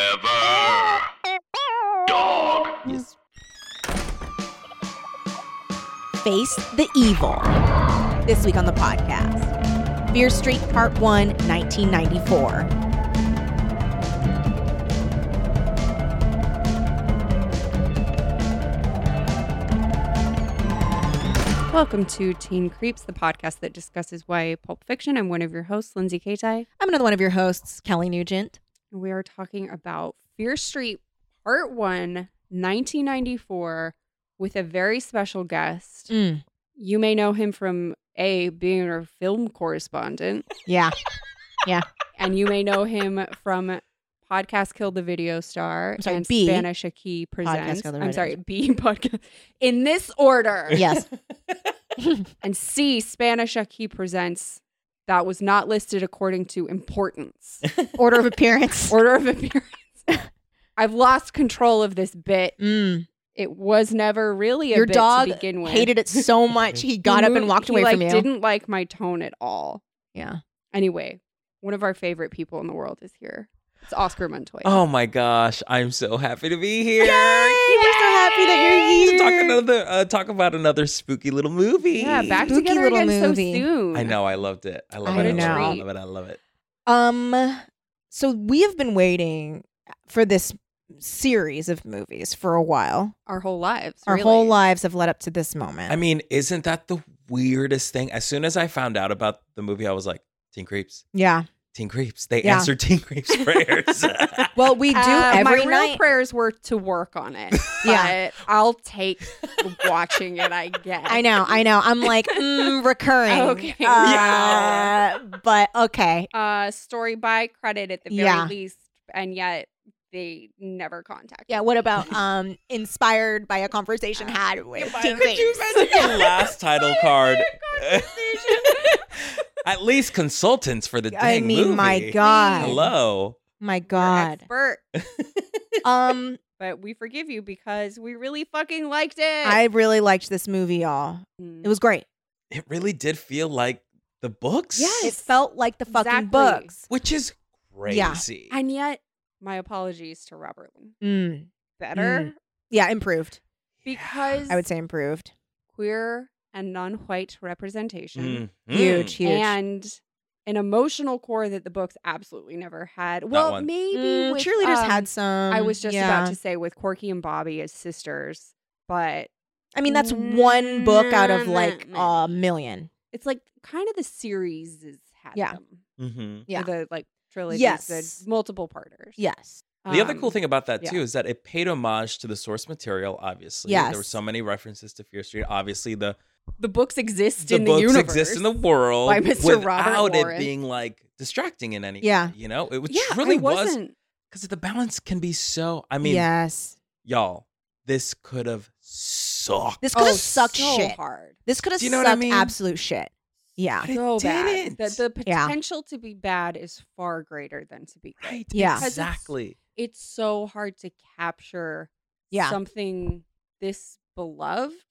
Forever. Dog. Yes. Face the Evil. This week on the podcast Fear Street Part 1, 1994. Welcome to Teen Creeps, the podcast that discusses YA pulp fiction. I'm one of your hosts, Lindsay Kaitai. I'm another one of your hosts, Kelly Nugent. and We are talking about Fear Street Part 1, 1994, with a very special guest. Mm. You may know him from A, being our film correspondent, Yeah. and you may know him from Podcast Kill the Video Star I'm sorry, and B, Spanish Aki Presents. Kill the I'm Video sorry, B, Podcast. In this order. Yes. and C, Spanish Aki presents that was not listed according to importance, Order of appearance. order of appearance. I've lost control of this bit. Mm. It was never really a Your bit dog to begin with. Hated it so much. He got up and moved- walked he, away like, from you. Didn't like my tone at all. Yeah. Anyway, one of our favorite people in the world is here. It's Oscar Montoya. Oh my gosh, I'm so happy to be here. We're so happy that Yay! you're here. To talk another uh, talk about another spooky little movie. yeah, back Spooky together little again movie. so soon. I know, I loved it. I love I it. know. I love it. I love it. Um, so we have been waiting for this series of movies for a while. Our whole lives. Our really. whole lives have led up to this moment. I mean, isn't that the weirdest thing? As soon as I found out about the movie, I was like, Teen Creeps, yeah. Teen Creeps. They Yeah. answer Teen Creeps prayers. Well, we do Uh, every my real night. prayers were to work on it. Yeah. yeah, I'll take watching it. I guess. I know, I know. I'm like mm, recurring. Uh, Okay. Yeah. But okay. Uh, story by credit at the very Yeah. least, and yet they never contact. Yeah. What about um inspired by a Ah, conversation had with Teen Could you Creeps? imagine the last title Oh card? At least consultants for the dang I mean, movie. my God. Hello. My God. God. Expert, Um, but we forgive you because we really fucking liked it. Mm. I really liked this movie, y'all. It was great. It really did feel like the books. Yes. It felt like the fucking Exactly. books. which is Yeah. crazy. and yet my apologies to Robert. Lynn. Mm. Better Yeah, improved. because I would say improved. queer and non-white representation. Mhm. Huge, huge. and an emotional core that the books absolutely never had. Well, one. maybe Mm, with, cheerleaders um, had some. I was just yeah. about to say with Corky and Bobby as sisters, but I mean, that's one book out mm, of like a million. it's like kind of the series has had Yeah. them. Mhm. Or Yeah. the like trilogies, Yes. the multiple parters. Yes. The other cool Um, thing about that yeah. too is that it paid homage to the source material. Obviously, there were Yes. so many references to Fear Street. Obviously, the the books exist the in books the universe. exist in the world by Mr. Robert without Warren. it being like distracting in any. Yeah. way, you know, it was, yeah, really it was wasn't. because the balance can be so. I mean, yes. y'all, this could have sucked. This could have Oh, sucked so shit. hard. This could have Do you sucked know what I mean? absolute shit. Yeah. But it so bad. didn't. That the Yeah. potential to be bad is far greater than to be good. right? Yeah. Because it's- exactly. It's so hard to capture Yeah. something this beloved,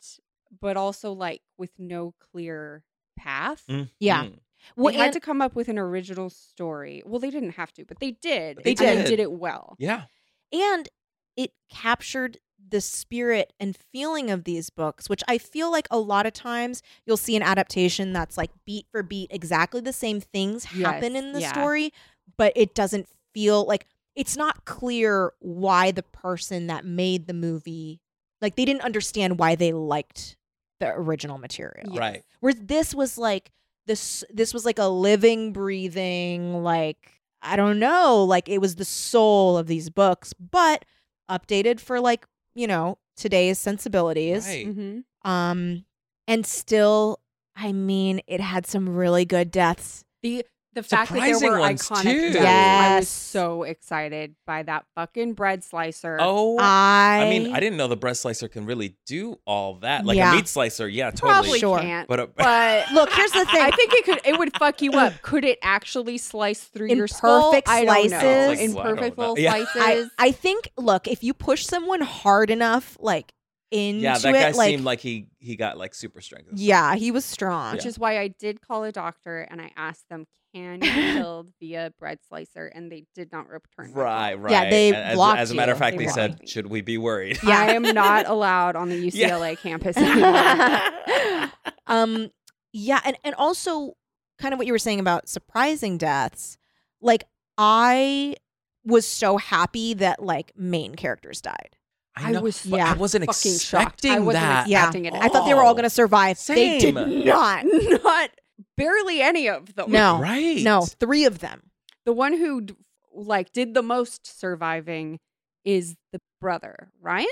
but also like with no clear path. Yeah. Mhm. Well, they had and- to come up with an original story. Well, they didn't have to, but they did. They and did. They did it well. yeah. and it captured the spirit and feeling of these books which i feel like a lot of times you'll see an adaptation that's like beat for beat exactly the same things happen Yes, in the yeah. story but it doesn't feel like it's not clear why the person that made the movie like they didn't understand why they liked the original material Yes. Right. where this was like this this was like a living breathing like i don't know like it was the soul of these books but updated for like you know today's sensibilities Right. Mhm. um and still i mean it had some really good deaths The the fact that there Surprising were ones, iconic too. deaths, I Yes. was so excited by that fucking bread slicer. Oh, i I mean, I didn't know the breast slicer can really do all that. Like Yeah. a meat slicer, yeah, probably totally. Sure. can't. But, But uh, a, look here's the thing I think it could it would fuck you up. Could it actually slice through In your skull? perfect I don't know. slices? In Well, I don't perfect know. little Yeah. I, slices. I think look if you push someone hard enough like into yeah, that guy it like seemed like he he got like super strength. and stuff. Yeah, he was strong. Which is why I did call a doctor and I asked them, can you build via bread slicer? And they did not return. my call. Right, right. Yeah, they And as, blocked as a matter of you. fact, They they, said, blocked me. "Should we be worried?" Yeah. I am not allowed on the Yeah. UCLA campus anymore. um yeah and and also kind of what you were saying about surprising deaths like i was so happy that like main characters died I know, was but yeah, I wasn't fucking shocked. I expecting wasn't that. yeah expecting it i thought they were all going to survive they did Oh, Same. Oh, not not barely any of them. No. Right? no three of them The one who d- like did the most surviving is the brother, Ryan?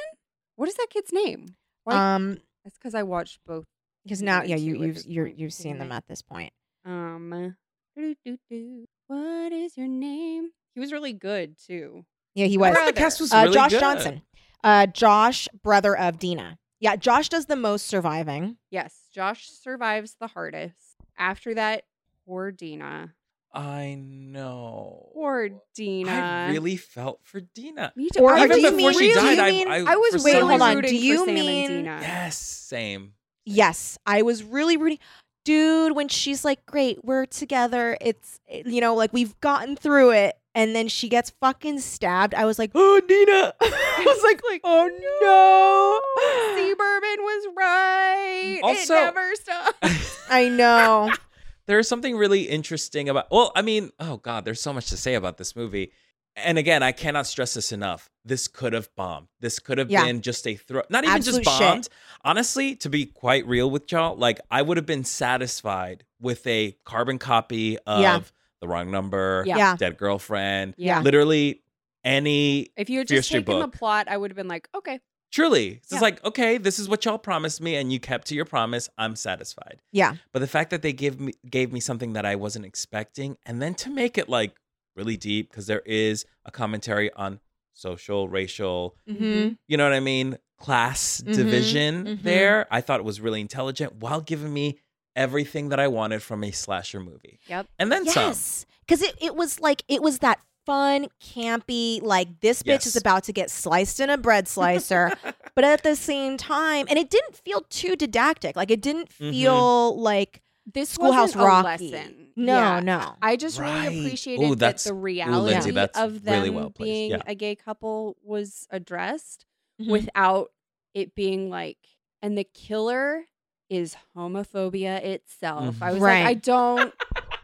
What is that kid's name? Like- um That's cuz I watched both. because now yeah you One and two at you've this you're, point, you've seen them anyway. at this point Um doo-doo-doo. What is your name? He was really good too. yeah he I was thought the Brother. cast was uh, really josh good. johnson uh josh brother of dina yeah josh does the most surviving Yes, Josh survives the hardest. After that, poor Dina. I know. Poor Dina. I really felt for Dina. Me too. Or I are- Even was do you before mean- she really? died, Do you I, mean- I, I for was some wait, really hold on. reason- rooting Do you for Sam mean- and Dina. Yes, same. Yes, I was really rooting. Dude, when she's like, "Great, we're together. It's you know, like we've gotten through it," and then she gets fucking stabbed. I was like, "Oh, Nina!" I was like, "Oh See, Bourbon was right. Also- it never stopped. no!" I know. there's something really interesting about well i mean oh god there's so much to say about this movie and again i cannot stress this enough this could have bombed this could have Yeah. been just a throw not even Absolute just shit. bombed honestly to be quite real with y'all like i would have been satisfied with a carbon copy of Yeah. the wrong number Yeah. Yeah, dead girlfriend Yeah. literally any If you had Fear just Street taken book. the plot, I would have been like, okay. Truly. It's Yeah. just like, okay, this is what y'all promised me and you kept to your promise. I'm satisfied. Yeah. But the fact that they give me gave me something that I wasn't expecting and then to make it like really deep because there is a commentary on social, racial, Mhm. you know what I mean, class Mhm, division mhm. there. I thought it was really intelligent while giving me everything that I wanted from a slasher movie. Yep. And then some. yes, because it it was like it was that fun, campy, like this bitch Yes. is about to get sliced in a bread slicer, but at the same time, and it didn't feel too didactic. Like it didn't Mhm. feel like This Schoolhouse wasn't a Rock. lesson. No, Yeah. no. I just Right. really appreciated Ooh, that that's- the reality Lindsay, that's of them really well placed. being Yeah. a gay couple was addressed Mm-hmm. Mhm. without it being like, and the killer is homophobia itself. Mm-hmm. I was Right. like, I don't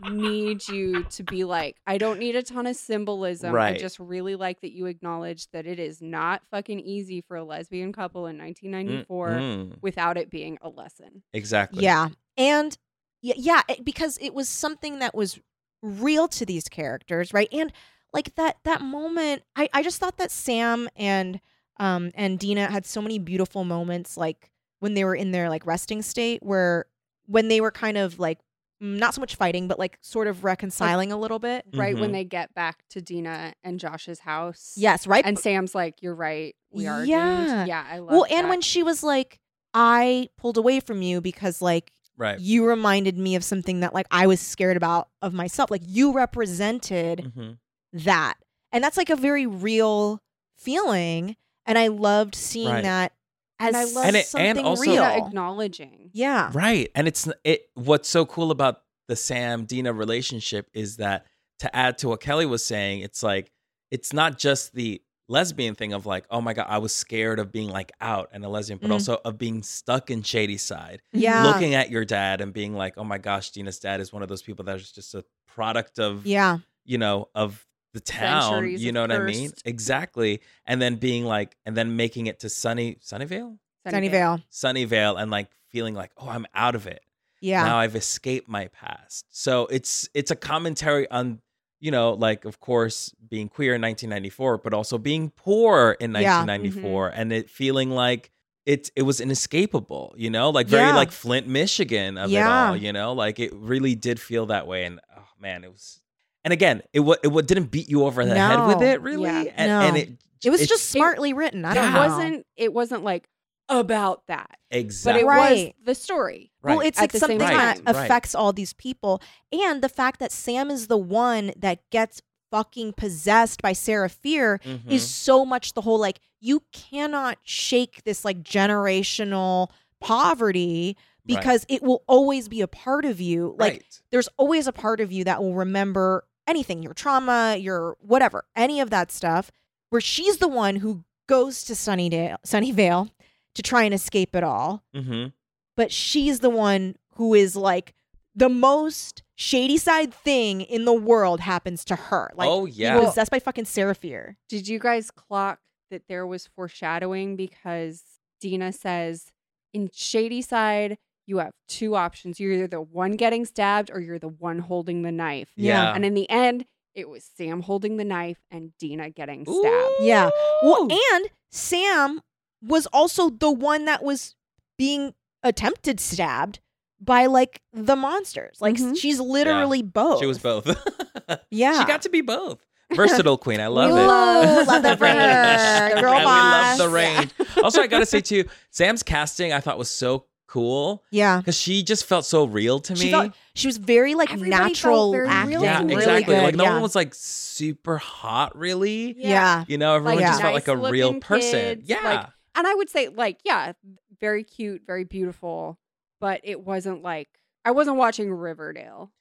need you to be like, I don't need a ton of symbolism. I Right. just really like that you acknowledge that it is not fucking easy for a lesbian couple in 1994 Mm, without it being a lesson. exactly. Yeah. And yeah, yeah, it- because it was something that was real to these characters, right? And like that that moment, I I just thought that Sam and um and Dina had so many beautiful moments like when they were in their like resting state where when they were kind of like mm, not so much fighting but like sort of reconciling a little bit. Right when Mhm. they get back to Dina and Josh's house. Yes, right? And Sam's like, "You're right. We are." Yeah. Yeah. Yeah. I love. well, and when she was like I pulled away from you because like Right. you reminded me of something that like I was scared about of myself. Like you represented Mhm. that. And that's like a very real feeling. And I loved seeing Right. that as And I love- And it- and something also- real. acknowledging. yeah. Right. And it's it what's so cool about the Sam Dina relationship is that to add to what Kelly was saying, it's like it's not just the lesbian thing of like, oh my god, I was scared of being like out and a lesbian, but Mm. also of being stuck in shady side. Yeah. Looking at your dad and being like, oh my gosh, Dina's dad is one of those people that is just a product of Yeah. you know, of the town. Centuries you of know what I mean? cursed. Exactly. And then being like and then making it to Sunny Sunnyvale? Sunnyvale. Sunnyvale and like feeling like, oh, I'm out of it Yeah. now i've escaped my past so it's it's a commentary on you know like of course being queer in 1994 but also being poor in Yeah. Mm-hmm. 1994 and it feeling like it it was inescapable you know like very Yeah. like flint michigan of Yeah. it all you know like it really did feel that way and oh man it was and again it w- it w- didn't beat you over the head with No. it really Yeah. and, No. and it it was it's just smartly written. I Yeah. don't It know. wasn't. It wasn't like about that, but exactly it Right. was the story. right Well, it's At like the same something time. that Right. affects all these people. And the fact that Sam is the one that gets fucking possessed by Sarah Fear Mhm. is so much the whole like you cannot shake this like generational poverty Right. because it will always be a part of you. Like Right. there's always a part of you that will remember anything, your trauma, your whatever, any of that stuff, where she's the one who goes to Sunnydale, Sunnyvale to try and escape it all. Mhm. But she's the one who is like the most shady side thing in the world happens to her. Like oh being yeah. possessed by fucking Seraphir. Did you guys clock that there was foreshadowing because Dina says in Shady Side you have two options. You're either the one getting stabbed or you're the one holding the knife. yeah. And in the end, it was Sam holding the knife and Dina getting stabbed. Yeah. Well, Ooh. and Sam was also the one that was being attempted stabbed by like the monsters. Like Mhm. she's literally both. she was both. Yeah. She got to be both. Versatile queen. I love We it. love- love the range. The Girl range. We love the boss. range. also, I gotta say too, Sam's casting I thought was so cool yeah. because she just felt so real to me. She felt she was very like Everybody felt natural very real acting. to Mm, yeah, really exactly. Good. Like no yeah. one was like super hot, really. yeah. You know, everyone Like, just felt like a nice-looking real person. kids, yeah. like- And I would say, like, yeah, very cute, very beautiful, but it wasn't like I wasn't watching Riverdale.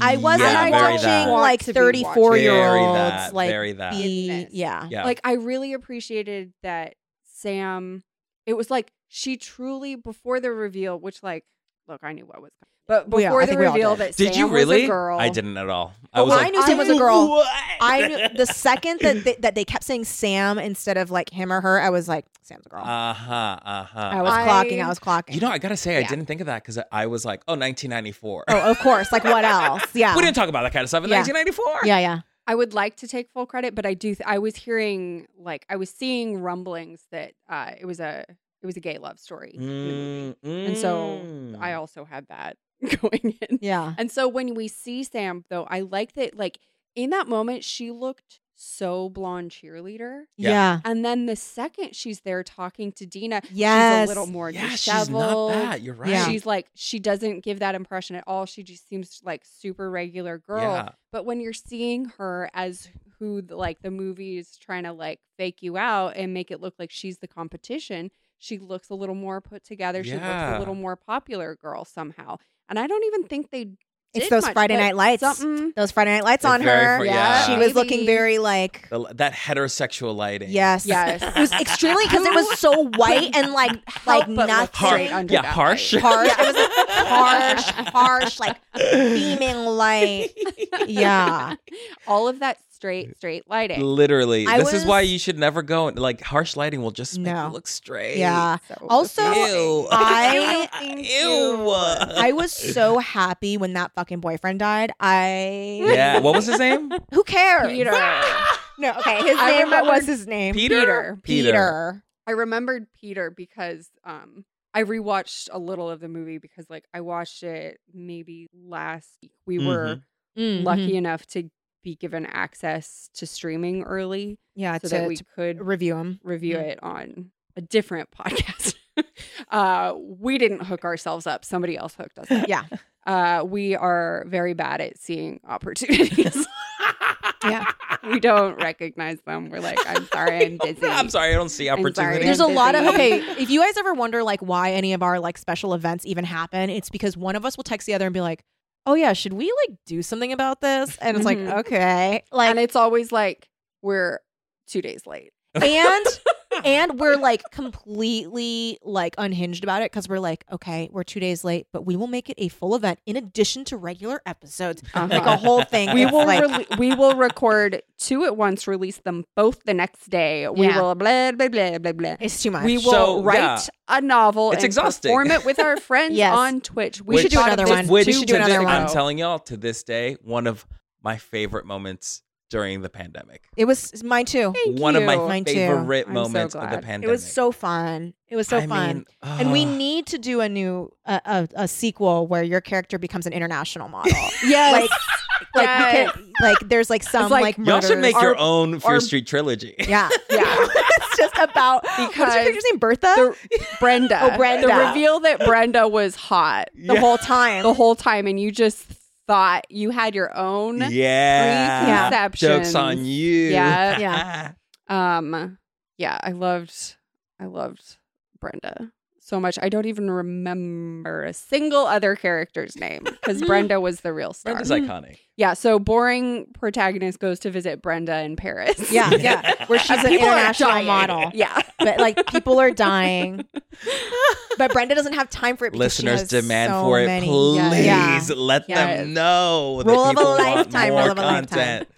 I wasn't yeah, I very watching that. like Want to be 34 watching. year Very olds that, like very that. be Goodness. yeah. yeah. Like I really appreciated that Sam it was like she truly before the reveal, which like look, I knew what was coming. But We all- before I the think we all reveal did. that Did Sam you really? was a girl. I didn't at all. I Oh, was I like, knew Sam was a girl. "What?" I knew the second that they, that they kept saying Sam instead of like him or her, I was like Sam's a girl. Uh huh. Uh huh. I was I- clocking. I was clocking. You know, I gotta say, I Yeah. didn't think of that because I was like, oh, 1994. Oh, of course. Like what else? Yeah. we didn't talk about that kind of stuff in Yeah. 1994. yeah, yeah. I would like to take full credit, but I do. Th- I was hearing like I was seeing rumblings that uh, it was a it was a gay love story. in the movie. Mm-hmm. And so I Mm. also had that going in. Yeah. And so when we see Sam, though, I like that. Like in that moment, she looked so blonde cheerleader, Yeah. Yeah. and then the second she's there talking to Dina, Yes. she's a little more yeah, disheveled. she's not that. You're right. Yeah. She's like she doesn't give that impression at all. She just seems like super regular girl. Yeah. But when you're seeing her as who the- like the movie is trying to like fake you out and make it look like she's the competition, she looks a little more put together. She looks Yeah. a little more popular girl somehow. And I don't even think they It's did those much, Friday but Night Lights. Something Those Friday Night Lights They're on very her. fr- yeah. She was looking Maybe. very like The- that heterosexual lighting. yes, Yes. It was extremely because it was so white and like like help but look Har- nothing straight under yeah, that harsh. light. harsh. It was like, harsh, harsh, like beaming light. Yeah. all of that straight, straight lighting. Literally, I this is why was- you should never go. Like harsh lighting will just make No. you look straight. Yeah. So Also, Ew. I- Ew. I was so happy when that fucking boyfriend died. I Yeah. What was his name? who cares? Peter. No, okay. His I name. What remembered- was his name? Peter. Peter. I remembered Peter because um I rewatched a little of the movie because like I watched it maybe last week. We were lucky enough to be given access to streaming early Yeah. to, so that we to could review him. review Mhm. it on a different podcast. uh we didn't hook ourselves up. Somebody else hooked us up. Yeah. Uh we are very bad at seeing opportunities. Yeah. we don't recognize them. We're like, I'm sorry, I'm busy. I'm sorry, I don't see I'm sorry. opportunity. There's a Busy. lot of okay. If you guys ever wonder like why any of our like special events even happen, it's because one of us will text the other and be like, "Oh yeah, should we like do something about this?" And it's Mhm. like, okay, like and it's always like we're two days late. and and we're like completely like unhinged about it because we're like okay we're two days late but we will make it a full event in addition to regular episodes like a whole thing We It's will Uh-huh. like rele- we will record two at once, release them both the next day. We Yeah. will blah blah blah blah blah. it's too much We will So, write yeah. a novel. It's and exhausting. Perform it with our friends Yes. on Twitch. We Which- should do Thought of another this one. too. Which We should do to another thi- one. I'm telling y'all to this day, one of my favorite moments during the pandemic. it was mine too Thank one of you. my Mine too. favorite I'm so moments of the glad. It pandemic. it was so fun it was so I fun mean, and we ugh. need to do a new a, a, a sequel where your character becomes an international model Yes. like like we can like there's like some like- like, y'all murders. should make Or- your own Fear our- Street trilogy. yeah yeah. it's just about what's your Because character's name Bertha The, Brenda. Oh, Brenda. The reveal that Brenda was hot the whole time the whole time, and you just thought you had your own. yeah, jokes Preconceptions. on you. Yeah. Yeah. Um, yeah, I loved, I loved Brenda so much. I don't even remember a single other character's name because Brenda was the real star. Brenda's Mm-hmm. iconic. yeah, so boring protagonist goes to visit Brenda in Paris. Yeah, yeah. Where she's an People are international dying. model. yeah. But like people are dying. But Brenda doesn't have time for it. Because she Listeners has demand so for it. many. Please Yeah. let Yes. them know that Rule of a people want lifetime, more rule of a lifetime. content.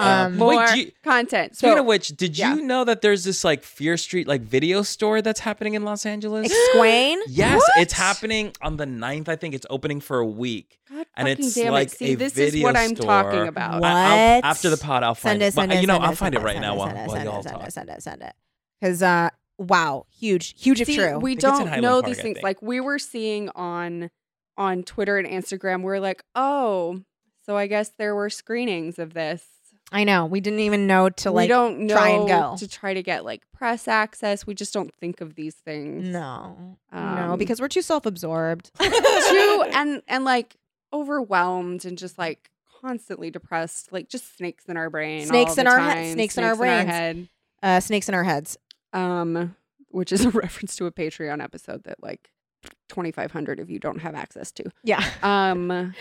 Um, Wait, More do you- content. Speaking So of which, did yeah. you know that there's this like Fear Street like video store that's happening in Los Angeles? Explain. Yes, What? it's happening on the 9th. I think it's opening for a week. God and fucking it's damn it. like See, a this is video what I'm store. talking about. What? I- I'll- after the pod, I'll find Send it. it. Send But, it. you know, send I'll it, find send it right send now it, while, Send it. while Send y'all it. Send talk. it. Send it. Send it. Because uh, wow, huge, huge if See, true. We think it's in don't Highland know Park, these I things. think. Like we were seeing on on Twitter and Instagram, we're like, oh, so I guess there were screenings of this. I know. We didn't even know to we like. don't know try and go. to try to get like press access. We just don't think of these things. No, no, Um, because we're too self-absorbed. too and and like overwhelmed and just like constantly depressed. Like just snakes in our brain. Snakes all the in our head- time, snakes in our brains. head. uh, snakes in our heads. Um, which is a reference to a Patreon episode that like twenty five hundred of you don't have access to. Yeah. Um.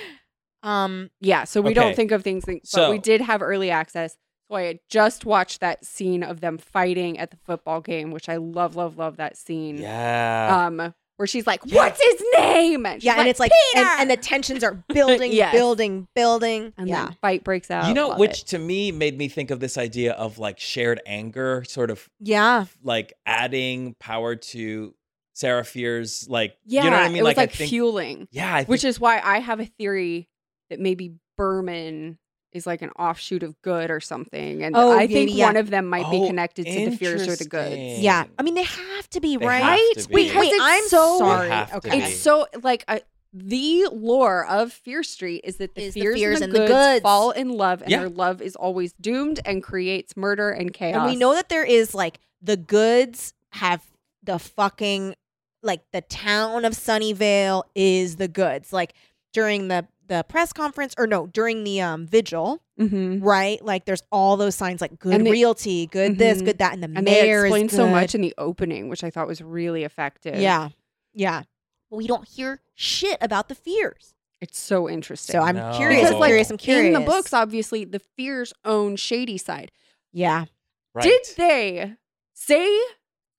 Um. Yeah, so we don't Okay. think of things, like, but we So- did have early access. So I had just watched that scene of them fighting at the football game, which I love, love, love that scene. Yeah. Um, where she's like, Yeah. "What's his name?" And she's Yeah, and it's like, and, "Peter!" and the tensions are building, Yes. building, building. and yeah. then fight breaks out. you know, oh, Love which it. to me made me think of this idea of like shared anger, sort of Uh. yeah. like adding power to Sarah Fear's, like, yeah, you know what I mean? it was like, I think, fueling, yeah, I think which is why I have a theory that maybe Berman is like an offshoot of Good or something, and Oh, I think maybe, yeah. one of them might be Oh, connected to the fears or the goods. interesting. Yeah. I mean, they have to be They right. have to Right? be. Wait, Wait, Because it's I'm so- sorry. They have to okay. be. It's so like I, the lore of Fear Street is that the, Is the fears, fears and, the, goods fall in love, and Yeah. their love is always doomed and creates murder and chaos. And we know that there is like the goods have the fucking like the town of Sunnyvale is the goods. Like during the the press conference or no, during the um vigil, Mhm. right? Like there's all those signs like good And they- realty, good this, Mhm. good that, and the and they mayor explained is so good. much in the opening, which I thought was really effective. Yeah. Yeah. But we don't hear shit about the fears. it's so interesting. So I'm No. curious. Because, I'm like, curious. I'm curious. in the books, obviously, the fears own shady side. Yeah. right. Did they say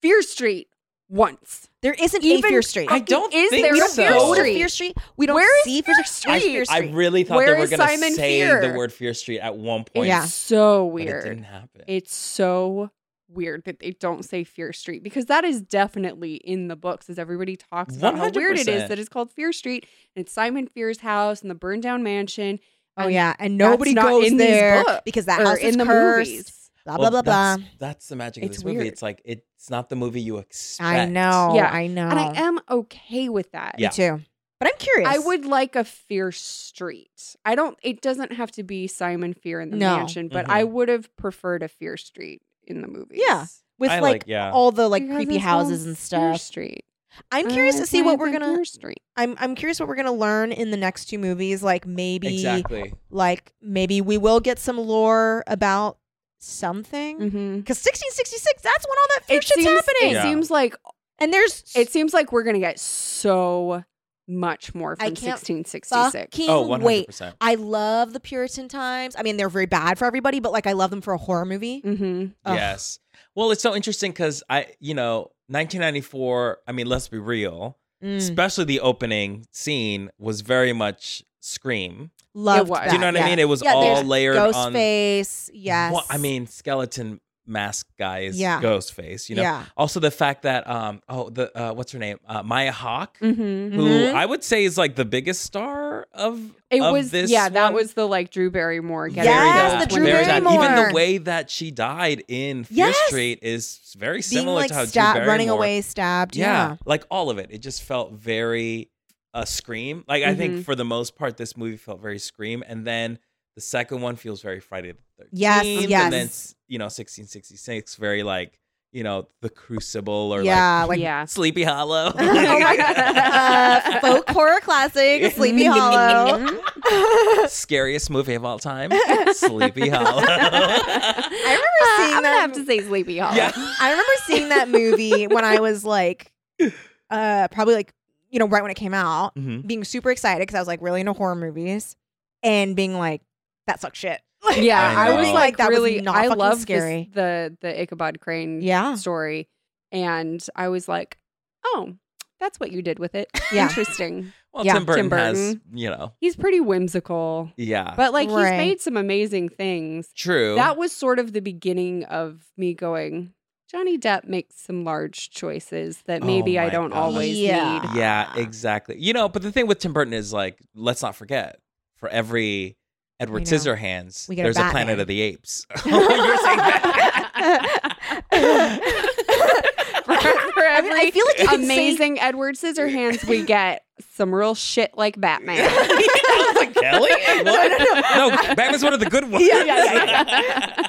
Fear Street once? There isn't a Even- Fear Street. I don't Is think there we a don't so. Fear go to Street? Fear Street. We don't Where is see Fear I, Street? Fear I Street. really thought Where they were is going to Simon say Fear? the word Fear Street at one It's point. Yeah. so but weird. It didn't happen. it's so weird that they don't say Fear Street because that is definitely in the books as everybody talks about how weird it is 100%. that it's called Fear Street and it's Simon Fear's house and the burned down mansion Oh And yeah, and that's nobody not goes in these there books, because that or house is in the cursed. movies. Blah Well, blah blah blah. That's, that's the magic of It's this movie. weird. It's like it's not the movie you expect. I know. Yeah. I know. And I am okay with that. Yeah. Me too. But I'm curious. I would like a Fear Street. I don't it doesn't have to be Simon Fear in the No. mansion, but Mhm. I would have preferred a Fear Street in the movies. Yeah. with I like, like- yeah. all the like Because creepy it's called houses and Fear stuff. Street. I'm curious Oh, to it's see not what even we're gonna. Fear Street. I'm I'm curious what we're gonna learn in the next two movies. Like maybe Exactly. like maybe we will get some lore about something. Mhm. Because 1666, that's when all that fear It shit's seems, happening. it Yeah. seems like And there's It seems like we're gonna get so much more from I can't 1666. fucking Oh, 100 wait. percent. I love the Puritan times. I mean, they're very bad for everybody, but like I love them for a horror movie. hmm Ugh. Mm-hmm. Yes. Well, it's so interesting because I, you know, 1994. I mean, let's be real. Mm. Especially the opening scene was very much scream. Loved It was. that. Do you know what yeah. I mean? It was Yeah, all there's layered on. Ghostface. Yes. Well, I mean, skeleton mask guy is Yeah. ghost face. You know. yeah. Also, the fact that um oh the uh, what's her name uh, Maya Hawk. hmm who Mhm. I would say is like the biggest star of It of was this yeah, that one. was the like Drew Barrymore. Very getting Yes, killed that. the Drew when Very they- that. Even Barrymore. the way that she died in Fear Yes. Street is very Being similar like to how Drew stabbed, Barrymore, running away, stabbed. yeah, Yeah. like all of it. It just felt very a scream. Like I Mm-hmm. think for the most part, this movie felt very scream, and then the second one feels very Friday the Thirteenth. Yes, yes. and then s- you know, sixteen sixty six, very like you know, the Crucible or yeah. Like, yeah. like Sleepy Hollow. Oh my uh, folk horror classic, Sleepy Hollow. Scariest movie of all time, Sleepy Hollow. I remember Uh, seeing I'm gonna that. have to say Sleepy Hollow. yeah. I remember seeing that movie when I was like uh probably like you know right when it came out, Mm-hmm. being super excited because I was like really into horror movies, and being like that sucks shit. Like, Yeah, I I, was know. like, Like, that was really. not I fucking love scary. the the Ichabod Crane Yeah. story, and I was like, oh, that's what you did with it. Yeah. interesting. Well, Yeah, Tim, Burton Tim has, Burton. you know, He's pretty whimsical, yeah, but like Right. he's made some amazing things. true. That was sort of the beginning of me going. Johnny Depp makes some large choices that Oh maybe I my don't God. always Yeah. need. yeah, exactly. You know, but the thing with Tim Burton is like, let's not forget, for every Edward I know. Scissorhands, We get a there's a, Planet Batman. of the Apes. you were saying that? for, for I mean, every I feel like you could say- amazing Edward Scissorhands, we get some real shit like Batman. I was like, Kelly? What? No, Batman's one of the good ones. Yeah, yeah, yeah,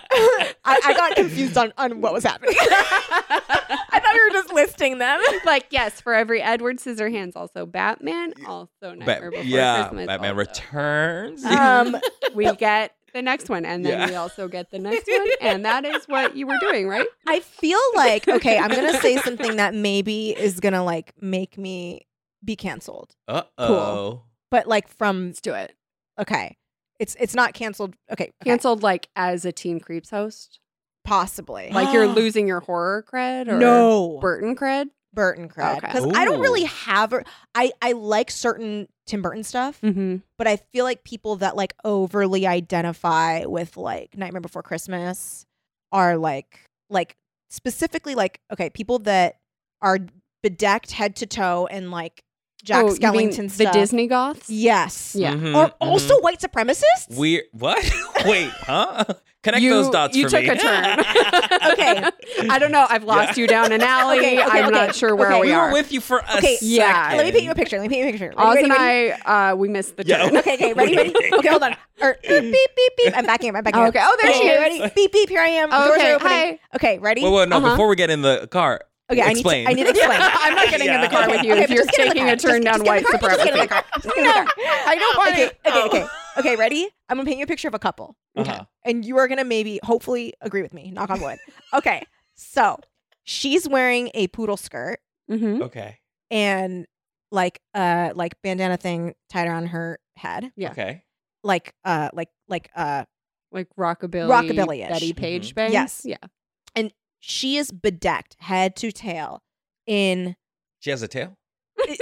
I, I got confused on, on what was happening. I thought we were just listing them. like yes, for every Edward Scissorhands, also Batman, also Nightmare Bat- Before yeah, Christmas. Batman also. Returns. Um, We get the next one, and then Yeah. we also get the next one, and that is what you were doing, right? I feel like okay, I'm gonna say something that maybe is gonna like make me be canceled, Uh oh. but like from Let's do it. okay, it's it's not canceled. Okay, okay, Canceled like as a Teen Creeps host, possibly like you're losing your horror cred or no Burton cred. Burton cred Okay. because I don't Ooh. really have. a- I I like certain Tim Burton stuff, Mm-hmm. but I feel like people that like overly identify with like Nightmare Before Christmas are like like specifically like okay people that are bedecked head to toe and like Jack Skellington Oh, the stuff. Disney goths. Yes. Yeah. Mhm, Are mhm. also white supremacists? Weird. What? Wait, huh? Connect you, those dots You for took me. a turn. Okay. I don't know. I've lost Yeah. you down an alley. Okay, okay, I'm not okay, sure where okay. we, we are. were with you for a Okay, yeah. second. Let me paint you a picture. Let me paint you a picture. Ready, Oz ready, and ready? I, uh, we missed the Yeah. turn. Okay, okay, ready, ready? Okay, hold on. Or, beep, beep, beep. I'm backing up. I'm backing Oh, up. okay. Oh, there she Okay, is. Ready? Beep, beep. Here I am. Doors Okay, are opening. hi. Okay, ready? Whoa, whoa, no! Uh-huh. Before we get in the car, okay, I need, to, explain. I need to explain. I'm not getting in the car Yeah. with you Okay, if but you're just get in the taking car. a turn Just- just get down in white the car, Just get in the supremacy. car. Just get in the car. I don't want okay, it. Okay, Oh. okay. Okay, ready? I'm going to paint you a picture of a couple. Uh-huh. and you are going to maybe hopefully agree with me knock on wood okay so she's wearing a poodle skirt Mm-hmm. Okay. and like uh like bandana thing tied around her head Yeah. Okay. like uh like like uh Like rockabilly, Rockabilly-ish. Mm-hmm. Betty Page bangs. Yes. Yeah. she is bedecked head to tail in She has a tail.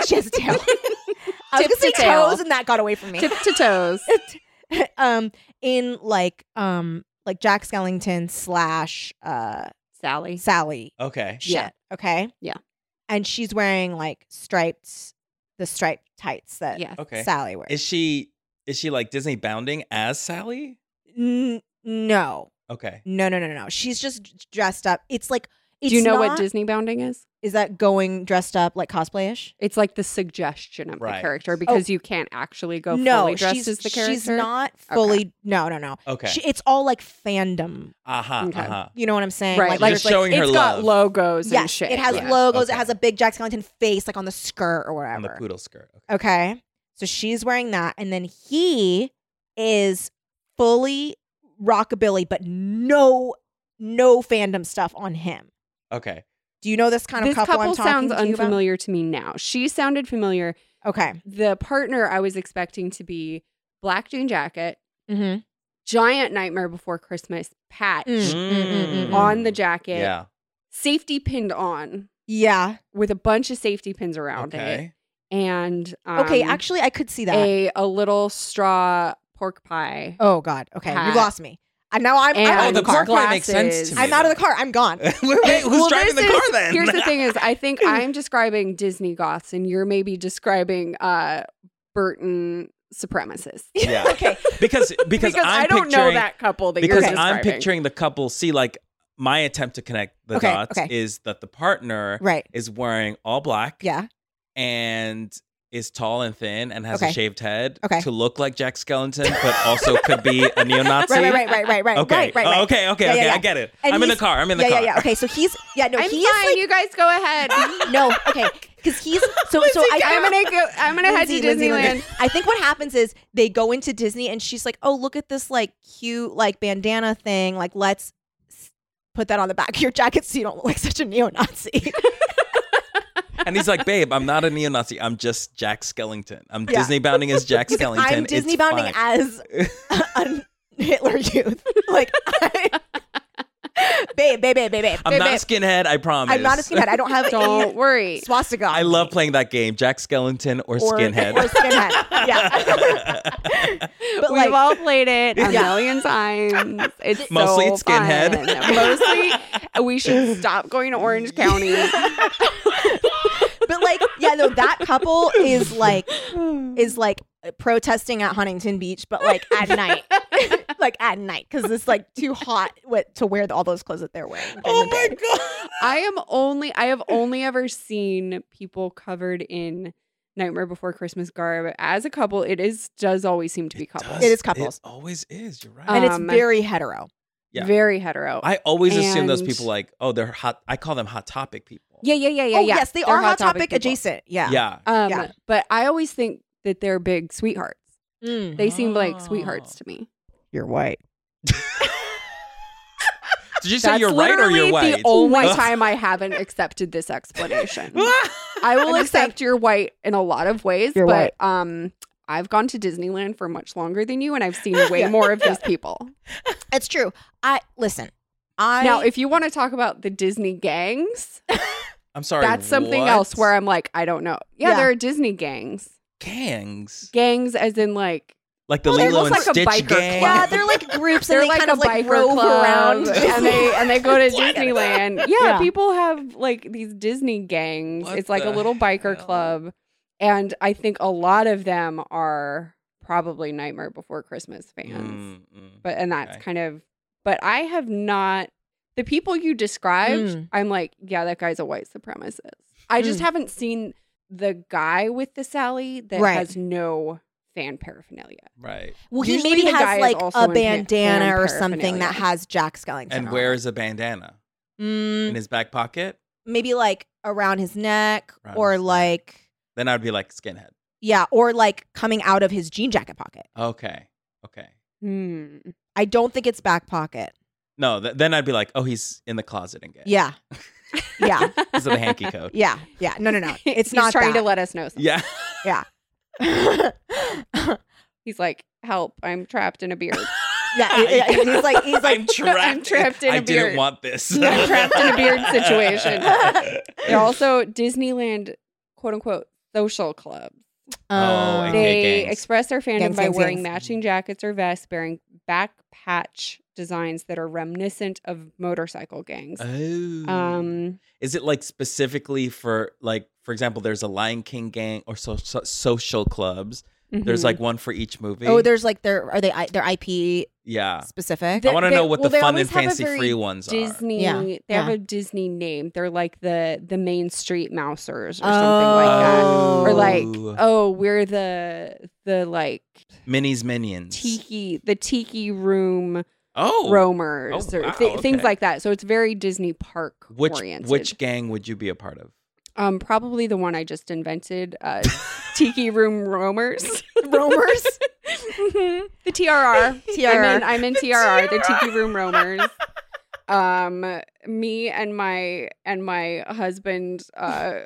she has a tail i was Tip gonna say to tail. toes and that got away from me Tip to toes. um in like um like jack skellington slash uh Sally. sally Okay. shit. Yeah. Okay. Yeah. And she's wearing like striped, the striped tights that Yeah. Okay. Sally wears. Is she is she like Disney bounding as Sally? N- no, Okay. no, no, no, no. She's just d- dressed up. It's like, it's Do you know what not- Disney bounding is? is that going dressed up like cosplay ish? It's like the suggestion of Right. the character because you can't actually go no, fully dressed she's, as the character. she's not fully. No, no, no. Okay. She, it's all like fandom. uh huh. Okay. Uh huh. You know what I'm saying? Right, Like, like- there's, Just showing It's her got love. logos and Yes, shit. it has Yeah. logos. It Okay. has a big Jack Skellington face, like on the skirt or whatever. On the poodle skirt. Okay. Okay. So she's wearing that. And then he is fully rockabilly, but no, no fandom stuff on him. Okay. Do you know this kind of this couple, couple I'm talking sounds to you about? unfamiliar to me now. She sounded familiar. Okay. The partner I was expecting to be black jean jacket, Mm-hmm. giant nightmare before Christmas patch Mm, mm, mm, mm, mm. on the jacket, Yeah. safety pinned on Yeah. with a bunch of safety pins around Okay. it, and um, Okay. Actually, I could see that. a a little straw pork pie. oh, God. Okay. You Hat. lost me. And now I'm, I'm And out Oh, of the the park car. one makes sense glasses. to me. I'm out of the car. I'm gone. wait, wait, who's Well, driving the this car is- then? Here's the thing: is I think I'm describing Disney goths, and you're maybe describing uh Burton supremacists. yeah. okay. Because because, I'm I don't know picturing- that couple that because you're describing. I'm picturing the couple. See, like my attempt to connect the Okay, dots okay. is that the partner Right. is wearing all black. Yeah. and is tall and thin and has a Okay. shaved head Okay. to look like Jack Skellington, but also could be a neo-Nazi. Right, right, right, right, right, right. Okay. Right, right, right. Oh, okay. Okay. Yeah, okay. yeah, I yeah. get it. And I'm in the he's- car. I'm in the yeah, car. yeah, yeah. Okay. So he's, yeah, no, I'm he fine. is like, you guys go ahead. no, okay. Because he's, so, so I, I'm gonna go. I'm gonna head to Lindsay, Lindsay, Disneyland. Lindsay. I think what happens is they go into Disney and she's like, "Oh, look at this like cute like bandana thing. Like let's s- put that on the back of your jacket so you don't look like such a neo-Nazi." And he's like, babe, I'm not a neo Nazi. I'm just Jack Skellington. I'm Yeah. Disney bounding as Jack He's Skellington. like, I'm Disney it's bounding fine." as a Hitler youth. Like, I, babe, babe, babe, babe, babe. I'm babe, not a babe. skinhead, I promise. I'm not a skinhead. I don't have Don't a worry. swastika. I love playing that game, Jack Skellington or, or, skinhead. Or skinhead. Yeah. but like, We've all played it a Yeah. million times. It's Mostly so it's skinhead. fun. Mostly, we should stop going to Orange County. but like, yeah, no, that couple is like, is like protesting at Huntington Beach, but like at night, like at night, because it's like too hot what, to wear all those clothes that they're wearing. during oh the my day. god. I am only. I have only ever seen people covered in Nightmare Before Christmas garb as a couple. It is does always seem to be couples. does. It is couples. It always is. You're right. And it's Um, very hetero. yeah. Very hetero. I always assume those and- people like, oh, they're hot. I call them hot topic people. yeah, yeah, yeah, yeah, oh, yeah. yes, they They're are Hot Topic, people. adjacent. Yeah. Yeah. Um, Yeah. but I always think that they're big sweethearts. They seem like sweethearts Oh. to me. You're white. Did you say That's you're right or literally you're white? The only Ugh. time I haven't accepted this explanation. I will I'm just saying- accept you're white in a lot of ways, You're but um, I've gone to Disneyland for much longer than you, and I've seen way Yeah. more of these people. It's true. I listen. I now, if you want to talk about the Disney gangs, I'm sorry. that's something what? else where I'm like, I don't know. Yeah, Yeah. there are Disney gangs. gangs Gangs, as in like like the Well, they're Lilo and almost like a Stitch biker gang. yeah, they're like groups and they're they like kind a of like biker rove club, around and they and they go to Disneyland. Yeah, Yeah. people have like these Disney gangs. What it's like a the little biker hell? club, and I think a lot of them are probably Nightmare Before Christmas fans. Mm, mm. But and that's okay. kind of. But I have not the people you described. Mm. I'm like, yeah, that guy's a white supremacist. I just Mm. haven't seen the guy with the Sally that Right. has no fan paraphernalia. right. Well, he Usually maybe the guy has is like also a in pa- bandana and or something that paraphernalia. has Jack Skellington. And on wears a bandana it. Mm, in his back pocket. maybe like around his neck Around or his neck. like Then I'd be like skinhead. yeah, or like coming out of his jean jacket pocket. Okay. Okay. Hmm. I don't think it's back pocket. No. Th- then I'd be like, oh, he's in the closet and gay. Yeah. Yeah. Because of the hanky code. Yeah. Yeah. No, no, no. It's He's not trying to that. let us know. Something. Yeah. He's like, "Help! I'm trapped in a beard. yeah, yeah, yeah. He's like he's like I'm trapped. I'm trapped in I a didn't beard. want this. I'm trapped in a beard situation. They're oh, also Disneyland, quote unquote, social clubs. um, okay. They gangs. express their fandom Gangs, by gangs, wearing gangs. matching jackets or vests bearing back patch designs that are reminiscent of motorcycle gangs. Oh. um, Is it like specifically for like, for example, there's a Lion King gang or so, so- social clubs. Mm-hmm. There's mhm. like one for each movie. Oh, there's like their are they I- their IP yeah. specific? They- I want to know they- what well, the they fun always and have a fancy very free ones are. Disney. Yeah, They yeah. have a Disney name. They're like the the Main Street Mousers or Oh. something like that. Or like, Oh. oh, we're the the like Minnie's Minions. tiki the tiki room oh, roamers Oh, or wow, thi- things okay. like that. So it's very Disney park which oriented. which gang would you be a part of? um probably the one I just invented, uh, tiki room roamers. roamers. Mhm. the TRR. I'm TRR. in, I'm in TRR, the Tiki Room Roamers. Um, me and my and my husband, uh,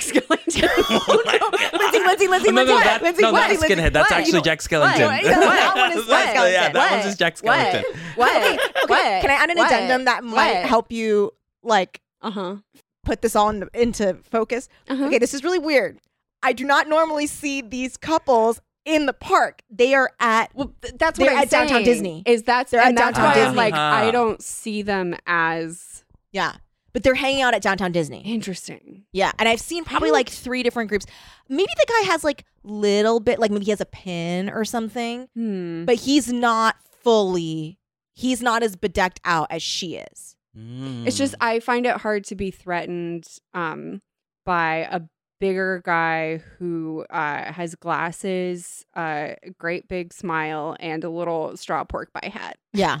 Skellington. Oh my God. Lindsay, Lindsay, Lindsay, no, no, Lindsay, that, Lindsay, no, what? that's Lindsay, skinhead. That's what? actually Jack Skellington. What? No, that one is Jack That's- Yeah, Skellington. that What? one's just Jack What? Skellington. Okay, okay. Can I add an addendum that might What? help you like Uh huh. put this all in, into focus? Uh-huh. Okay, this is really weird. I do not normally see these couples in the park. They are at Well, th- that's They're what I'm at Downtown saying, Disney. Is that's They're and at that's Downtown why I'm Disney. like Uh-huh. I don't see them as yeah, but they're hanging out at downtown Disney. interesting. Yeah, and I've seen probably like three different groups. Maybe the guy has like little bit, like maybe he has a pin or something. Hmm. but he's not fully he's not as bedecked out as she is It's just Mm. I find it hard to be threatened um, by a bigger guy who uh, has glasses, uh, a great big smile, and a little straw pork pie hat. yeah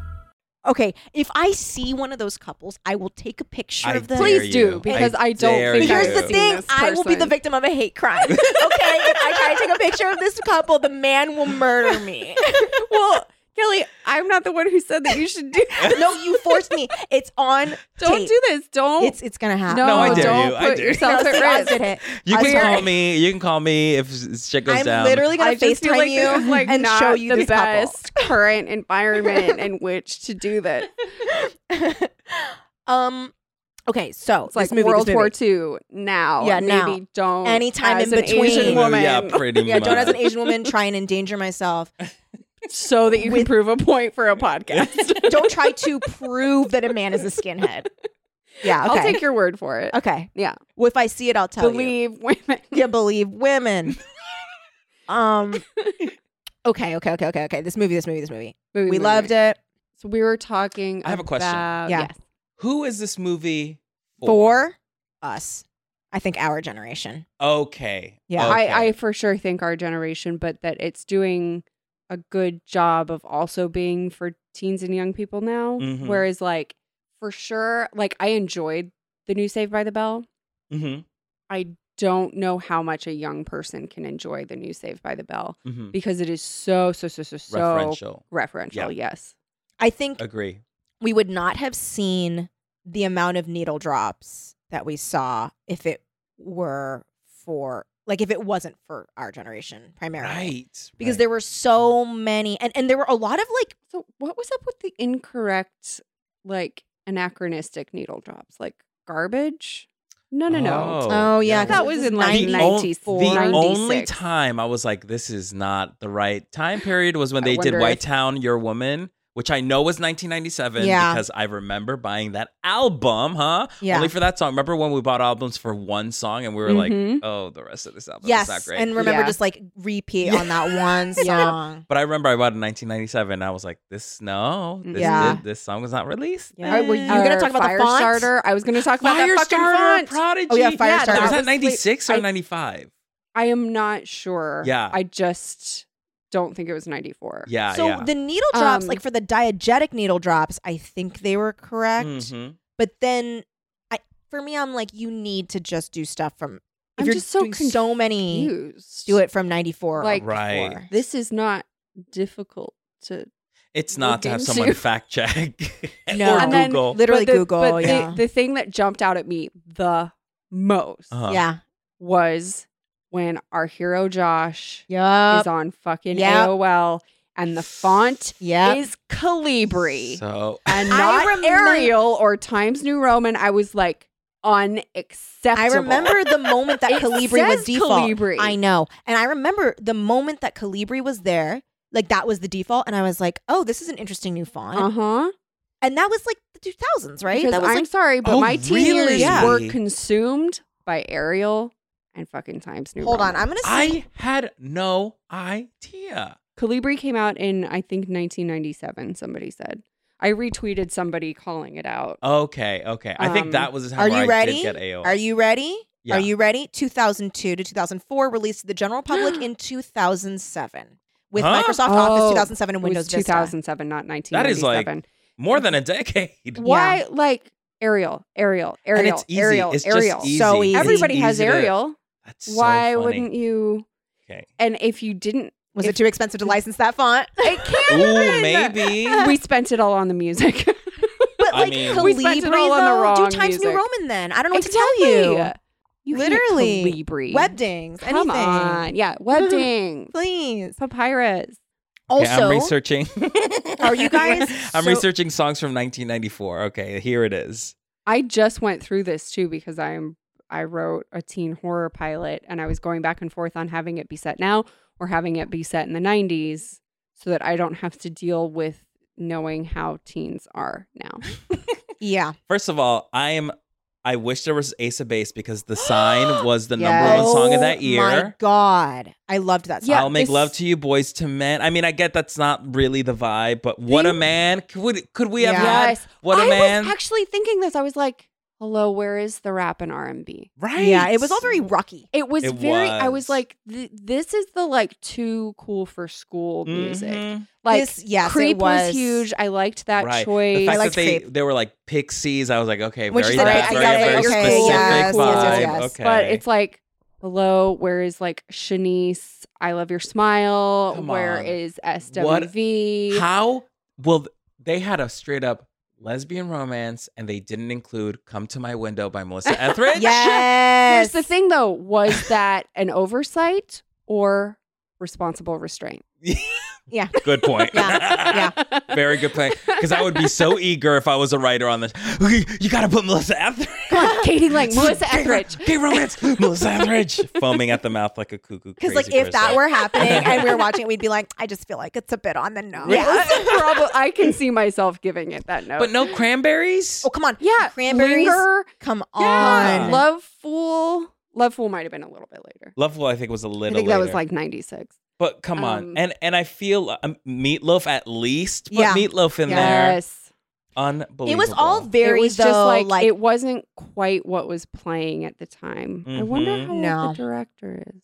Okay, if I see one of those couples, I will take a picture I of them. dare Please do, you. because I don't dare think you. Here's I've the seen thing: this I will be the person. victim of a hate crime. Okay, if I try to take a picture of this couple, the man will murder me. well, Kelly, I'm not the one who said that you should do. no, you forced me. It's on. Don't tape. do this. Don't. It's it's gonna happen. no, No, I dare don't you. I put dare you. yourself No, see, I at did risk. it. You I can swear. call me. You can call me if s- shit goes I'm down. literally gonna I just feel FaceTime like you this is like and not show you the this best current environment in which to do that. couple. um. Okay, so It's like this movie, World this War movie. II now. Yeah, maybe now. don't. Anytime as in an between. Asian woman, Yeah, pretty Yeah, much. don't as an Asian woman try and endanger myself. so that you can With- prove a point for a podcast. Don't try to prove that a man is a skinhead. Yeah, okay. I'll take your word for it. Okay. Yeah. Well, if I see it, I'll tell you. Believe women. you believe women. um. Okay, okay, okay, okay, okay. This movie, this movie, this movie. Movie, We movie. loved it. So we were talking. I have a question. about- Yeah. Yes. Who is this movie For us, I think our generation. Okay. Yeah. Okay. I, I for sure think our generation, but that it's doing a good job of also being for teens and young people now. Mhm. Whereas, like, for sure, like, I enjoyed the new Save by the Bell. Mhm, I don't know how much a young person can enjoy the new Save by the Bell mhm. because it is so, so, so, so, so referential. referential, Yeah. Yes. I think Agree. we would not have seen the amount of needle drops that we saw if it were for like if it wasn't for our generation primarily Right. because right. there were so many and and there were a lot of like So, what was up with the incorrect, like, anachronistic needle drops? Like, garbage? No, no, no. oh, yeah 'cause That it was just in, like, the, 90s. on- 94, the 96. only time I was like, this is not the right time period was when I they did wonder White if- Town, Your Woman, which I know was 1997 Yeah. because I remember buying that album, huh? Yeah. Only for that song. Remember when we bought albums for one song and we were Mhm. like, oh, the rest of this album is not Mm-hmm. yes great. and remember Yeah. just like repeat Yeah. on that one Yeah. song but I remember I bought it in 1997 and I was like, this, no, this, Mm, Yeah. did- this song was not released. Yeah. Are- were you Or gonna talk about the font? Firestarter. I was going to talk about that fucking Firestarter, font. Prodigy. Oh, yeah, Firestarter. E. That Was that was late. 96 or I- 95? I am not sure. Yeah. I just don't think it was 94. Yeah, so yeah. the needle drops Um, like for the diegetic needle drops i think they were correct Mhm. but then i for me i'm like you need to just do stuff from if I'm you're just so doing so many Confused. do it from 94 Like- like Right. This is not difficult to It's not to look have someone into. fact check No. or And then Google. literally but the, google But the- yeah the, thing that jumped out at me the most Uh-huh. yeah was when our hero Josh yep is on fucking Yep. AOL and the font yep is Calibri. So and I not remem- Arial or Times New Roman. I was like I unacceptable. remember the moment that It Calibri was says default. Calibri. I know. And I remember the moment that Calibri was there, like that was the default. And I was like, oh, this is an interesting new font. Uh huh. And that was like the 2000s, right? Because that was I'm like, sorry, but Oh, my teen really? years Yeah. were consumed by Arial and fucking Times New hold on. Roman. I'm going to see. I had no idea. Calibri came out in I think 1997. Somebody said. I retweeted somebody calling it out. Okay, okay. I Um, think that was the time are where you I ready? did get AOL. Are you ready? Yeah. Are you ready? 2002 to 2004, released to the general public in 2007 with Huh? Microsoft Oh, Office 2007 and It was Windows Vista. 2007, not That is, like, 1997. more than a decade? Why like Arial, Arial, Arial, and it's easy. Arial, it's Ariel? Just easy. So easy. It's Everybody has easy to- Arial. That's Why wouldn't you? Okay. And if you didn't, Was If- it too expensive to license that font? it can't. Ooh, maybe. we spent it all on the music. But I like mean- We spent Calibri, it all on the though, wrong do Times New music. Roman then. I don't know what to tell you. You Literally. hate Calibri. Webdings, Come anything. on, yeah, webding, Please. papyrus. Okay, I'm Also, researching. Are you guys I'm so- researching songs from 1994. Okay, here it is. I just went through this too because I'm I wrote a teen horror pilot and I was going back and forth on having it be set now or having it be set in the 90s so that I don't have to deal with knowing how teens are now. yeah. First of all, I am. I wish there was Ace of Base because the sign was the number one song of that year. Oh my God. I loved that song. Yeah, I'll make this- love to you, boys to men. I mean, I get that's not really the vibe, but what a man could could we have Yeah. had? What a I man! was actually thinking this. I was like, hello, where is the rap and R and B? Right. Yeah, it was all very rocky. It was It very. I was was. like, th- this is the like too cool for school music. Mhm. Like, This- yes, it Creep was. was. huge. I liked that right. choice. The fact I liked that they, Creep. they were like pixies, I was like, okay, Which very, is very- that's I very, got it, very okay, specific yes, vibe. yes, yes, yes. Okay. But it's like, hello, where is like Shanice? I love your smile. Come Where on. is What- SWV? How? Well, they had a straight up lesbian romance and they didn't include Come to My Window by Melissa Etheridge. Yes. Here's the thing though was that an oversight or responsible restraint? Good point. Yeah, Very good point. Because I would be so eager if I was a writer on this. Okay, you got to put Melissa Etheridge. Come on, Katie Lang, Melissa Etheridge. Gay romance. Melissa Etheridge. Foaming at the mouth like a cuckoo. Because Because, like if that were happening and we were watching it, we'd be like, I just feel like it's a bit on the nose. Prob- I can see myself giving it that note. But no cranberries? oh come on, yeah, cranberries. Linger, Come Yeah. on, Love Fool. Love Fool might have been a little bit later. Loveful, I think, was a little I think that was later. like 96. But come Um, on, and and I feel um, meatloaf at least. Put Yeah. meatloaf in there. Yes. Unbelievable. it was all very it was though, just like, like it wasn't quite what was playing at the time. I wonder Mhm. how No. old the director is.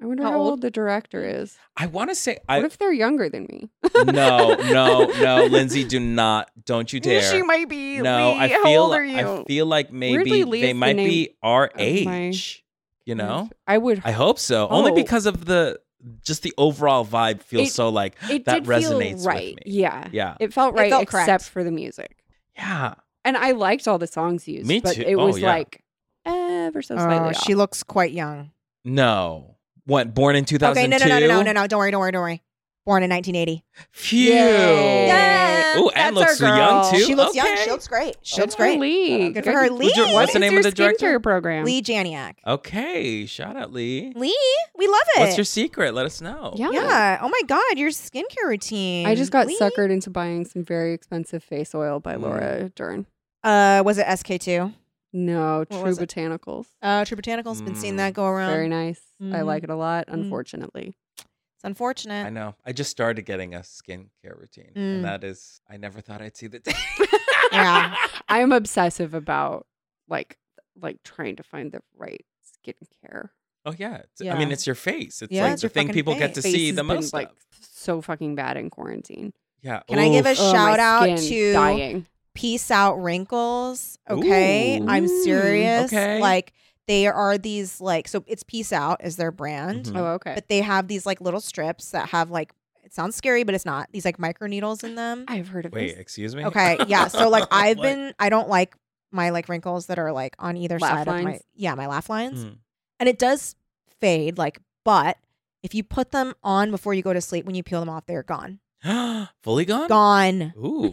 I wonder How Hmm? how, old? old? the director is. I want to say What I if they're younger than me? no no no Lindsay, do not don't you dare. She might be. no, Lee, I feel how old are you? I feel like Weirdly, maybe Lee they is the might be our of age. my- You know, I would. I hope so. Only Oh. because of the just the overall vibe feels It- so like it did that resonates feel right. with me. Yeah. Yeah, It felt It right felt except correct. for the music. yeah. And I liked all the songs used. Me But too. it Oh, was yeah. like ever so slightly. oh, off. she looks quite young. No, what? Born in two Okay, thousand two. no, no, no, no, no, no, no. Don't worry, don't worry, don't worry. Born in 1980. Phew. Yay. Yeah, Ooh, that's and looks our so young girl. too. She looks young. Okay. She looks great. She Good looks for great. Lee. Good for her. Lee. Would you- What What's the is name your of the director? skincare program? Lee Janiak. Okay, shout out Lee. Lee, we love it. What's your secret? Let us know. Yeah. yeah. Oh my God, your skincare routine. I just got Lee? suckered into buying some very expensive face oil by Mm. Laura Dern. Uh, was it SK2? No, True was it? Botanicals. Uh, True Botanicals. Been seeing Mm. that go around. Very nice. I Mm. like it a lot, Mm. unfortunately. It's unfortunate. I know. I just started getting a skincare routine, Mm. and that is, I never thought I'd see the day. Yeah. I am obsessive about like like trying to find the right skincare. Oh yeah. It's- Yeah. I mean, it's your face. It's Yeah, like it's the your thing fucking people get to face. see has the been, most. like of. so fucking bad in quarantine. Oh, Yeah. Can I give a Oof. sh- Shout out my skin to- dying. Peace out wrinkles. Okay. Ooh. I'm serious. Okay. Like they are these like so it's Peace Out is their brand. Mhm. Oh, okay. But they have these like little strips that have like it sounds scary, but it's not. These like micro needles in them. I've heard of Wait, this. excuse me. Okay. Yeah. So like I've been I don't like my like wrinkles that are like on either Laugh side of my lines? yeah, my laugh lines. Mm. And it does fade, like, but if you put them on before you go to sleep, when you peel them off, they're gone. Fully gone. Gone. Um, Ooh.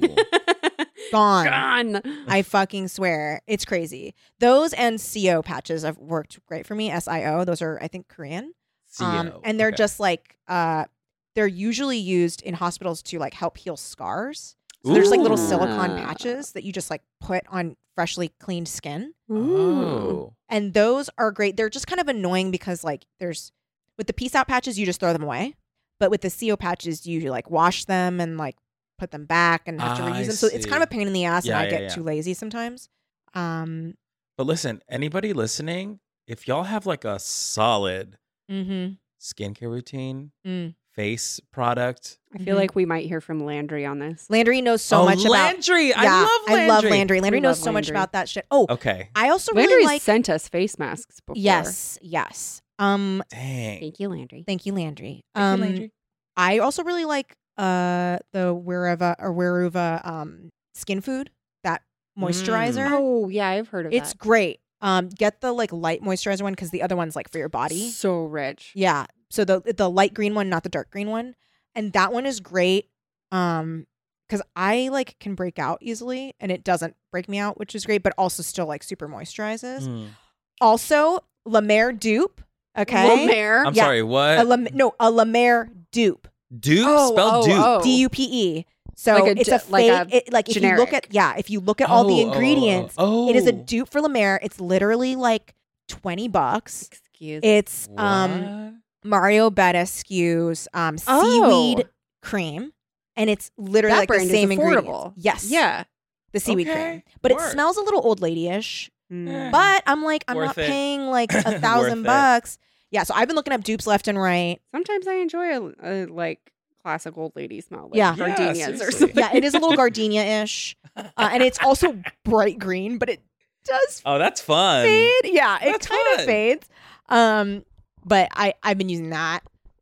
Gone. Gone. I fucking swear. It's crazy. Those and CO patches have worked great for me. SIO, those are I think Korean. Um, CO. and they're E Okay. just like uh they're usually used in hospitals to like help heal scars. So there's like little Ooh. silicone Ah. patches that you just like put on freshly cleaned skin. Ooh. Oh. And those are great. They're just kind of annoying because like there's with the peace out patches you just throw them away. But with the CO patches you like wash them and like put them back and have to Ah, I reuse them. So it's kind of a see. pain in the ass Yeah, and I yeah, get yeah. too lazy sometimes. Um But listen, anybody listening, if y'all have like a solid mhm. skincare routine, Mm. face product, I feel Mhm. like we might hear from Landry on this. Landry knows so Oh, much about Landry. I love Landry. I love Landry. Landry We knows love so much Landry. about that shit. Oh, Okay. I also Landry's really like sent us face masks before. Yes, yes. Um Dang. Thank you, Landry. thank you Landry. Um Landry. I also really like uh the Wereva or Weruva um skin food, that moisturizer. Oh, yeah, I've heard of it's that. great. Um get the like light moisturizer one cuz the other one's like for your body. So rich. Yeah. So the the light green one, not the dark green one. And that one is great. Um cuz I like can break out easily and it doesn't break me out, which is great, but also still like super moisturizes. Mm. Also, La Mer dupe, okay? Um, Little mare. I'm Yeah. sorry. a What? La, no, a La Mer dupe. dupe. Oh, Spell oh, dupe. oh. D U P E. So Like a it's ge- a fake, like a it, like if you look generic. at yeah, if you look at all the Oh, oh, oh, ingredients, Oh, it is a dupe for La Mer. It's literally like twenty bucks. Excuse It's um Mario Betta skews um, Oh. seaweed cream, and it's literally That like the brand is same ingredients. affordable. Yes, Yeah. the seaweed cream. Okay, But it word. smells a little old ladyish. Mm. But I'm like, I'm Hmm. Worth not it. paying like a Worth thousand it. bucks. Yeah, so I've been looking up dupes left and right. Sometimes I enjoy a, a like classic old lady smell, like Yeah. yeah. Yeah, gardenias or seriously. something. Yeah, it is a little gardenia ish, uh, and it's also bright green, but it does Oh, that's fun. fade. Yeah, it That's kind of fun. fades. Um, but I I've been using that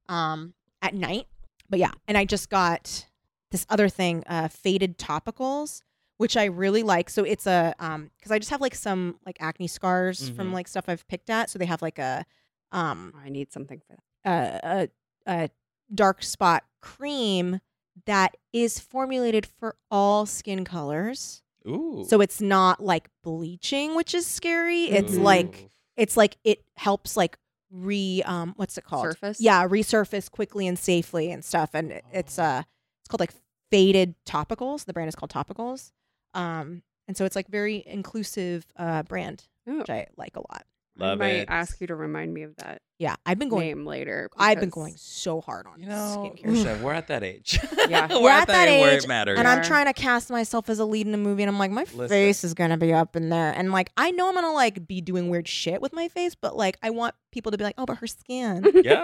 um at night. But yeah, and I just got this other thing, uh, faded topicals, which I really like. So it's a um because I just have like some like acne scars from Mhm. like stuff I've picked at. So they have like a um I need something for that. a, a, a dark spot cream that is formulated for all skin colors. Ooh. So it's not like bleaching, which is scary. It's Ooh. like it's like it helps like re um what's it called? Surface? Yeah, resurface quickly and safely and stuff. And it- Oh. it's uh it's called like faded topicals. The brand is called Topicals. Um and so it's like very inclusive uh brand, Oh, which I like a lot. I Love might it. ask you to remind me of that Yeah, I've been going name later. I've been because- going so hard on You know, skincare. Risha, we're at that age. Yeah. we're, at that, age, where it matters. and I'm Sure. trying to cast myself as a lead in a movie, and I'm like, my Listen. face is gonna be up in there, and like I know I'm gonna like be doing weird shit with my face, but like I want people to be like, oh, but her skin. yeah.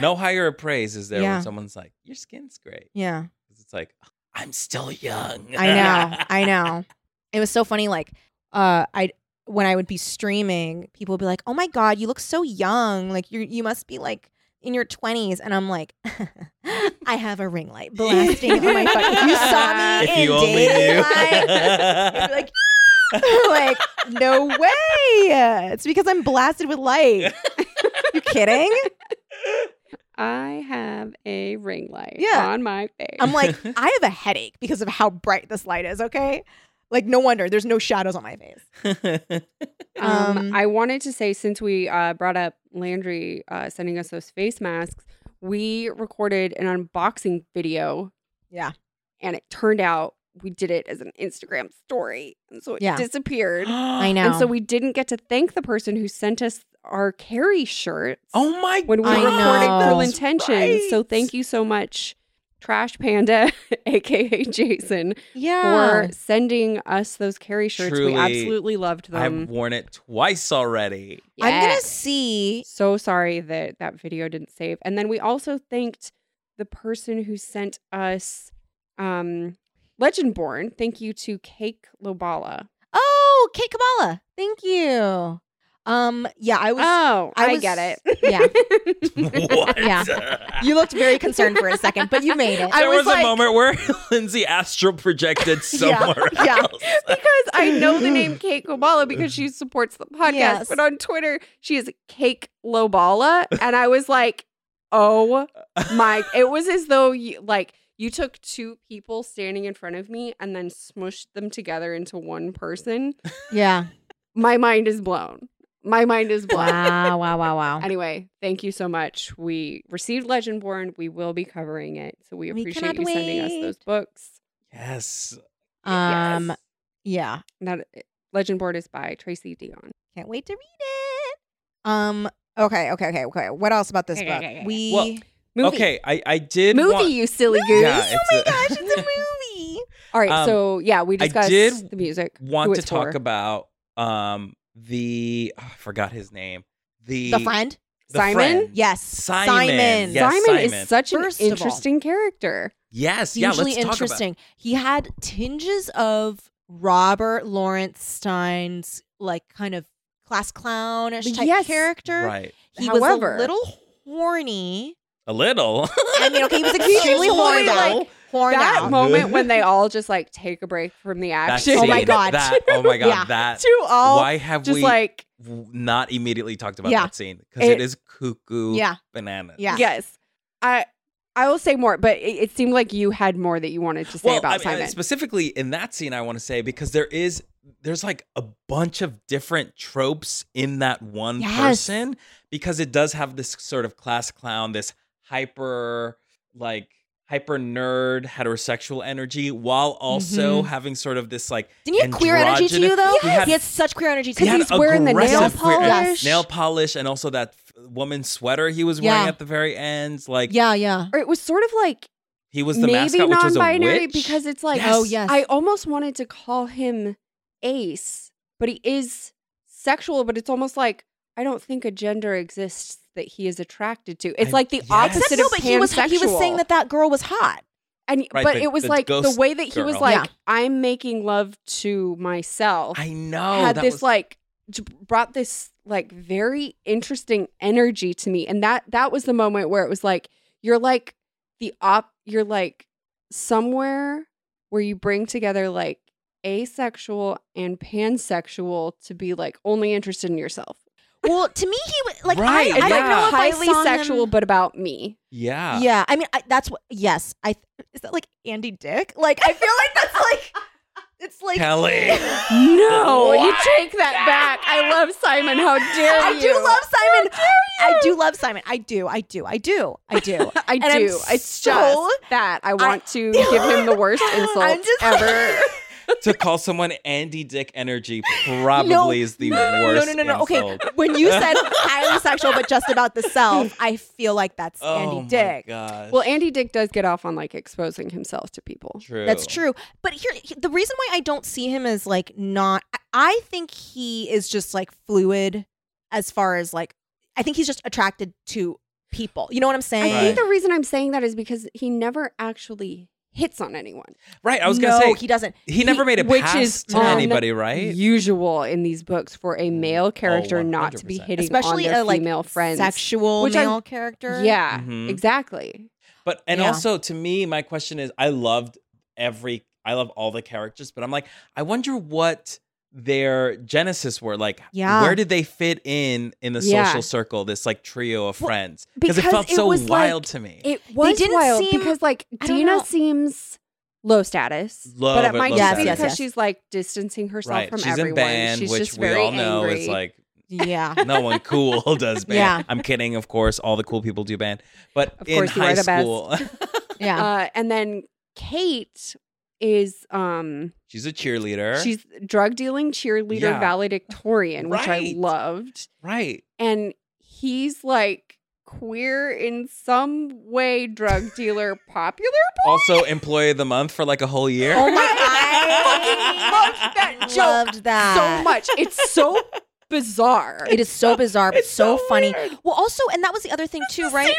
No higher praise is there Yeah. when someone's like, "Your skin's great." yeah, 'Cause It's like, "I'm still young." I know, I know. It was so funny. Like, uh, I when I would be streaming, people would be like, oh my god, you look so young. Like you you must be like. In your twenties, and I'm like, I have a ring light blasting on my phone. If you saw me If in you only dating knew. life, you'd be like, like, no way. It's because I'm blasted with light. you kidding? I have a ring light Yeah. on my face. I'm like, I have a headache because of how bright this light is, okay? Like, no wonder there's no shadows on my face. Um, Um, I wanted to say since we uh, brought up Landry uh, sending us those face masks, we recorded an unboxing video. Yeah. And it turned out we did it as an Instagram story. And so it Yeah. disappeared. I know. And so we didn't get to thank the person who sent us our Carrie shirts Oh my! when we I recorded know. Cruel That's Intentions. So right. thank you so much, Trash Panda, aka Jason, Yeah. for sending us those Carrie shirts. Truly, we absolutely loved them. I've worn it twice already. I'm going Yes. to see. So sorry that that video didn't save. And then we also thanked the person who sent us um Legendborn. Thank you to Cake Lobala. Oh, Kate Kabbalah. Thank you. Um, yeah, I was. oh, I I, was- get yeah. it. what? Yeah. You looked very concerned for a second, but you made it. There I was, was, like, a moment where Lindsay astral projected somewhere yeah. else. because I know the name Cake Lobala because she supports the podcast, Yes. but on Twitter she is Cake Lobala, and I was like, oh my! It was as though you like you took two people standing in front of me and then smushed them together into one person. yeah. My mind is blown. My mind is blown. Wow, wow, wow, wow. Anyway, thank you so much. We received Legendborn. We will be covering it, so we We appreciate cannot you sending us those wait. books. Yes. Um, Yes. yeah. that Legendborn is by Tracy Dion. Can't wait to read it. Um, okay, okay, okay, okay. What else about this Okay, book? okay, okay. We. Well, Movie. Okay, I I did movie, want- you silly goose. Yeah, oh my it's a- gosh, it's a movie. All right, Um, so yeah, we I discussed did the music. who want to it's talk for. about um the oh, I forgot his name. The The friend? the Simon? friend. Yes. Simon. Simon. Yes, Simon, Simon. is such First of an all- interesting character. Yes, It's yeah, usually let's talk interesting. He had tinges of Robert Lawrence Stein's like kind of class clownish type Yes. about character. Right. He However- was a little horny. A little. I mean, okay, he was extremely just horned really, out. like, horned that out. moment when they all just like take a break from the That action. Oh my scene, God. That, oh my god. Yeah. That. To all Why have just we like w- not immediately talked about Yeah. that scene? Because it It- is cuckoo yeah, bananas. yeah. yes. I I will say more, but it, it seemed like you had more that you wanted to say well, about I mean, Simon. specifically in that scene, I want to say because there is there's like a bunch of different tropes in that one Yes. person because it does have this sort of class clown, this hyper like hyper nerd heterosexual energy, while also Mm-hmm. having sort of this like Didn't he have queer energy to you androgynous- though? He had- He had such queer energy to he you. had he's wearing the nail aggressive queer- polish. nail polish, and also that f- woman's sweater he was Yeah. wearing at the very end. Like, Yeah, yeah. or it was sort of like He was the Maybe mascot, which was a non-binary witch. because it's like Yes. Oh, yes. I almost wanted to call him Ace, but he is sexual. But it's almost like I don't think a gender exists that he is attracted to. It's I- like the yes. Except opposite no, of but pansexual. he was he was saying that that girl was hot. and Right, but the- it was the like the ghost way that he was girl. like, Yeah. I'm making love to myself. I know had Oh, that this was- like j- brought this like very interesting energy to me and that that was the moment where it was like you're like the op you're like somewhere where you bring together like asexual and pansexual to be like only interested in yourself Well, to me, he was like Right, I, I don't yeah. know if I highly saw him- sexual but about me yeah, Yeah. I mean I, that's what. Yes, I is that like Andy Dick? Like I feel like that's like it's like Kelly. no you take that back i love simon how dare I you do love Simon. I do love Simon. I do. I do. I do. I do. I And I'm do. It's so- just that I want to give him the worst insult I'm just like- ever. to call someone Andy Dick energy probably is the worst. No, no, no, no. insult. Okay, when you said highly sexual but just about the self, I feel like that's Oh Andy my Dick. gosh. Well, Andy Dick does get off on like exposing himself to people. true. That's true. But here, the reason why I don't see him as like not, I- I think he is just like fluid as far as like, I think he's just attracted to people. You know what I'm I saying? think Right. the reason I'm saying that is because he never actually hits on anyone. Right. I was no, gonna he say doesn't. he, never made a which pass is to on- anybody, right? Mm. Oh, Usual in these books for a male character not to be 100%. hitting Especially on their a like female friends. sexual which I- male character. Yeah, Mhm. exactly. But and Yeah. also to me, my question is, I loved every, I love all the characters, but I'm like, I wonder what their genesis were like. Yeah. Where did they fit in in the Yeah. social circle? This like trio of Well, friends because it because felt it so was, like, wild to me. It was didn't wild seem- because like I don't Dina know. seems low status, Love but it it, might low just be status. because Yes, yes, she's like distancing herself right. from She's everyone. in band, she's which just we very all know angry. is like Yeah. no one cool does band. Yeah. I'm kidding, of course. All the cool people do band, but Of in course you high are the best. school, Yeah. Uh, and then Kate is um she's a cheerleader. she's drug dealing cheerleader Yeah. valedictorian, which I Right. loved. right. And he's like queer in some way, drug dealer popular. Also, employee of the month for like a whole year. Oh my! I I fucking loved that joke loved that so much. It's so bizarre. It is so bizarre, but It's so, so funny. weird. Well, also, and that was the other thing too, right?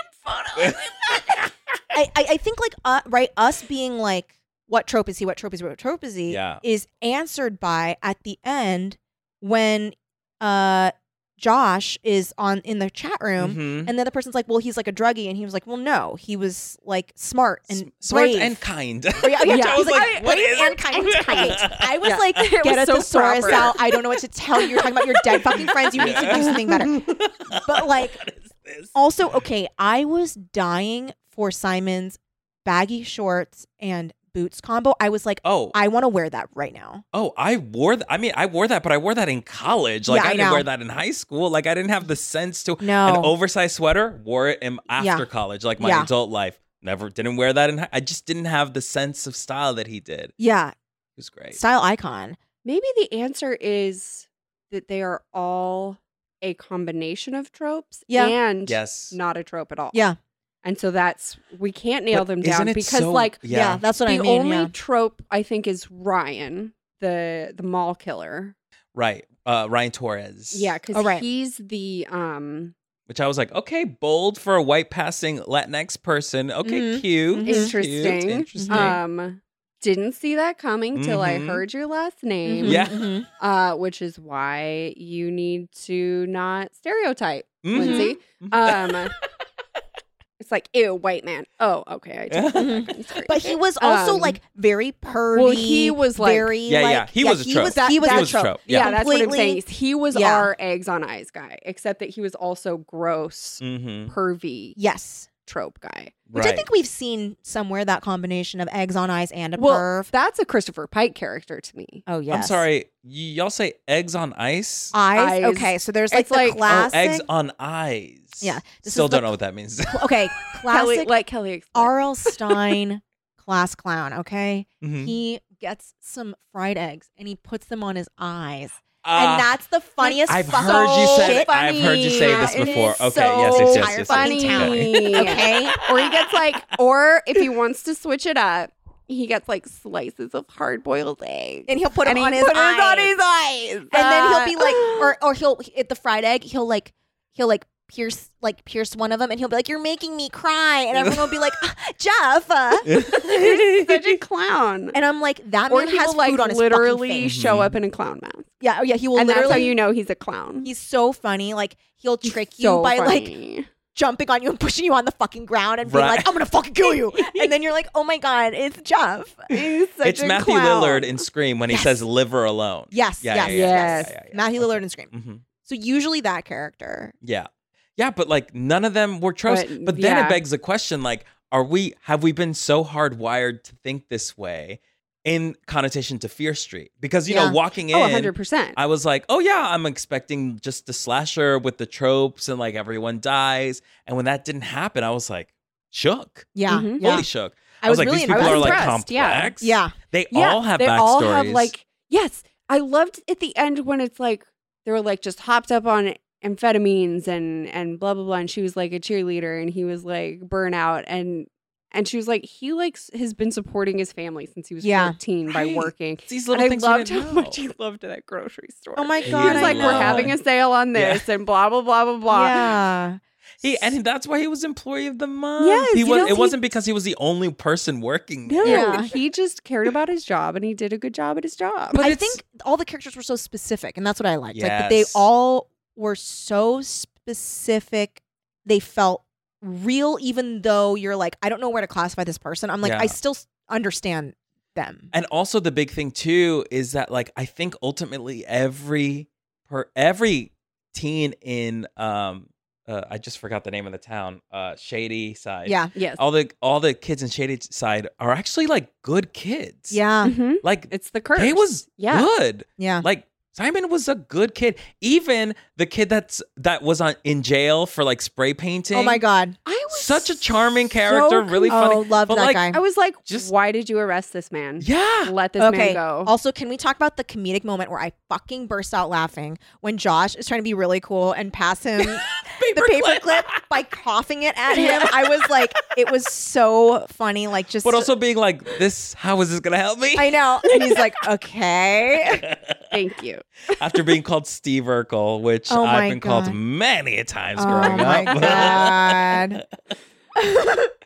I, I, I think like uh, right us being like what trope is he what trope is he what trope is he Yeah. is answered by at the end when uh josh is on in the chat room Mhm. and the other person's like well he's like a druggie and he was like well no he was like smart and S- smart brave. and kind. yeah, oh, yeah, Yeah. I was like, I- what what is is and it? kind of tight. I was Yeah. like, It get was a so thesaurus proper. out. I don't know what to tell you. You're talking about your dead fucking friends. You need to do something better. But like, What is this? Also, okay, I was dying for Simon's baggy shorts and boots combo. I was like, Oh, I want to wear that right now. oh, I wore. Th- I mean, I wore that, but I wore that in college. Like Yeah, I I, didn't know. wear that in high school. Like I didn't have the sense to No. an oversized sweater. Wore it in after Yeah. college, like my Yeah. adult life. Never didn't wear that in. High- I just didn't have the sense of style that he did. It yeah, was great. style icon. Maybe the answer is that they are all a combination of tropes Yeah. and yes. not a trope at all. Yeah. And so that's we can't nail But them isn't down it because so- like Yeah, yeah. that's what I the mean. only yeah. trope I think is Ryan, the the mall killer. Right. Uh, Ryan Torres. Yeah, because Oh, right. he's the um Which I was like, okay, bold for a white passing Latinx person. Okay, Mhm. cute. Mhm. cute, Interesting. Interesting. Uh, um didn't see that coming till I Mhm. heard your last Mhm, name. Yeah. mhm. Uh, which is why you need to not stereotype, Mhm. Lindsay. Um It's like, ew, white man. Oh, okay. I take that back. I'm sorry. But he was also Um, like very purdy. well, he was, like- very Yeah, yeah, like- he was a he trope. Was, That- he was that- a trope. Yeah, Yeah. that's what I'm Completely- saying. is He was Yeah. our eggs on eyes guy, except that he was also gross, Mhm. pervy Yes, trope guy. which Right. I think we've seen somewhere that combination of eggs on eyes and a Well, perv. That's a Christopher Pike character to me. Oh yes. I'm sorry. Y- y'all say eggs on ice? Eyes. Eyes. Okay, so there's like It's the like- Oh, oh, classic. eggs on eyes. Yeah, this Still is the- don't know what that means. okay, Kelly, classic let Kelly explain. R.L. Stein class clown, okay? Mhm. He gets some fried eggs and he puts them on his eyes. and that's the funniest Ah. I've fucking heard you say. shit. I've heard you say this It is before. Okay, so yes, yes, yes, yes, fucking yes, yes. Okay. funny. Okay. or he gets like, or if he wants to switch it up, he gets like slices of hard boiled egg. and he'll put it And he on his put it eyes. on his eyes. Ah. And and then he'll be like, or or he'll at the fried egg, he'll like, he'll like pierce like pierce one of them, and he'll be like, "You're making me cry," and everyone will be like, "Ah, "Jeff," uh." such a clown. and I'm like, "That or man he has will like food on his fucking literally face." show up in a clown mask. Yeah, oh, yeah, he will and literally. that's how you know he's a clown. he's so funny. Like he'll trick you So by like funny. jumping on you and pushing you on the fucking ground and being Right. like, "I'm gonna fucking kill you," and then you're like, "Oh my god, it's Jeff." He's such It's a Matthew clown. Lillard in Scream when he Yes. says "liver alone." Yes, Yeah, yes, yeah, yes, yeah, yeah, yeah, yeah, yeah. Matthew Okay. Lillard and Scream. Mhm. So usually that character. Yeah. Yeah, but like none of them were trust. But, But, then it yeah. begs the question like, are we, have we been so hardwired to think this way in connotation to Fear Street? Because, you know, Yeah. walking in, Oh, 100%. I was like, oh yeah, I'm expecting just the slasher with the tropes and like everyone dies. And when that didn't happen, I was like, shook. Yeah, Mhm. yeah. Holy shook. Mm-hmm. I, I was was, like, really these people impressed. are like I was impressed, yeah. complex. Yeah. They Yeah, all have they backstories. all have like yes i loved at the end when it's like they were like just hopped up on amphetamines and and blah blah blah and she was like a cheerleader and he was like burnout and and she was like he likes has been supporting his family since he was Yeah. 14 by Right. working It's these and little i things we loved didn't how know. much he loved it at grocery store Oh my He god! he was I like we're know. having a sale on Yeah. this and blah blah blah blah blah Yeah. He and that's why he was employee of the month. Yes, he you was. know, It he- wasn't because he was the only person working. no there. Yeah. he just cared about his job and he did a good job at his job I it's- think all the characters were so specific, and that's what I liked. Like that they Yes. all were so specific. They felt real, even though you're like, I don't know where to classify this person. I'm like, Yeah. I still s- understand them. And also the big thing too is that like I think ultimately every per every teen in um uh, I just forgot the name of the town uh Shady Side yeah, yes all the all the kids in Shady Side are actually like good kids yeah, Mhm. like it's the curse they was yeah good yeah. like Simon was a good kid even the kid that's that was on in jail for like spray painting Oh my god! I was such a charming so character really funny Oh, love but, that like, guy. I was like, Just- why did you arrest this man? yeah Let this okay. man go. Also, can we talk about the comedic moment where I fucking burst out laughing when Josh is trying to be really cool and pass him the paperclip by coughing it at him? I was like, it was so funny. Like just but also being like this how is this gonna help me I know. And he's like, okay. Thank you. after being called Steve Urkel, which Oh my I've been called God. many a times Oh growing my up. God.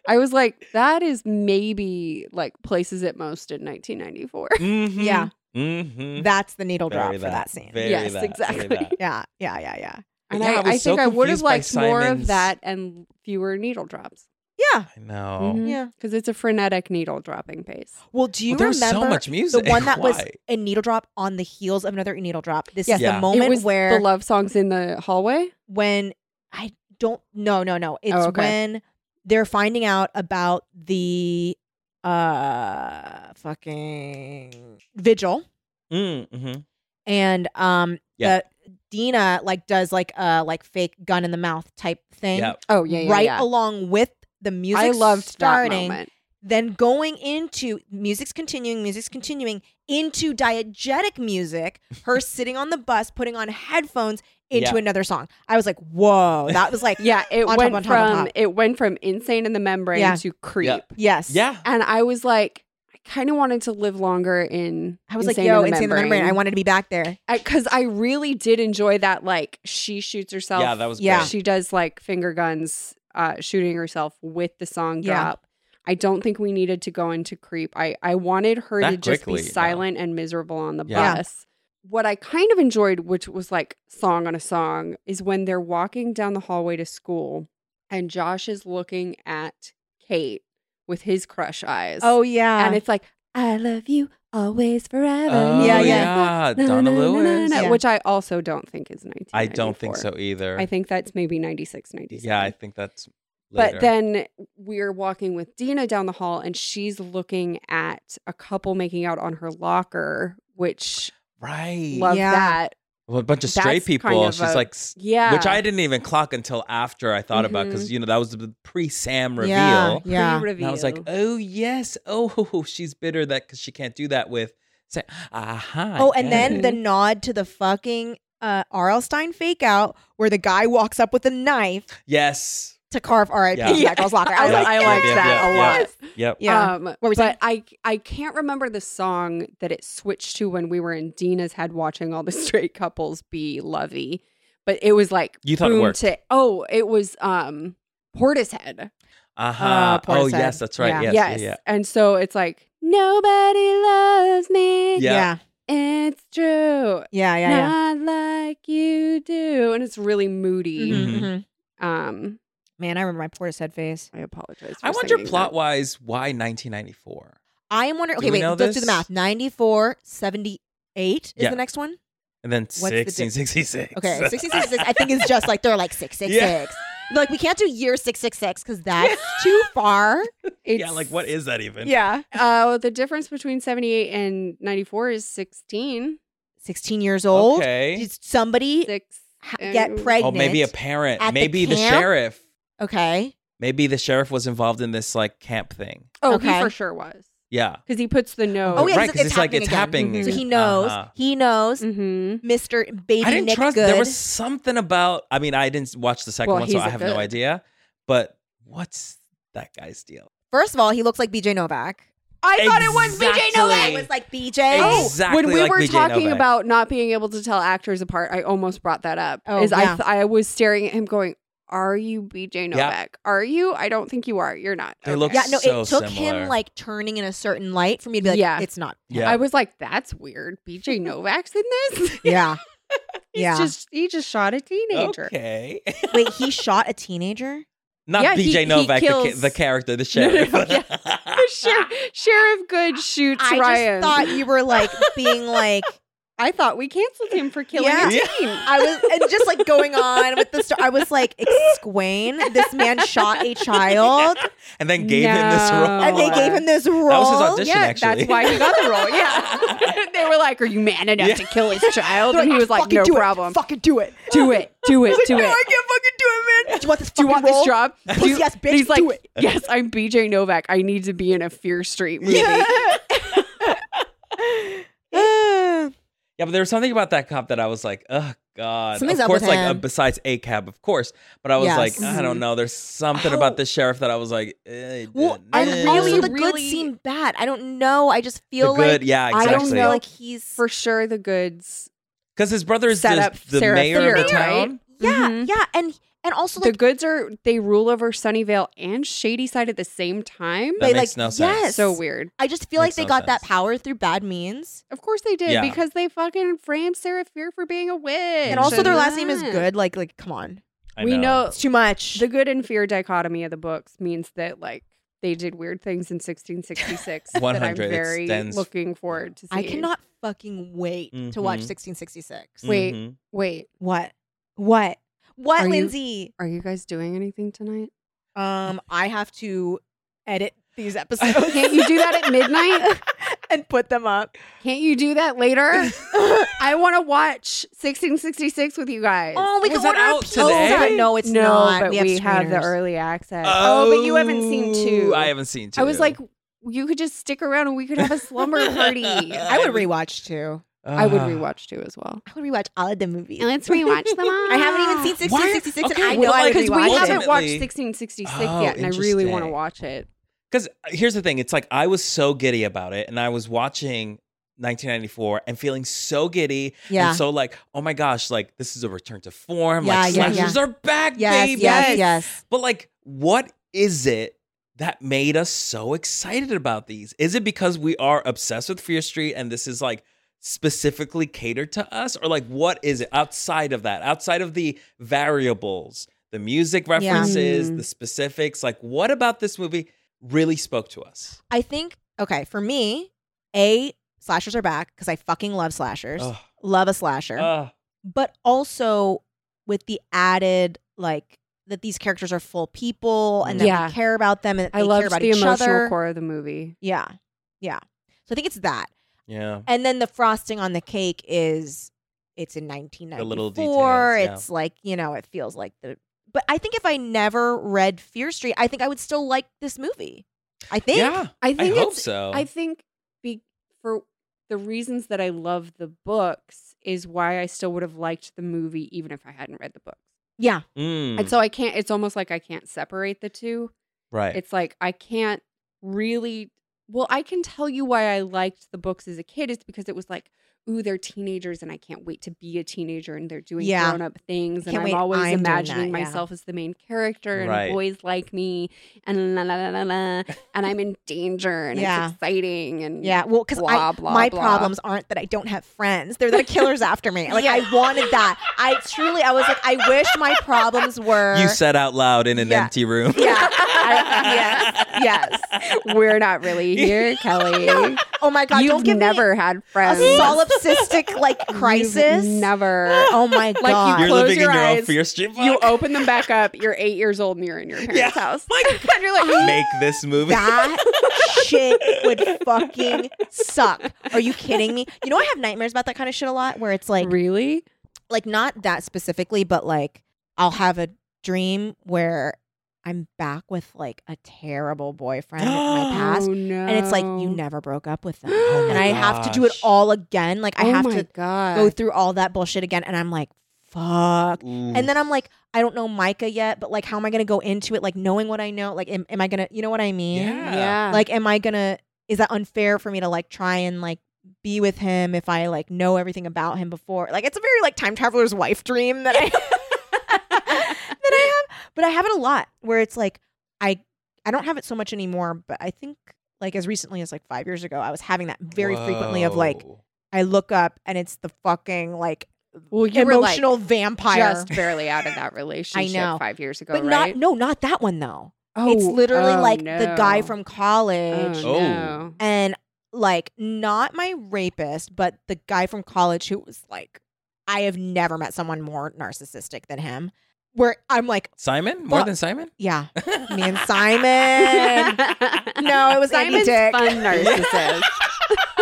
I was like, that is maybe like places at most in 1994. Mhm. Yeah. Mhm. That's the needle drop Very for that scene. Very Yes, that, very exactly. that. Yeah. Yeah. Yeah. Yeah. And Yeah, I I, was I so think I would have confused by liked more of Simon's- that and fewer needle drops Yeah. I know. Mhm. Yeah. because it's a frenetic needle dropping pace. Well, Mm-hmm. do you Well, there was remember so much the music. one that was Why? a needle drop on the heels of another needle drop? This Yes. is Yeah. the It moment it was where the love songs in the hallway. when I don't no no no. It's Oh, okay. when they're finding out about the uh fucking vigil Mm, mhm. and um Yeah. the Dina like does like a like fake gun in the mouth type thing. Yeah. Oh yeah, yeah, right yeah. along with the music. I loved that starting, moment. then going into music's continuing, music's continuing into diegetic music. Her sitting on the bus, putting on headphones into Yeah. another song. I was like, whoa, that was like, Yeah, it On top, went on top, from on top. it went from insane in the membrane Yeah. to creep. yes, Yeah. and I was like, I kind of wanted to live longer in. I was like, yo, insane in the membrane. I want wanted to be back there. because I really did enjoy that. Like, she shoots herself. Yeah, that was Yeah. great. she does like finger guns, uh, shooting herself with the song Yeah. drop. I don't think we needed to go into creep. I I wanted her That to just quickly, be no. silent and miserable on the Yeah. bus. What I kind of enjoyed, which was like song on a song, is when they're walking down the hallway to school, and Josh is looking at Kate with his crush eyes Oh, yeah, and it's like I love you always forever. Oh, Yeah, yeah. Na, na, Donna na, na, Lewis. na, Yeah. which I also don't think is 19. I don't think so either. I think that's maybe 96, 97. yeah, I think that's later. But then we're walking with Dina down the hall and she's looking at a couple making out on her locker, which right. love Yeah. that. Well, a bunch of straight That's kind people. of She's a- like, s- Yeah. which I didn't even clock until after I thought about because you know that was the pre-Sam reveal. Mm-hmm. yeah, yeah. And I was like, oh yes, oh she's bitter that because she can't do that with Uh-huh, Say, aha. Oh, and then the nod to the fucking uh, Arlstein fake out where the guy walks up with a knife yes. to carve R.I.P. Yeah. Jack Girl's Locker. I was Yeah. like, I Yeah, liked yeah, that yeah, a yeah. lot. Yep. yeah, Um, were you but I I can't remember the song that it switched to when we were in Dina's head watching all the straight couples be lovey. But it was like You thought it boom worked. to oh, it was um Portishead. Uh-huh. Uh, poor oh, Seb. yes, that's right. Yeah. Yes. yes. Yeah. And so it's like nobody loves me. Yeah. yeah, It's true. yeah, yeah, yeah. Not like you do. And it's really moody. Mhm, Mhm. mhm. Um Man, I remember my Portishead face. I apologize. For I wonder singing that. plot wise why 1994? I am wondering. Do Okay, we wait. know Let's do the this? math. 94, 78 is Yeah. the next one. And then the di- 1666. Okay, 666. I think it's just like they're like 666. They're Like we can't do year 666 because that's too far. yeah, It's- like what is that even? Yeah, uh, the difference between 78 and 94 is 16. 16 years old. Okay. Did somebody Six. uh, ha- and- get Oh, pregnant? maybe a parent. at the Maybe the, camp? sheriff. Okay. Maybe the sheriff was involved in this like camp thing. Oh, Okay. he for sure was. Yeah. Because he puts the note. Oh yeah, Right, it's, 'cause it's, it's like, happening it's again. happening So he again. knows. Uh-huh. He knows. Mm-hmm. Mister Baby I didn't Nick trust. Good. There was something about. I mean, I didn't watch the second Well, one, so he's I a have good. no idea. But what's that guy's deal? First of all, he looks like B.J. Novak. I thought it was Exactly. BJ I Novak. was like B.J. Oh, when Exactly we like were BJ talking Novak. about not being able to tell actors apart, I almost brought that up. Oh, is yeah. I, th- I was staring at him going, Are you BJ Novak? Are you? I don't think you are. You're not. They look yeah, no, so it took similar. him like turning in a certain light for me to be like, Yeah. it's not. Yeah. I was like, That's weird. BJ Novak's in this? He's Yeah. Yeah. Just, he just shot a teenager. okay. Wait, he shot a teenager? Not Yeah, he- BJ he Novak, the, ca- kills- the character, the No, no, sheriff. no, yeah. Sheriff, Sheriff Good shoots I Ryan. just thought you were like being like I thought we canceled him for killing Yeah. a Yeah. teen. I was and just like going on with the story. I was like, "Explain, this man shot a child, and then gave him this role. No. and they gave him this role." Oh, was his audition. yeah, actually. that's why he got the role. Yeah, they were like, "Are you man enough Yeah. to kill his child?" They're and he was like, "Fucking "No do it. problem. Fucking do it. Do it. Do it. Do no, I it. can't fucking do it, man. Do you want this? Do you want this job?" Do you- yes, bitch. And he's like, do it. "Yes, I'm BJ Novak. I need to be in a Fear Street movie." Yeah, but there was something about that cop that I was like, oh god. Something's of up course, with like him. uh, besides a cab, of course. But I was Yes. like, I don't know. There's something Oh. about the sheriff that I was like, eh, well, eh, and eh. also the good really- seemed bad. I don't know. I just The feel good, like yeah, I exactly. don't feel know. like he's For sure, the goods. Because his brother is Set the, up the Sarah mayor of the Theron, right? town. yeah, Mhm. yeah, and and also The like goods are they rule over Sunnyvale and Shadyside at the same time. That They, makes like, no sense. yes. So weird. I just feel like Makes they no got that sense. power through bad means. Of course they did Yeah. because they fucking framed Sarah Fear for being a witch. And also their last name is that. good. Like like come on. I we know, It's too much. the good and fear dichotomy of the books means that like they did weird things in 1666 that I'm 100, it very stands- looking forward to I seeing. cannot fucking wait to watch Mhm. 1666. Wait. Mhm. wait. What? What? What, Are you- Lindsay? Are you guys doing anything tonight? Um, I have to edit these episodes. Can't you do that at midnight? and put them up? Can't you do that later? I want to watch 1666 with you guys. Oh, we Was can that order a out pizza. today? No, it's no, not. but we, have, have, the screeners. early access. oh, but you haven't seen two. Oh, I haven't seen two. I was like, you could just stick around and we could have a slumber party. I, I would rewatch too. I would Ah. rewatch too as well. I would rewatch all of the movies. Let's rewatch them all. I haven't even seen Why- 1666, okay, and I well, know I like, because we rewatched haven't it. watched Ultimately- 1666 Oh, yet, and I really want to interesting. watch it. Because uh, here's the thing, it's like I was so giddy about it, and I was watching 1994 and feeling so giddy, Yeah. and so like, oh my gosh, like this is a return to form. Yeah, like yeah, yeah. slashers are back, Yes, baby. yes, yes. But like, what is it that made us so excited about these? Is it because we are obsessed with Fear Street and this is like specifically catered to us, or like what is it outside of that? Outside of the variables, the music references, Mm. the specifics. Like, what about this movie really spoke to us? I think okay for me, a slashers are back because I fucking love slashers, Ugh. Uh. love a slasher, Ugh. but also with the added like that these characters are full people and that Yeah. we care about them and that I they care loved about the each emotional other. core of the movie. Yeah, yeah. So I think it's that, yeah. and then the frosting on the cake is it's in 1994. little details, yeah. It's like you know it feels like the. But I think if I never read Fear Street, I think I would still like this movie. I think. yeah. I I think hope it's. so. I think be, for the reasons that I love the books is why I still would have liked the movie even if I hadn't read the books. Yeah. Mm, And so I can't it's almost like I can't separate the two. right. It's like I can't really well, I can tell you why I liked the books as a kid is because it was like, ooh, they're teenagers and I can't wait to be a teenager and they're doing Yeah. grown up things and Can't I'm wait, always I'm doing imagining that, yeah. myself as the main character and Right. boys like me and la la la la la and I'm in danger and Yeah. it's exciting and Yeah. Well, because blah, blah, my blah. problems aren't that I don't have friends. They're that a killer's after me. Like, Yeah. I wanted that. I truly, I was like, I wish my problems were. you said out loud in an Yeah. empty room. Yeah. I- yes. Yes. We're not really here, Kelly. Oh my God. You've don't give me never had a friends. solipsistic like You've crisis. never. Oh my you God. You're Close living your in your own eyes. fear street. You open them back up. You're eight years old and you're in your parents' Yeah. house. and you're like, make this movie. That shit would fucking suck. Are you kidding me? You know, I have nightmares about that kind of shit a lot where it's like, really? like not that specifically, but like I'll have a dream where I'm back with like a terrible boyfriend in my past. Oh no! And it's like, you never broke up with them. Oh my And I have to do it gosh. all again. Like, I oh have my to God. Mm. go through all that bullshit again. And I'm like, fuck. Ooh. And then I'm like, I don't know Micah yet, but like, how am I going to go into it? Like, knowing what I know, like, am, am I going to, you know what I mean? Yeah. yeah. Like, am I going to, is that unfair for me to like try and like be with him if I like know everything about him before? Like, it's a very like time traveler's wife dream that I, that I have, but I have it a lot where it's like, I, I don't have it so much anymore, but I think like as recently as like five years ago, I was having that very frequently of like, Whoa. I look up and it's the fucking like well, you emotional were like vampire. just barely out of that relationship know. five years ago, but right? not no, not that one though. oh, it's literally oh, like the guy no. from Oh, college Oh. no. and like not my rapist, but the guy from college who was like I have never met someone more narcissistic than him. Where I'm like, Simon more Fuck. than Simon. yeah, me and Simon. No, it was not Simon's dick. fun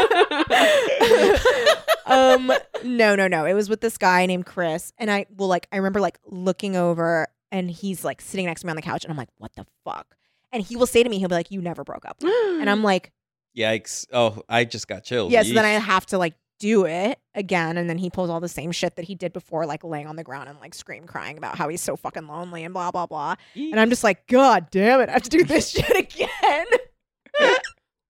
narcissist. um no no no it was with this guy named chris and i will like i remember like looking over and he's like sitting next to me on the couch and i'm like what the fuck and he will say to me he'll be like you never broke up and i'm like Yikes! Oh, I just got chilled. yes yeah, so then i Yeesh. have to like do it again and then he pulls all the same shit that he did before like laying on the ground and like scream crying about how he's so fucking lonely and blah blah blah and i'm just like god damn it i have to do this shit again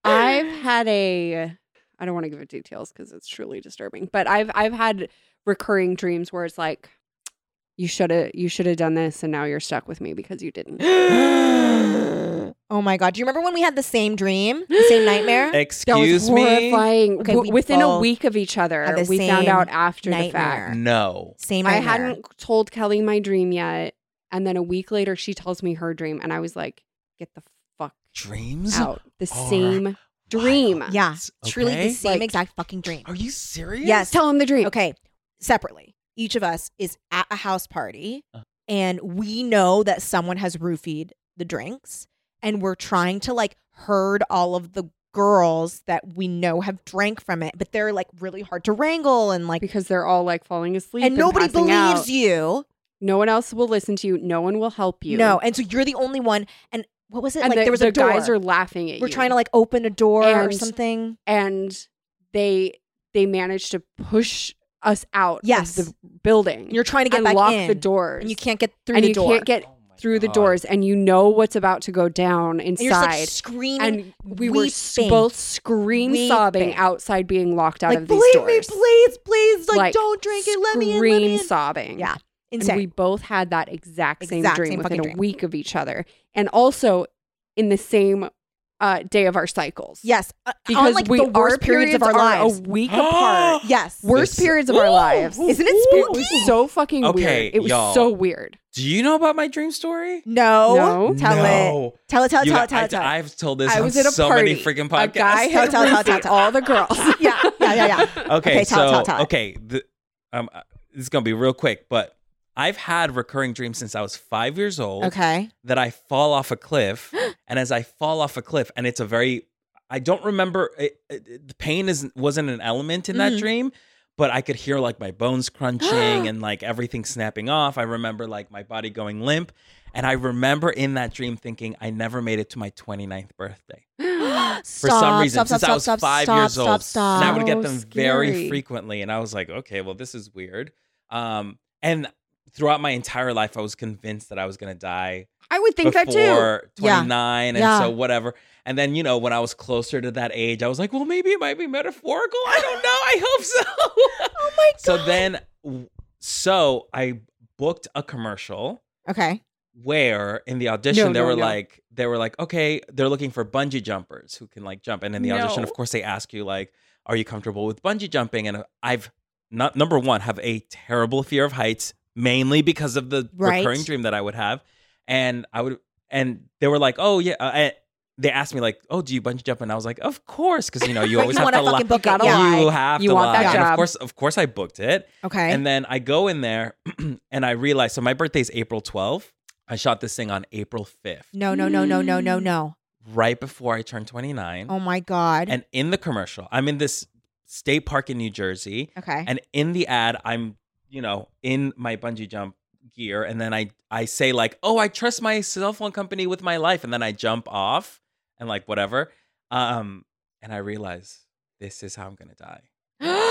I've had a I don't want to give it details because it's truly disturbing, but I've I've had recurring dreams where it's like you should have you should have done this and now you're stuck with me because you didn't. oh my god do you remember when we had the same dream the same nightmare That Excuse was me. horrifying. Okay, we W- within a both week of each other, had the we found same out after the nightmare. fact. No. same I nightmare. hadn't told Kelly my dream yet, and then a week later she tells me her dream, and I was like, "Get the fuck Dreams. out!" The are same dream. wild. Yeah, truly Okay. the same Like- exact fucking dream. Are you serious? Yes. Tell him the dream. Okay, separately, each of us is at a house party, Uh-huh. and we know that someone has roofied the drinks, and we're trying to like herd all of the girls that we know have drank from it, but they're like really hard to wrangle and like, because they're all like falling asleep, and nobody passing believes out. you. No one else will listen to you. No one will help you. No, and so you're the only one. And what was it? and like the, there was the a door. guys are laughing at you. we're trying to like open a door or And- something. and they they managed to push us out Yes. of the building. And you're trying to get and back lock in, the doors, and you can't get through and the you door. can't get Oh my through the God. doors, and you know what's about to go down And you're just, inside. like screaming. and we were s- weeping. both scream sobbing Weeping. outside being locked out like, of these believe doors. me, please, please, like, Like, don't drink it. Let me in. Let scream me in. sobbing. Yeah, And Insane. we both had that exact same Exact dream same within fucking a dream. week of each other. And also in the same uh, day of our cycles. yes, uh, Because on, like, we, the worst our periods of our are lives. a week apart. yes, Worst This- periods of our Ooh, lives. ooh, Isn't it ooh, spooky? It ooh. was so fucking Okay, weird. It was y'all. so weird. Do you know about my dream story? no, No. tell it, No. tell it, tell it, You tell know, it, tell I, it, tell it. I've told this I on was at a so party. many freaking A podcasts. guy had Tell, tell, tell, roofied tell. all the girls. Yeah, yeah, yeah, yeah. okay, Okay, tell it, so tell it, tell it. okay, the, um, uh, this is gonna be real quick, but I've had recurring dreams since I was five years old. Okay, that I fall off a cliff, and as I fall off a cliff, and it's a very I don't remember it, it- it- the pain is wasn't an element in that Mhm. dream, but I could hear like my bones crunching and like everything snapping off. I remember like my body going limp, and I remember in that dream thinking I never made it to my 29th birthday. stop, for some reason stop, stop, since stop, I was stop, five stop, years Stop, old, stop. and I would get So them scary. very frequently. And I was like, okay, well, this is weird. Um, and throughout my entire life, I was convinced that I was gonna die I would think that too. before Yeah. 29, and Yeah. so whatever. And then you know, when I was closer to that age, I was like, well, maybe it might be metaphorical. I don't know. I hope so. oh my god. So then, w- so I booked a commercial okay. where in the audition No, they no, were no. like they were like okay they're looking for bungee jumpers who can like jump and in the audition No. of course they ask you like are you comfortable with bungee jumping and uh, i've not number one have a terrible fear of heights mainly because of the Right. recurring dream that i would have and i would and they were like oh yeah uh, I, they asked me like oh do you bungee jump and i was like of course because you know you But always you have want to to lie fucking book You it. gotta Yeah. you have You to want lie that and of job. course of course i booked it Okay. and then I go in there and I realize, so my birthday is April 12th. I shot this thing on April 5th, no, no, no, no, no, no, Mm. no. right before I turned 29. Oh my god. And in the commercial, I'm in this state park in New Jersey. okay. And in the ad, I'm, you know, in my bungee jump gear. And then I, I say, like, oh, I trust my cell phone company with my life. And then I jump off and like whatever. Um, and I realize this is how I'm going to die.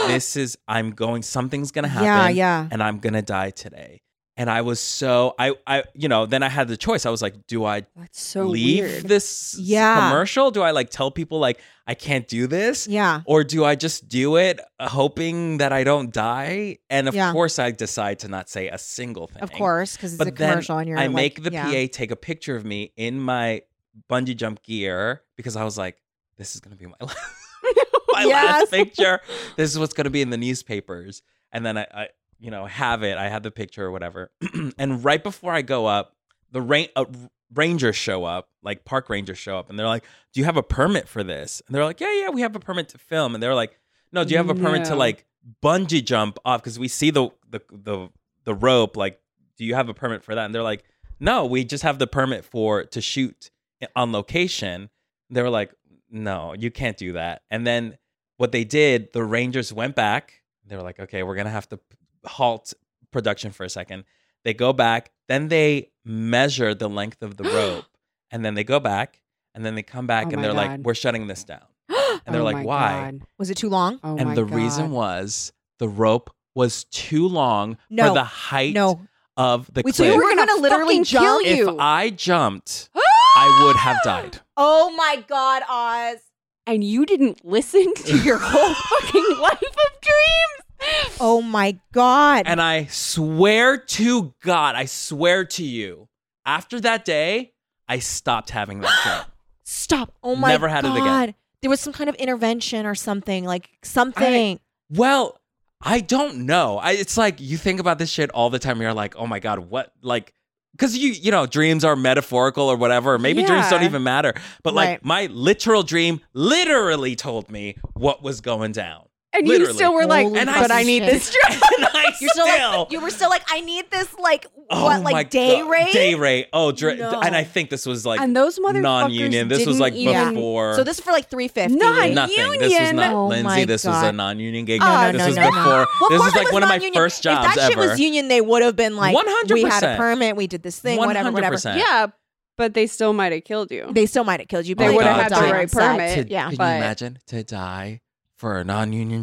this is, I'm going, something's going to happen yeah, yeah. and I'm gonna die today. And I was so I I you know then I had the choice. I was like, do I That's so leave weird. this Yeah. commercial? Do I like tell people like I can't do this, Yeah. or do I just do it uh, hoping that I don't die? And of Yeah. course, I decide to not say a single thing. Of course, because it's But a then commercial and you're I like, make the yeah. PA take a picture of me in my bungee jump gear because I was like, this is gonna be my last, my Yes. last picture. This is what's gonna be in the newspapers. And then I, I you know, have it. I had the picture or whatever. and right before I go up, the rain. Uh, Rangers show up, like park rangers show up, and they're like, "Do you have a permit for this?" And they're like, "Yeah, yeah, we have a permit to film." And they're like, "No, do you have a permit to No. like bungee jump off?" Because we see the the the the rope. Like, do you have a permit for that? And they're like, "No, we just have the permit for to shoot on location." They were like, "No, you can't do that." And then what they did, the Rangers went back. They were like, "Okay, we're gonna have to halt production for a second. They go back, then they measure the length of the rope, and then they go back, and then they come back, Oh and my they're like, God. "We're shutting this down." And they're Oh like, my "Why?" God. Was it too long? Oh my and the reason God. was the rope was too long No. for the height No. of the Wait, cliff. so you were gonna, fucking literally kill jump? if you. I jumped, I would have died. Oh my god, Oz. and you didn't listen to your whole fucking life of dreams. Oh my god. And I swear to God, I swear to you, after that day, I stopped having that dream. Stop. Oh my Never had it god. again. There was some kind of intervention or something, like something. Well, I don't know. I, it's like you think about this shit all the time. You're like, oh my god, what? Like, because you you know dreams are metaphorical or whatever. Maybe dreams don't Yeah. even matter. But Right. like my literal dream literally told me what was going down. And you Literally. still were like, Holy and but I fucking need shit. this job. and I You're still, still. like you were still like, I need this like Oh what my like day God. rate? Day rate. Oh, dr- No. and I think this was like and those motherfuckers non-union. This was didn't like even- Yeah. before. So this is for like three fifty. Nine. nothing. This was not union. Oh my Lindsay. This was a God. non-union gig. Oh, no, this no, was no, no. before. Well, of This course was it like one of my non-union. first jobs If that ever. shit was union, they would have been like, we had a 100%. permit, we did this thing, whatever, whatever. 100%. Yeah, but they still might have killed you. They still might have killed you. They but would you have had died the on right set. permit. to, Yeah. Can but- you imagine to die for a non-union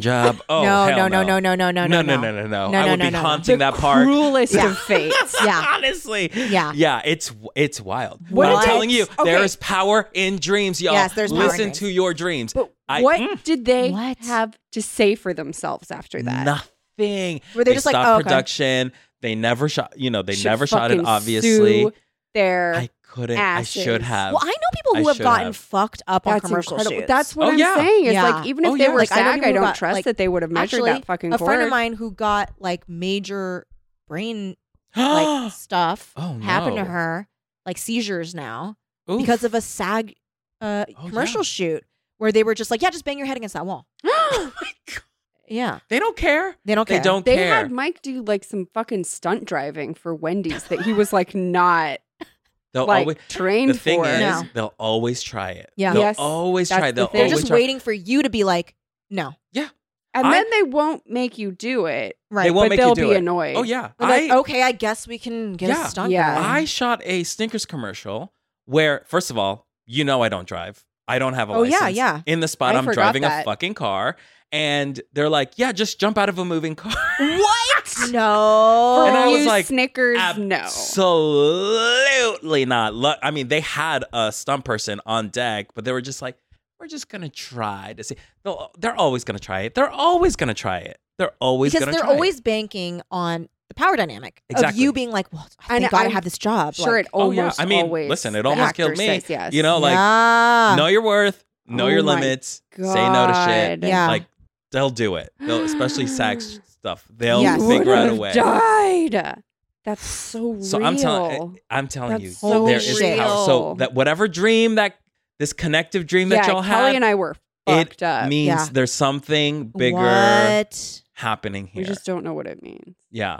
job? Oh no, hell no, no, no, no, no, no, no, no, no, no, no. No, I no, would no, be no, no. haunting that park. Cruelest Yeah. of fates. Yeah. Honestly, Yeah. yeah, it's it's wild. What but is I'm telling it? you, Okay. there is power in dreams, y'all. Yes, there's power in Listen dreams. to your dreams. But I- what Mm. did they What? have to say for themselves after that? Nothing. Were they just like, stopped "Oh, okay." production? They never shot. You know, they Should never shot it. fucking Obviously, sue Their I couldn't. I asses. should have. Well, I know people I who have should gotten have. fucked up on That's commercial incredible. shoots. That's what Oh, I'm yeah. saying. It's Yeah. like even if Oh, they yeah. were Like, I SAG, don't I don't, even about- trust like, that they would have measured Actually, that fucking a cord. friend of mine who got like major brain like stuff Oh, no. happened to her, like seizures now Oof. because of a SAG uh, Oh, commercial yeah. shoot where they were just like, yeah, just bang your head against that wall. Oh my God. Yeah, They don't care. they don't care. They don't They care. had Mike do like some fucking stunt driving for Wendy's that he was like not They'll like always. trained Oh, The thing for. is, No. they'll always try it. Yeah. they'll Yes, always that's try. it. the They'll thing. They're always just try. waiting for you to be like, no, and I- then they won't make you do it, right? They won't but make they'll you do be it. annoyed. Oh yeah, They're like, I okay, I guess we can get Yeah. a stunt. Yeah. guy." I shot a Snickers commercial where, first of all, you know I don't drive. I don't have a Oh, yeah, license. yeah. In the spot, I I am forgot driving that. a fucking car, and they're like, "Yeah, just jump out of a moving car." What? No. And I For was you like, Snickers, no. Absolutely not. Lo- I mean, they had a stunt person on deck, but they were just like, we're just gonna try to see. They'll, they're always gonna try it. They're always gonna try it. They're always because gonna they're try always it. banking on the power dynamic of Exactly. you being like, well, I And thank God I I'm have this job. sure, like, it almost oh yeah. I mean, always. listen, it the almost actor killed me. says Yes. You know, Oh, like yeah. know your worth, know uh, Oh your my limits, say no to shit. God. Yeah. Like they'll do it. They'll, especially sex stuff. They'll Yes. You figure out a would've way. Died. That's so, So real. I'm telling, eh, I'm telling That's you, so there is real. power. So that whatever dream that this connective dream that yeah, y'all Kelly have, and I were it fucked up. means Yeah. there's something bigger What? happening here. we just don't know what it means. yeah,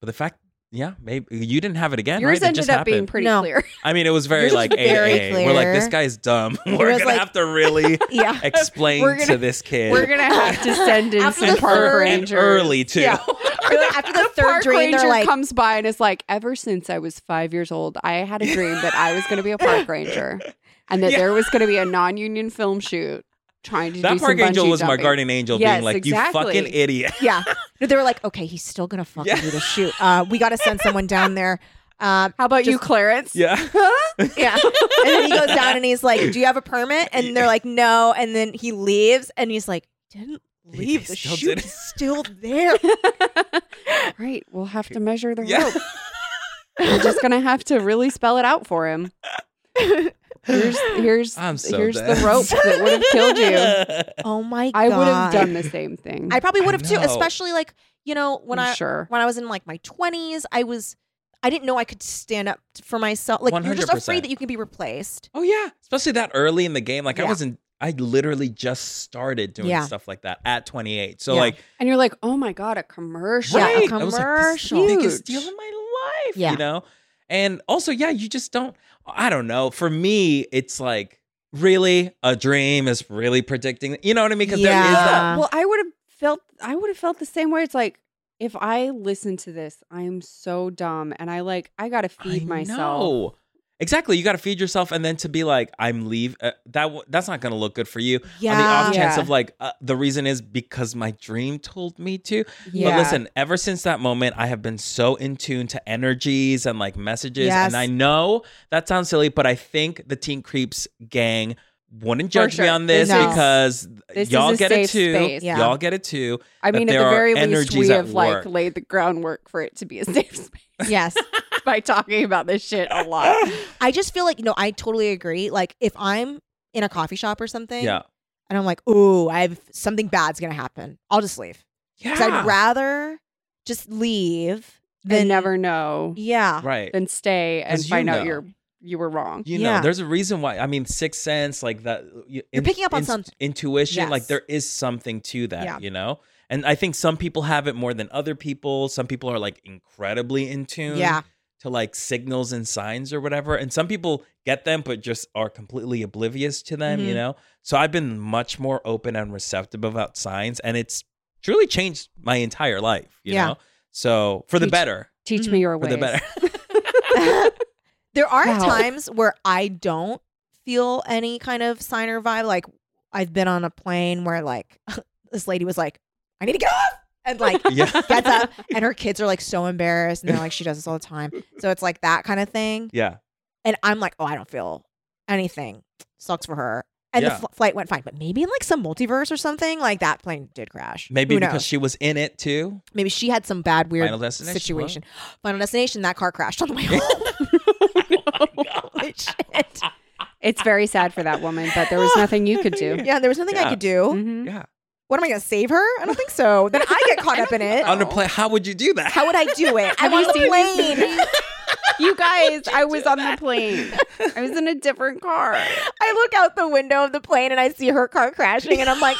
but the fact, yeah, maybe you didn't have it again. Yours right? It ended up just being happened. pretty No. clear. I mean, it was very Yours like was very AA. We're like, clear. this guy's dumb. We're Yours, gonna like- have to really Yeah. explain We're gonna- to this kid. We're gonna have to send in After some the park third- and rangers early too. Yeah. After the third park dream, ranger they're like, comes by and is like, "Ever since I was five years old, I had a dream that I was going to be a park ranger, and that Yeah. there was going to be a non-union film shoot trying to do That some park angel bungee was my jumping. guardian angel, Yes, being like, exactly. "You fucking idiot." yeah. No, they were like, okay, he's still gonna fucking Yeah. do the shoot. Uh, we got to send someone down there. Uh, How about you, Just- Clarence? Yeah. yeah. And then he goes down and he's like, do you have a permit? And they're like, no. And then he leaves and he's like, didn't He- leave. he The still shoot did it. is still there. Right. We'll have to measure the Yeah. rope. We're just gonna have to really spell it out for him. Here's here's I'm so here's dead. the rope that would have killed you. Oh my I god. would have done the same thing. I probably I would have too, know. especially like you know when I'm I sure. when I was in like my twenties, I was I didn't know I could stand up t- for myself. Like you are just 100%. afraid that you can be replaced. Oh yeah, especially that early in the game. Like Yeah. I wasn't. I literally just started doing Yeah. stuff like that at 28. So Yeah. like, And you're like, oh my god, a commercial. Yeah, a right? I was like, this is the commercial. biggest Huge. deal in my life. Yeah. You know. And also, yeah, you just don't. I don't know. For me, it's like really a dream is really predicting. You know what I mean? Because there is that. Yeah. Well, I would have felt I would have felt the same way. It's like if I listen to this, I am so dumb, and I like I gotta feed I myself. know. Exactly. You got to feed yourself, and then to be like, I'm leave. Uh, that w- that's not going to look good for you. Yeah. On the off chance Yeah. of like uh, the reason is because my dream told me to. Yeah. But listen, ever since that moment, I have been so in tune to energies and like messages. Yes. And I know that sounds silly, but I think the Teen Creeps gang wouldn't For judge me sure. on this This is- because This is y'all a get it safe too. space. Yeah. Y'all get it too. I that mean, at there the are very least, we energies at have like work. laid the groundwork for it to be a safe space yes. by talking about this shit a lot. I just feel like you know I totally agree. Like if I'm in a coffee shop or something, Yeah. and I'm like, ooh, I have something bad's gonna happen. I'll just leave Yeah. because I'd rather just leave Then than never know, Yeah. right. then stay and 'Cause you find out know. you're you were wrong. You Yeah. know, there's a reason why. I mean, sixth sense, like that. You're picking up on something. Intuition, like Yes. there is something to that, Yeah. you know? And I think some people have it more than other people. Some people are like incredibly in tune Yeah. to like signals and signs or whatever. And some people get them, but just are completely oblivious to them, Mm-hmm. you Mhm. know? So I've been much more open and receptive about signs, and it's truly changed my entire life, you Yeah. know? So for the Teach- better, Teach Mhm. me your mm-hmm. for ways. the better. there are Wow. times where I don't feel any kind of sign or vibe. Like I've been on a plane where like this lady was like, I need to get off and like yeah. gets up and her kids are like so embarrassed and they're like, she does this all the time. So it's like that kind of thing. Yeah. And I'm like, oh, I don't feel anything. Sucks for her. And Yeah. the fl- flight went fine, but maybe in like some multiverse or something, like that plane did crash. Maybe Who because knows? she was in it too. maybe she had some bad weird Final Destination, what? situation. Final destination, that car crashed on the way home. Holy shit. It's very sad for that woman, but there was nothing you could do. Yeah, there was nothing I Yeah. could do. Mhm. Yeah. What am I going to save her? I don't think so. Then I get caught up in it. On a plane, how would you do that? How would I do it? I'm Have on you the seen these plane. movies? You guys, I was on the plane. I was in a different car. I look out the window of the plane and I see her car crashing, and I'm like,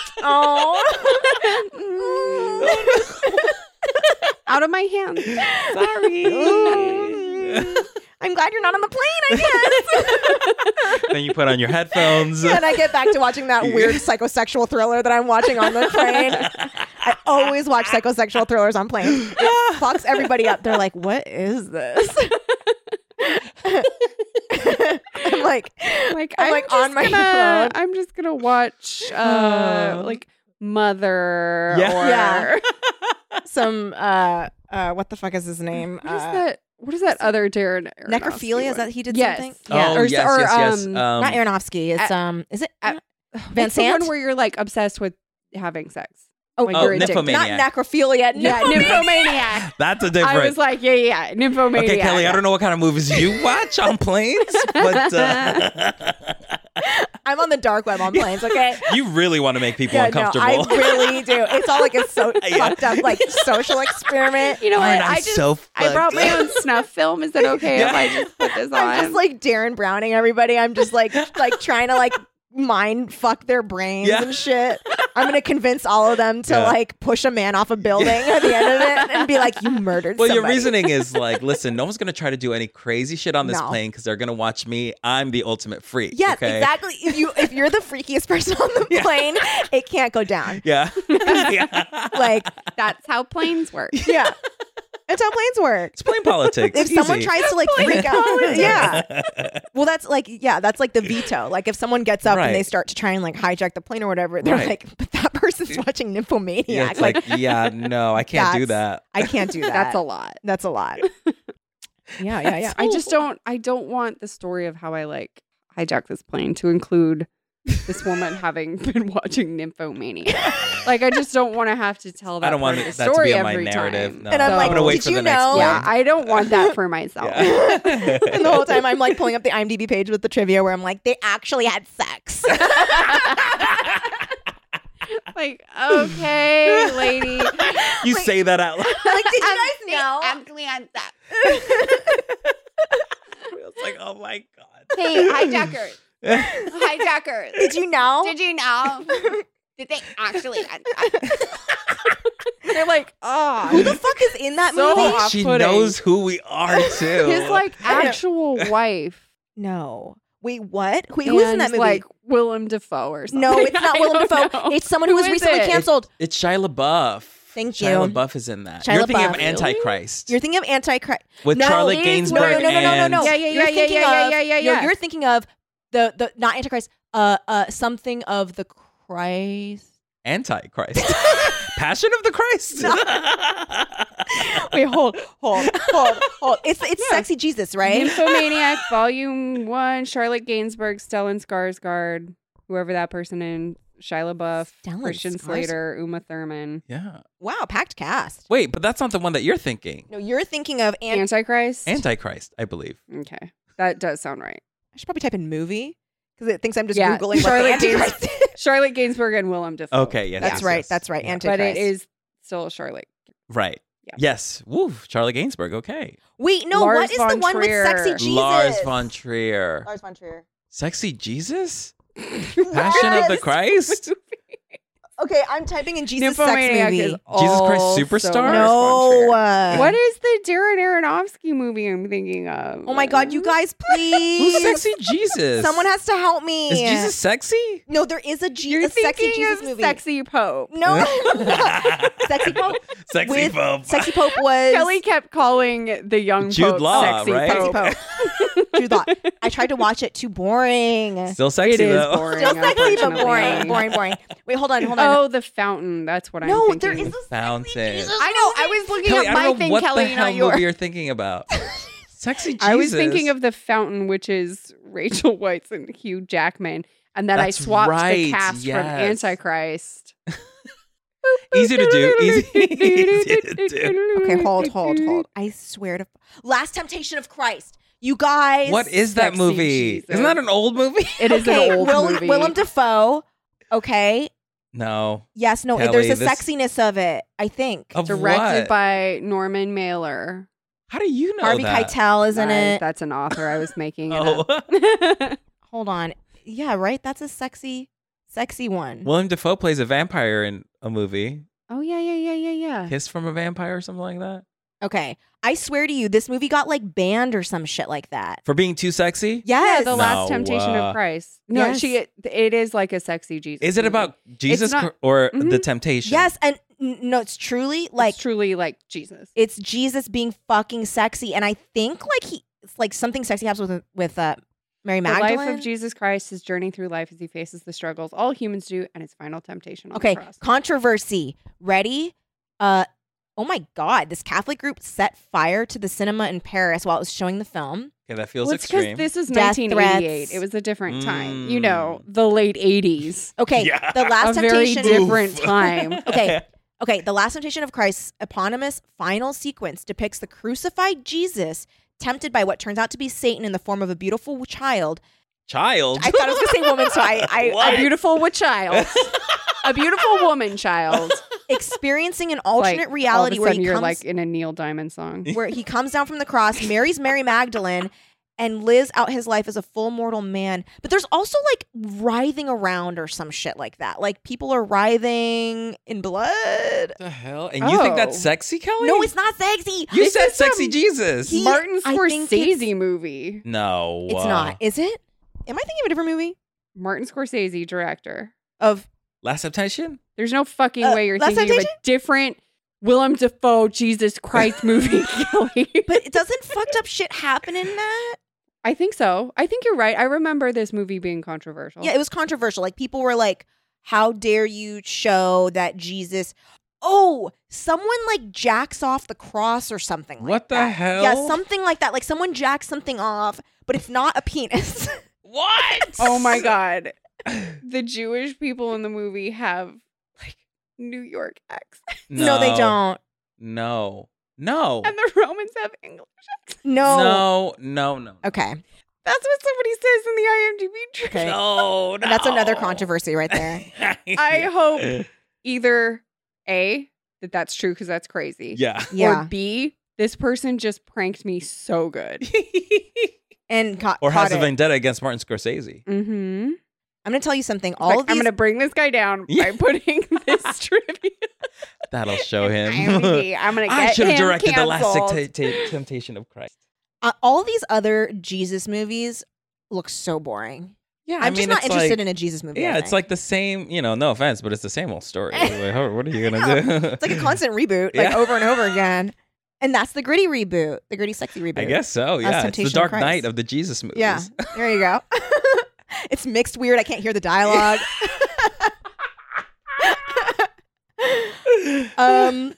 oh. Out of my hands. Sorry. I'm glad you're not on the plane, I guess. then you put on your headphones. and I get back to watching that weird psychosexual thriller that I'm watching on the plane. I always watch psychosexual thrillers on planes. It fucks everybody up. They're like, "What is this?" I'm like, like I'm, I'm, like, like on my phone. gonna, I'm just gonna watch uh Oh. like Mother Yeah. or Yeah. some uh uh what the fuck is his name? what is Uh, that? What is that other Darren? Aronofsky Necrophilia? Is that one? he did Yes. something? Yeah. Oh Or- yes, or, yes, yes. um, Um, Not Aronofsky. It's um is it uh, Van What's the one Sant? where you're like obsessed with having sex? Oh, like oh, you're addicted. nymphomaniac. not necrophilia. Yeah, nymphomaniac. nymphomaniac. That's a different. I was like, yeah, yeah, yeah, nymphomaniac. okay, Kelly, I don't know what kind of movies you watch on planes, but uh, I'm on the dark web on planes, okay? you really want to make people uncomfortable. No, I really do. It's all like a so Yeah. fucked up like social experiment. You know what? Aren't I I just so I brought my fucked? own snuff film. Is that okay if Yeah. I just put this on? I'm just like Darren Browning everybody. I'm just like like trying to like mind fuck their brains Yeah. and shit. I'm gonna convince all of them to Yeah. like push a man off a building at the end of it and be like, "You murdered." well, your somebody." reasoning is like, listen, no one's going to try to do any crazy shit on this No. plane because they're going to watch me. I'm the ultimate freak. Yes, okay? exactly. If you if you're the freakiest person on the plane, it can't go down. Yeah. yeah. Like that's how planes work. yeah, that's how planes work. It's plain politics. If someone Easy. tries to like freak out, yeah. Well, that's like yeah, that's like the veto. Like if someone gets up Right. and they start to try and like hijack the plane or whatever, they're Right. like, "But that person's watching Nymphomaniac." Yeah, it's like, like, yeah, no, I can't do that. I can't do that. That's a lot. That's a lot. Yeah, yeah, yeah. I just don't I don't want the story of how I like hijacked this plane to include this woman having been watching Nymphomania. Like I just don't want to have to tell that. I don't want part of that the to story be on my every narrative. time. No. And I'm I'm like, gonna wait did for you the next know- oh, one. Yeah, I don't want that for myself. Yeah. and the whole time I'm like pulling up the IMDb page with the trivia where I'm like, they actually had sex. like, okay, lady. you say that out loud. like, did Um, you guys know? Actually, I'm that. It's like, oh my god. Hey, hijackers. hijackers. did you know? Did you know? Did they actually? They're like, Who the oh. fuck is in that So movie? She off-putting. knows who we are too. His like actual wife. No. Wait, what? Wait, who's in and, that movie? Like Willem Dafoe or something. no, it's not I Willem don't Dafoe. know. It's someone who, Who was is recently it? canceled. it's Shia LaBeouf. Thank Shia you. LaBeouf is in that. Shia You're thinking of LaBeouf. Antichrist You're thinking of Antichrist. with No, Charlotte please, Ginsburg. no, no, no, no, no, and- no. Yeah, yeah, you're yeah, yeah, thinking yeah, of, yeah, yeah, no, yeah. you're thinking of the the not Antichrist. Uh, uh, something of the Christ. Antichrist. Passion of the Christ. Wait, hold, hold, hold, hold. It's it's sexy Jesus, right? Nymphomaniac Volume One, Charlotte Gainsbourg, Stellan Skarsgård, whoever that person in, Shia LaBeouf, Stellan Christian Skarsgård? Slater, Uma Thurman, yeah. Wow, packed cast. Wait, but that's not the one that you're thinking. No, you're thinking of Ant. Antichrist. Antichrist, I believe. okay, that does sound right. I should probably type in movie because it thinks I'm just Yeah, googling what Charlotte the Antichrist. is. Charlotte Gainsbourg and Willem Dafoe. Okay, yes, that's yes, right. yes. That's right. Yeah. Antichrist. but it is still Charlotte. Right. Yeah. Yes. Woo. Charlotte Gainsbourg. Okay. Wait, no. Lars what is the von one Trier. with sexy Jesus? Lars von Trier. Lars von Trier. Sexy Jesus? Passion of the Christ? Okay, I'm typing in Jesus sex Nymphomaniac movie. is Jesus Christ also Superstar? Lars von Trier. no. uh, What is the Darren Aronofsky movie I'm thinking of? Oh my God, you guys, please. Who's sexy Jesus? Someone has to help me. Is Jesus sexy? No, there is a, Je- You're a sexy thinking Jesus of movie. Sexy Pope. No. sexy Pope. Sexy with- Pope. Sexy Pope was. Kelly kept calling the young Jude Pope Law, sexy right? Sexy Pope. Pope. Jude Law. I tried to watch it. Too boring. Still sexy It is though. boring. Still sexy, but boring. unfortunately. Boring, boring. Wait, hold on, hold on. Oh, the fountain. That's what I'm no, there thinking. is a Fountain. I know. I was looking Kelly, at I my don't know thing, what Kelly, the not hell yours. movie you're thinking about. sexy Jesus. I was thinking of the fountain, which is Rachel Weisz and Hugh Jackman, and then That's I swapped right, the cast from yes. Antichrist. easy to do. Easy, easy to do. Okay, hold, hold, hold. I swear to Last Temptation of Christ. You guys. What is that Sexy movie? Jesus. Isn't that an old movie? It is okay, an old Will- movie. Willem Dafoe. Okay. No. Yes, no, Kelly, there's a this- Oh, sexiness of it, I think. Of directed what? by Norman Mailer. How do you know Harvey that? Keitel, isn't I- it? That's an author I was making. Oh. it up. Hold on. Yeah, right? That's a sexy, sexy one. William Defoe plays a vampire in a movie, oh yeah, yeah, yeah, yeah, yeah. Kiss from a Vampire or something like that, Okay. I swear to you, this movie got like banned or some shit like that. for being too sexy. Yes. Yeah, the Last No, Temptation uh, of Christ. No, Yes. she. It is like a sexy Jesus. Is it movie. about Jesus not- Chr- or the Mhm. temptation? Mm-hmm. yes, and n- no, it's truly like it's truly like Jesus? it's Jesus being fucking sexy. And I think like he it's like something sexy happens with with uh, Mary The Magdalene. life of Jesus Christ, his journey through life as he faces the struggles all humans do, and his final temptation. On Okay, the cross. controversy. Ready? Uh oh my god, this Catholic group set fire to the cinema in Paris while it was showing the film. Okay, that feels Well, it's extreme. this is Death 1988. threats. It was a different time. You Mm. know, the late 80s. Okay, Yeah. the last a very temptation different time. Okay. Okay, the last temptation of Christ's eponymous final sequence depicts the crucified Jesus tempted by what turns out to be Satan in the form of a beautiful child. Child. I thought I was going to say woman, so I, I, What? A beautiful wo- child. a beautiful woman child. experiencing an Like, alternate reality all of a where sudden he you're comes like in a Neil Diamond song. where he comes down from the cross, marries Mary Magdalene, and lives out his life as a full mortal man. But there's also like writhing around or some shit like that. Like people are writhing in blood. the hell? And you think that's Oh. sexy, Kelly? No, it's not sexy. You This said is some- sexy Jesus. He- Martin I think it's- Scorsese movie. no. It's uh, not, is it? Am I thinking of a different movie? Martin Scorsese director. Of Last temptation? There's no fucking Uh, way you're Last thinking of Temptation? a different Willem Dafoe Jesus Christ movie, Kelly. but it doesn't fucked up shit happen in that? I think so. I think you're right. I remember this movie being controversial. Yeah, it was controversial. Like people were like, "How dare you show that Jesus?" Oh, someone like jacks off the cross or something. like What the that. Yeah, hell? something like that. Like someone jacks something off, but it's not a penis. What? Oh my god. The Jewish people in the movie have like New York accents, no. they don't. No. No. and the Romans have English accents. No. No, no, no. Okay, That's what somebody says in the IMDb trivia. Okay. No, And that's another no. controversy right there. I hope either A that that's true cuz that's crazy. Yeah. Yeah, Or B this person just pranked me so good. and ca- or caught House of it. Vendetta against Martin Scorsese. Mhm. I'm gonna tell you something. All All of these, I'm going to bring this guy down Yeah. by putting this trivia. That'll show in him. IMDb. I'm going to get I should have him directed the last canceled. Tempta- Te- temptation of Christ. uh, all these other Jesus movies look so boring. Yeah, I'm just not interested in a Jesus movie. Yeah, I it's think. like the same. You know, no offense, but it's the same old story. Like, how- what are you gonna do? It's like a constant reboot, like Yeah. over and over again. And that's the gritty reboot, the gritty sexy reboot. I guess so. Yeah, it's Temptation the of Dark Christ. Knight of the Jesus movies. Yeah, there you go. it's mixed weird. I can't hear the dialogue. um,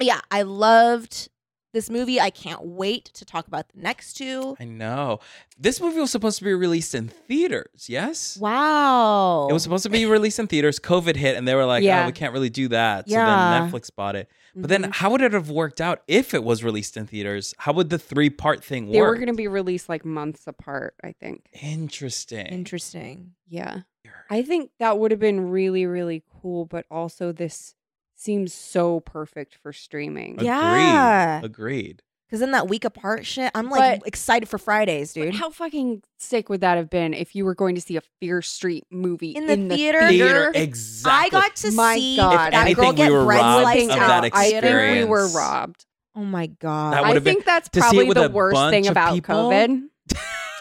yeah, I loved this movie. I can't wait to talk about the next two. I know. This movie was supposed to be released in theaters. Yes. Wow, It was supposed to be released in theaters. COVID hit, and they were like, Yeah. Mm-hmm. "Oh, we can't really do that." So Yeah. then Netflix bought it. But Mm-hmm. then, how would it have worked out if it was released in theaters? How would the three part thing They were work? going to be released like months apart, I think. Interesting. interesting. Yeah. I think that would have been really, really cool, but also this seems so perfect for streaming. Agreed. Yeah. Agreed. Because then that week apart shit, I'm like But- excited for Fridays, But dude. How fucking sick would that have been if you were going to see a Fear Street movie In the theater? Theater. Exactly. I got to My see that God. If anything, girl we get were bread robbed sliced of out. that I think we experience. were robbed. Oh my god! That I would've been- think that's to see it probably with the a worst bunch thing of about people? COVID.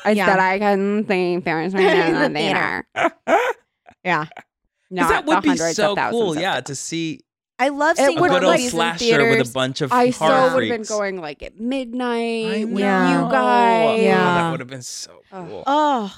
I Yeah. said I couldn't see Fear Street In the in the theater. theater. yeah, No, Because that would be so cool. thousands. Yeah, to see I love It seeing a would good have horror old like- movies in slasher with a theaters. bunch of I horror still would have been freaks. going like at midnight with Yeah. you guys. Yeah, Yeah. that would have been so Ugh. cool. Oh,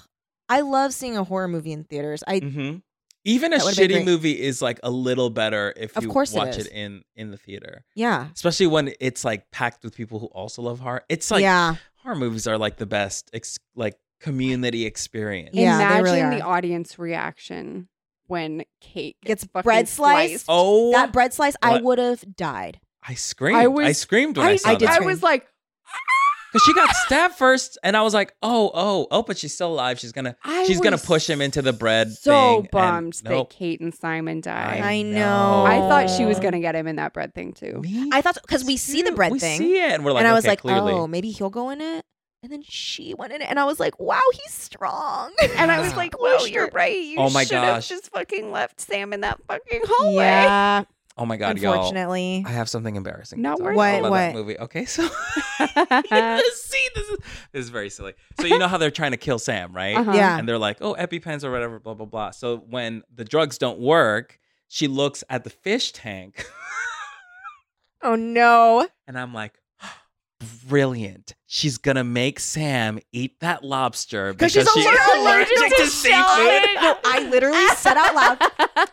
I love seeing a horror movie in theaters. I hmm Even a That would've been shitty great. movie is like a little better if Of you course it watch is. it, in in the theater, yeah, especially when it's like packed with people who also love horror. It's like yeah, horror movies are like the best ex- like community experience. Yeah, they Imagine really the are. audience reaction when Kate Gets gets, fucking bread sliced. sliced. Oh, that bread slice, I What? would have died. I screamed! I, I was- screamed when I, saw I did that Oh, I scream. was like, because she got stabbed first, and I was like, "Oh, oh, oh!" But she's still alive. She's gonna I she's gonna was push him into the bread. So thing, and bummed nope. that Kate and Simon died. I know. I thought she was Aw. gonna get him in that bread thing too. Me I thought because we see the too. bread we thing, see it, and we're like, and I was okay, like, clearly. oh, maybe he'll go in it. And then she went in it, and I was like, wow, he's strong. And I was Yeah. like, Wow, "Well, you're right. You Oh my should have gosh. just fucking left Sam in that fucking hallway." yeah, oh my god, y'all. unfortunately, I have something embarrassing. to Not talk worth Uh, about it. about What- that movie. Okay, so Uh-huh. Let's see, this is this is very silly. So you know how they're trying to kill Sam, right? Uh-huh. yeah. And they're like, oh, EpiPens or whatever, blah blah blah. So when the drugs don't work, she looks at the fish tank, Oh no, and I'm like, brilliant. She's gonna make Sam eat that lobster because 'Cause she's she aller- is allergic allergic to to seafood. No, I literally said out loud.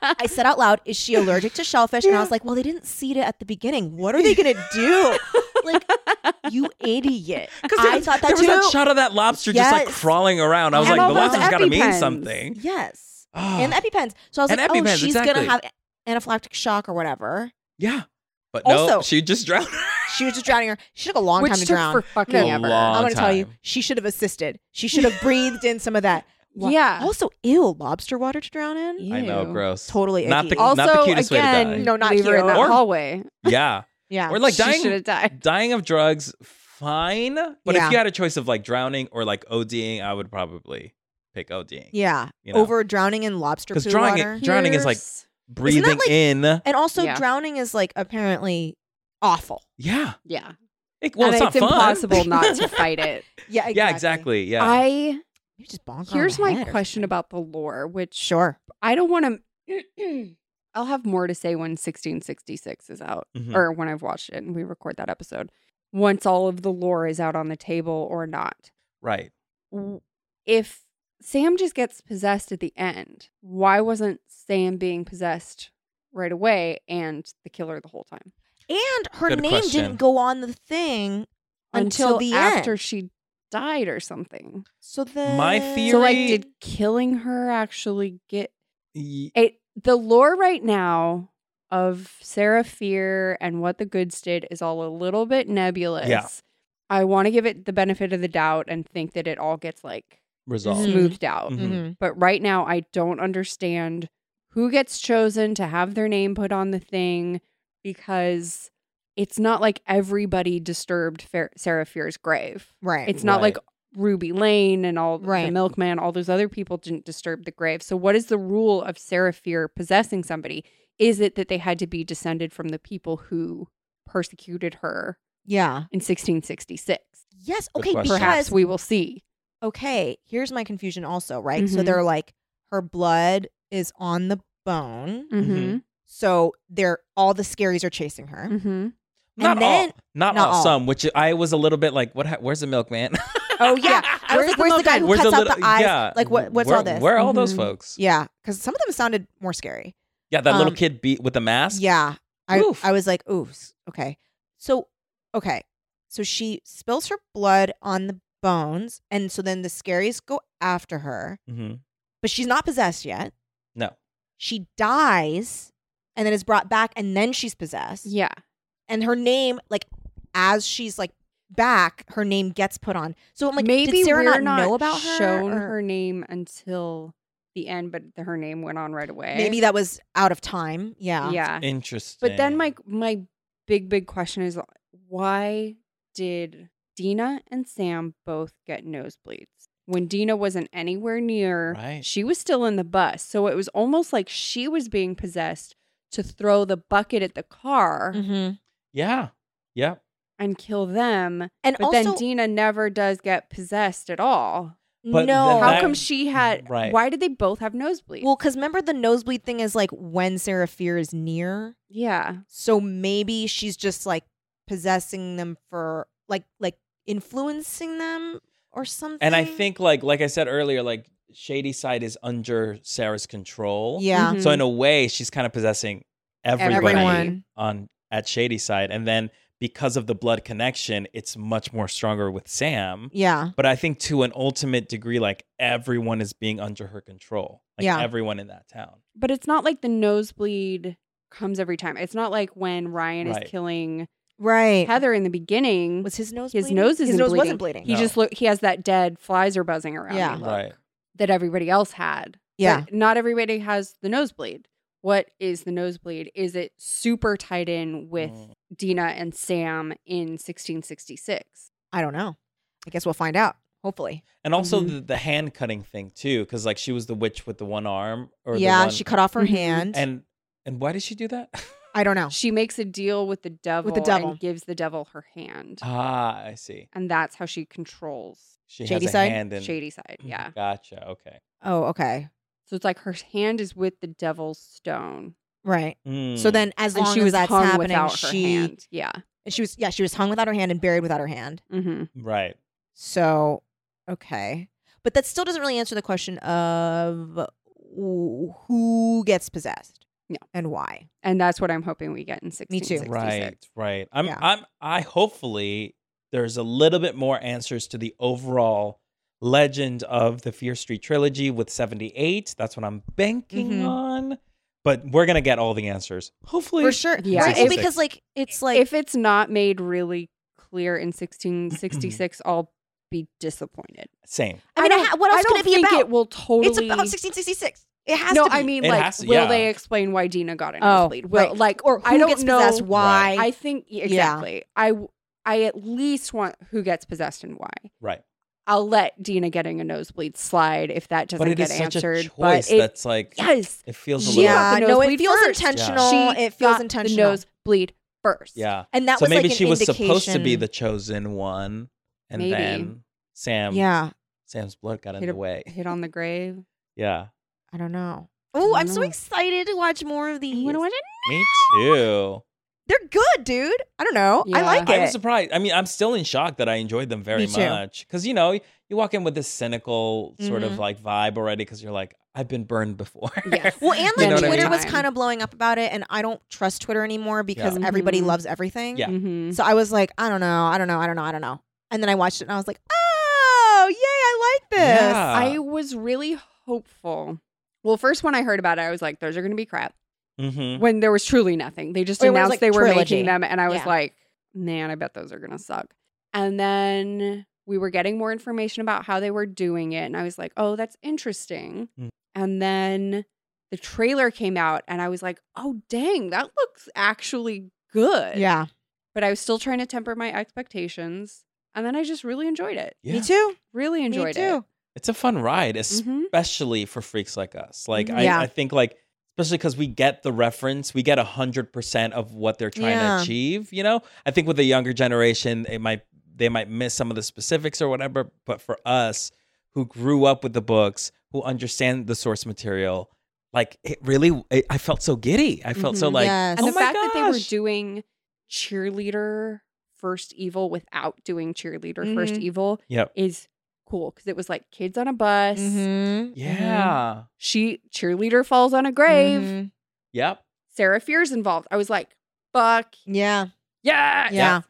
I said out loud, "Is she allergic to shellfish?" And I was like, "Well, they didn't seed it at the beginning. What are they gonna do?" Like, you idiot! I thought that there too. was that shot of that lobster just like Yes. crawling around. I was And like, all the those E lobster's gotta mean EpiPens. something. yes, Ah, and epipens. So I was And like, "Oh, EpiPens, she's exactly. gonna have anaphylactic shock or whatever." yeah, but no, Also- she just drowned. She was just drowning her. She took a long Which time to took drown. for fucking A ever. long I'm gonna tell you, time. she should have assisted. She should have breathed in some of that. Lo- Yeah. Also, ew, lobster water to drown in. I know, Ew. gross. Totally Not icky. the, not the Also, cutest way to die. again, No, not leave her in cute. that Or- hallway. Yeah, Yeah. or like she dying should have died. dying of drugs, fine. But Yeah. if you had a choice of like drowning or like ODing, I would probably pick ODing. yeah. You know? Over drowning in lobster 'Cause poo drawing it- water. Drowning is like- Here's- breathing like- in. And also, Yeah. drowning is like apparently awful. Yeah. yeah. It, well, and it's, it's, not fun. impossible not to fight it. Yeah, exactly. Yeah, exactly. Yeah. I You just bonk. her on here's the my head or question something. about the lore, which Sure. I don't want to. I'll have more to say when 1666 is out, Mhm. or when I've watched it and we record that episode. Once all of the lore is out on the table or not, right. w- if Sam just gets possessed at the end, why wasn't Sam being possessed right away and the killer the whole time And her Good name question. didn't go on the thing until, the after end. she died or something? So then My So, like, Theory- did killing her actually get Y- it the lore right now of Sarah Fear and what the goods did is all a little bit nebulous. Yeah. I want to give it the benefit of the doubt and think that it all gets like Resolved. Mhm. smoothed out. Mhm. Mhm. But right now I don't understand who gets chosen to have their name put on the thing because it's not like everybody disturbed Fer- Sarah Fear's grave. Right. It's not Right. like Ruby Lane and all the Right. milkman, all those other people didn't disturb the grave. So what is the rule of Seraphir possessing somebody? Is it that they had to be descended from the people who persecuted her yeah. in 1666? Yes. Good Okay. question. Perhaps because- we will see. okay, here's my confusion also, right? So Mhm. they're like, her blood is on the bone. Mhm. Mhm. So they're all the scaries are chasing her. Mhm. Not And then- all. Not, not all. all. Some, which I was a little bit like, what? Ha- where's the milkman? Oh yeah. I was like, Where's the where's the guy milkman? who where's cuts the out the eyes? Yeah. Like what what's where, all this? Mm-hmm. Where are all those Mhm. folks? Yeah, yeah, because some of them sounded more scary. that little Um, kid beat with the mask. Yeah. I Oof. I was like, ooh, s- okay. So okay. So she spills her blood on the bones, and so then the scaries go after her, hmm but she's not possessed yet. No. She dies and then is brought back and then she's possessed. Yeah. and her name like as she's like back her name gets put on so i'm like Maybe did sarah we're not, know about her shown or- her name until the end, but her name went on right away. maybe that was out of time yeah yeah. Interesting. But then my my big big question is why did Dina and Sam both get nosebleeds? When Dina wasn't anywhere near, Right. she was still in the bus. So it was almost like she was being possessed to throw the bucket at the car mm-hmm. Yeah. Yeah. and kill them. and But also then Dina never does get possessed at all. But no then How that- come she had Right. why did they both have nosebleeds? well because remember the nosebleed thing is like when sarah fear is near yeah. so maybe she's just like possessing them for like like influencing them or something And I think like like I said earlier, like Shady Side is under Sarah's control. Mm-hmm. yeah So in a way, she's kind of possessing everybody Everyone. on at Shady Side, and then because of the blood connection, it's much more stronger with Sam. yeah But I think to an ultimate degree, like everyone is being under her control. Like Yeah. everyone in that town. But it's not like the nosebleed comes every time. It's not like when Ryan Right. is killing right Heather in the beginning. was his nose his bleeding? nose isn't his nose bleeding. wasn't bleeding he No. just look. He has that dead flies are buzzing around. Yeah. me look Right. That everybody else had. yeah But not everybody has the nosebleed. What is the nosebleed? Is it super tied in with Mm. Dina and Sam in 1666? i don't know i guess we'll find out hopefully And also Mm-hmm. Mhm. the, the hand cutting thing too, because like she was the witch with the one arm. Or the yeah, one- she cut off her Mhm. hand. And And and why did she do that? I don't know. She makes a deal with the devil. devil. and gives the devil her hand, ah, I see. and that's how she controls She Shady has a Side? hand in Shady Side. Mm-hmm. Yeah. Gotcha. Okay. Oh, okay. So it's like her hand is with the devil's stone. Right. Mm. So then, as Mm. and long she as was that's hung happening, without her she hand. Yeah. And she was yeah, she was hung without her hand and buried without her hand. Mm-hmm. Mm, Right. So, okay. But that still doesn't really answer the question of wh- who gets possessed. No. And why. And that's what I'm hoping we get in 1666. Me too. Right. Right. I'm. Yeah. I'm. I hopefully there's a little bit more answers to the overall legend of the Fear Street trilogy with 78. That's what I'm banking Mhm. on. But we're gonna get all the answers. Hopefully. For sure. Yeah. Right, well, Six, because six. like it's like if it's not made really clear in 1666, I'll be disappointed. Same. I mean, don't- ha- what else I could don't it be think about? It will totally. it's about 1666. It has no, to be. I mean, It like, has to- will yeah. they explain why Dina got a Oh, nosebleed? Will, right. like, or who I don't gets know. possessed? Why? I think yeah, exactly. I w- I at least want who gets possessed and why. Right. I'll let Dina getting a nosebleed slide if that doesn't But it get is such answered. a choice but it, that's like yes, it feels a She got little. Yeah. yeah, the no, it nosebleed feels first. intentional. she it feels got intentional. The nosebleed first. And that so was maybe like an she was supposed to be indication- the chosen one, and Maybe. then Sam. Yeah, Sam's blood got in Hit the a- way. Hit on the grave. Yeah. I don't know. Oh, I I'm so know. excited to watch more of these. Me too. They're good, dude. I don't know. I Yeah. like I it. was surprised. I mean, I'm still in shock that I enjoyed them very Me too. much. Because, you know, you walk in with this cynical sort Mhm. of like vibe already because you're like, I've been burned before. Yes. well, and You like know what I Twitter mean? was kind of blowing up about it, and I don't trust Twitter anymore because Yeah. everybody Mhm. loves everything. Yeah. Mhm. So I was like, I don't know, I don't know, I don't know, I don't know. And then I watched it, and I was like, oh, yay, I like this. Yeah. I was really hopeful. Well, first when I heard about it, I was like, "Those are going to be crap." Mhm. When there was truly nothing, they just Or it was, announced like, they were trilogy. making them, and I was Yeah. like, "Man, I bet those are going to suck." And then we were getting more information about how they were doing it, and I was like, "Oh, that's interesting." Mm. And then the trailer came out, and I was like, "Oh, dang, that looks actually good." Yeah, But I was still trying to temper my expectations, and then I just really enjoyed it. Yeah. me too. Really enjoyed me too. It's a fun ride, it. Mhm. especially for freaks like us. Like, I, Yeah. I think, like, especially because we get the reference, we get 100% of what they're trying Yeah. to achieve, you know? I think with the younger generation, it might they might miss some of the specifics or whatever. But for us who grew up with the books, who understand the source material, like it really, it, I felt so giddy. I felt so Mhm. like, Mm-hmm. Yes. And oh the my fact that they were gosh. doing cheerleader first evil without doing cheerleader first Mm-hmm. Mhm. evil Yep. is cool because it was like kids on a bus. Mm-hmm. Mhm. mm-hmm. Yeah. She cheerleader falls on a grave. Mm-hmm. Mhm. Yep. Sarah Fear's involved. I was like, fuck Yeah, yeah, yeah.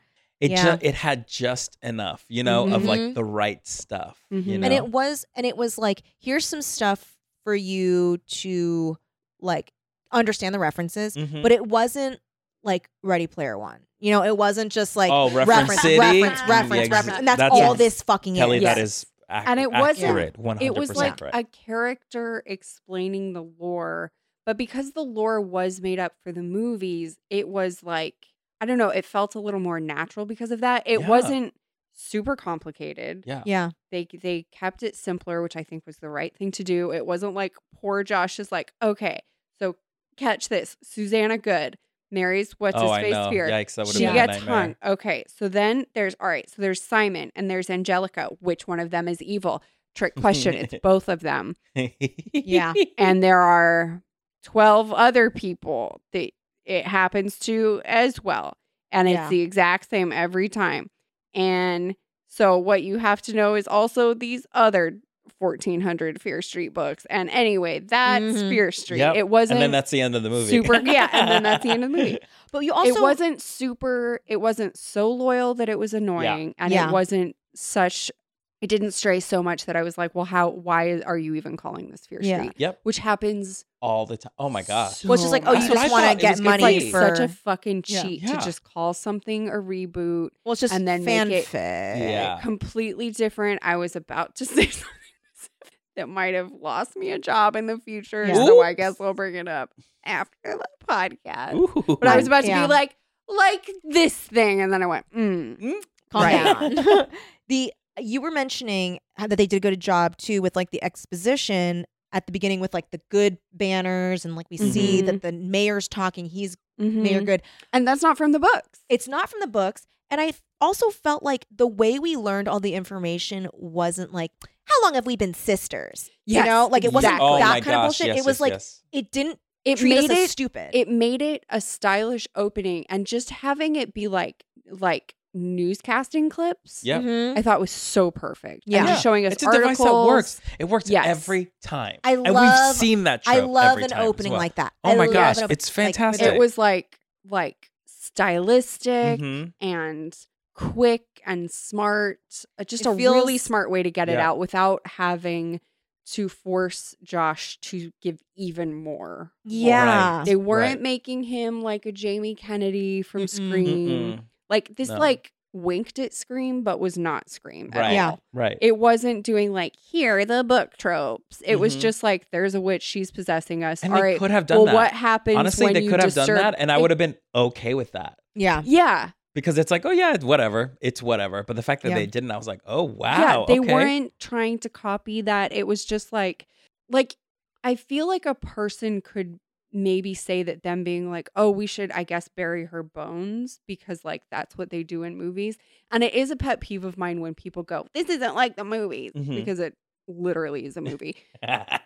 It Yeah. ju- it had just enough, you know, of Mhm. like the right stuff. You Mhm. know? and it was and it was like here's some stuff for you to like understand the references Mhm. but it wasn't like ready player one you know it wasn't just like oh, reference, reference City? reference reference Yeah, reference and that's, that's all what- this fucking Kelly, is that Yes. is ac- And it wasn't- accurate, 100% It was like right. a character explaining the lore, but because the lore was made up for the movies, it was like I don't know, it felt a little more natural because of that. It Yeah. wasn't super complicated. yeah. yeah they they kept it simpler, which I think was the right thing to do. It wasn't like poor Josh is like, okay, so catch this, Susanna Good marries what's oh, his I face know. here. Yikes, that would have She been gets a nightmare. hung. Okay, so then there's all right. So there's Simon and there's Angelica. Which one of them is evil? Trick question. it's both of them, yeah and there are twelve other people that it happens to as well, and it's Yeah. the exact same every time. And so what you have to know is also these other. 1400 Fear Street books. And anyway, that's Mhm. Fear Street. Yep. It wasn't and then that's the end of the movie. super- yeah, and then that's the end of the movie. but you also it wasn't super it wasn't so loyal that it was annoying and Yeah. it wasn't such it didn't stray so much that i was like well how why are you even calling this fear Yeah. street Yep, which happens all the time. Oh my gosh. well, it's just like oh That's you what just I want thought. to It get was it's money like for such a fucking Yeah. cheat Yeah. to just call something a reboot well it's just and then make it- fanfic Yeah. completely different i was about to say something that might have lost me a job in the future Yeah. so i Oops. guess we'll bring it up after the podcast Ooh. but i was about to Yeah. be like like this thing and then i went mm, Mm-hmm. calm Right. down the you were mentioning how that they did a good job too with like the exposition at the beginning with like the good banners and like we see Mhm. that the mayor's talking he's mhm. mayor good And that's not from the books. it's not from the books and i also felt like the way we learned all the information wasn't like how long have we been sisters you Yes, know like it wasn't exactly. oh that my kind gosh, of bullshit yes, it was yes, like yes. it didn't it treat us made as it stupid. it made it a stylish opening and just having it be like like newscasting clips Yeah. Mhm. i thought was so perfect And Yeah. just showing us It's a articles device that works. It works Yes. every time. I and love- we've seen that I trope love every an time as opening well. like that. Oh I my love gosh, an op- it's like, fantastic. with- it was like like stylistic Mhm. and quick and smart uh, just It a feels- really smart way to get it Yeah. out without having to force josh to give even more yeah. they weren't Right. making him like a jamie kennedy from Mm-mm. scream Mm-mm. Like this, No. like winked at Scream, but was not Scream. At Right. Yeah. all. Right. It wasn't doing like here are the book tropes. It was Mhm. just like there's a witch, she's possessing us. and all they right, could have done well, that. what happens? Honestly, when they you could have done disturb- that, and I It- would have been okay with that Yeah. Yeah, because it's like, oh yeah, it's whatever, it's whatever. But the fact that Yeah. they didn't, I was like, oh yeah. wow, They okay. weren't trying to copy that. It was just like, like I feel like a person could maybe say that them being like, oh, we should, I guess, bury her bones because like that's what they do in movies. And it is a pet peeve of mine when people go, this isn't like the movies Mhm. because it literally is a movie.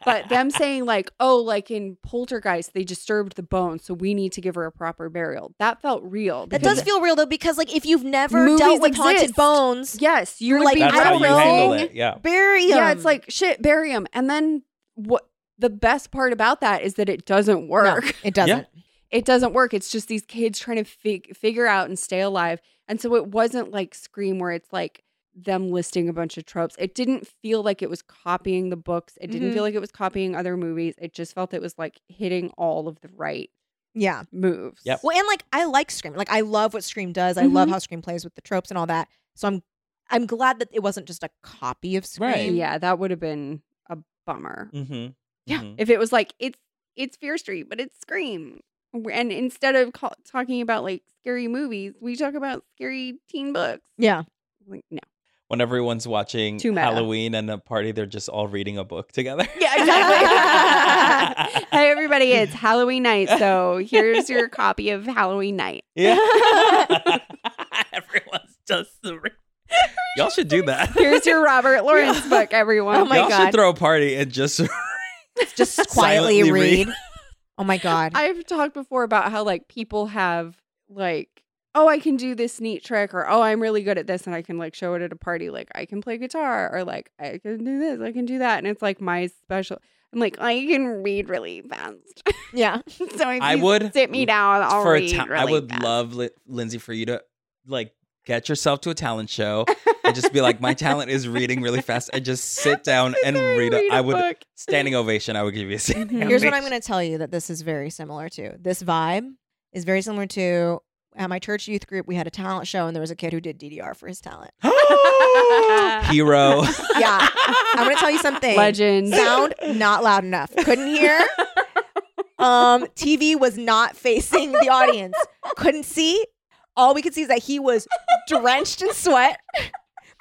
but them saying like oh like in poltergeist they disturbed the bone so we need to give her a proper burial that felt real That because- does feel real though, because like if you've never Movies dealt with haunted exist. bones, yes you You're would like, be that's I how don't you handle know. it. Yeah. bury 'em. yeah it's like shit bury him and then what the best part about that is that it doesn't no, work it doesn't. it doesn't work it's just these kids trying to fig- figure out and stay alive and so it wasn't like scream where it's like them listing a bunch of tropes it didn't feel like it was copying the books it didn't Mhm. feel like it was copying other movies it just felt it was like hitting all of the right Yeah. moves Yep. Well, and like I like Scream. Like I love what Scream does. I love Mhm. how Scream plays with the tropes and all that. So I'm I'm glad that it wasn't just a copy of Scream. Right. Yeah, that would have been a bummer. Mm-hmm. Yeah, if it was like it's it's Fear Street, but it's Scream, and instead of call, talking about like scary movies, we talk about scary teen books. Yeah. Like, no, When everyone's watching Too meta. Halloween and a party, they're just all reading a book together. yeah, exactly. hey, everybody, it's Halloween night, so here's your copy of Halloween night. Yeah. Everyone's just surre- Y'all should do that. Here's your Robert Lawrence book, everyone. Oh my Y'all God. should throw a party and just Just quietly Silently read. read. Oh my god. I've talked before about how like people have like, oh, I can do this neat trick, or oh, I'm really good at this, and I can like show it at a party. Like I can play guitar, or like I can do this, I can do that, and it's like my special. I'm like I can read really fast, yeah. so if I you would sit me down. I'll for read. a ta- really I would fast. love Li- Lindsay for you to like get yourself to a talent show and just be like, my talent is reading really fast, and just sit down Sit and there read. A, I would book. standing ovation. I would give you a standing. Mhm. Mm-hmm. Here's ovation. what I'm going to tell you that this is very similar to. This vibe is very similar to at my church youth group we had a talent show and there was a kid who did DDR for his talent. hero. uh, Yeah. I'm going to tell you something. legend. Sound not loud enough. Couldn't hear. Um, TV was not facing the audience. Couldn't see. All we could see is that he was drenched in sweat,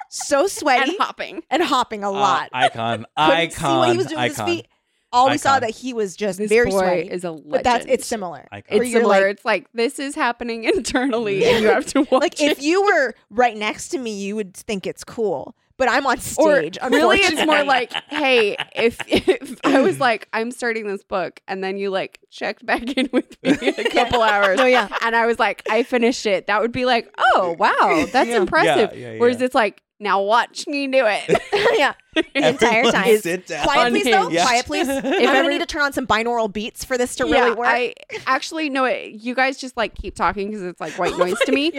so sweaty, and and, hopping. hopping a Uh, lot. icon. Couldn't Icon. see what he was doing with his icon. feet. All we saw Icon. that he was just This very boy sweaty. is a legend. but that's it's similar. Icon. where It's you're similar. like- it's like this is happening internally, and you have to watch. Like it. if you were right next to me, you would think it's cool. But I'm on or stage. really it's more unfortunately. like hey if, if i was like i'm starting this book and then you like checked back in with me in a couple hours no, yeah, and i was like i finished it that would be like oh wow that's Yeah. impressive Yeah, yeah, yeah. whereas it's like now watch me do it yeah. The entire Everyone time. Sit down. Um, Quiet, please. Though. Unhinged. Quiet, please. I'm gonna every- need to turn on some binaural beats for this to really Yeah, work. i actually no it, you guys just like keep talking because it's like white noise to me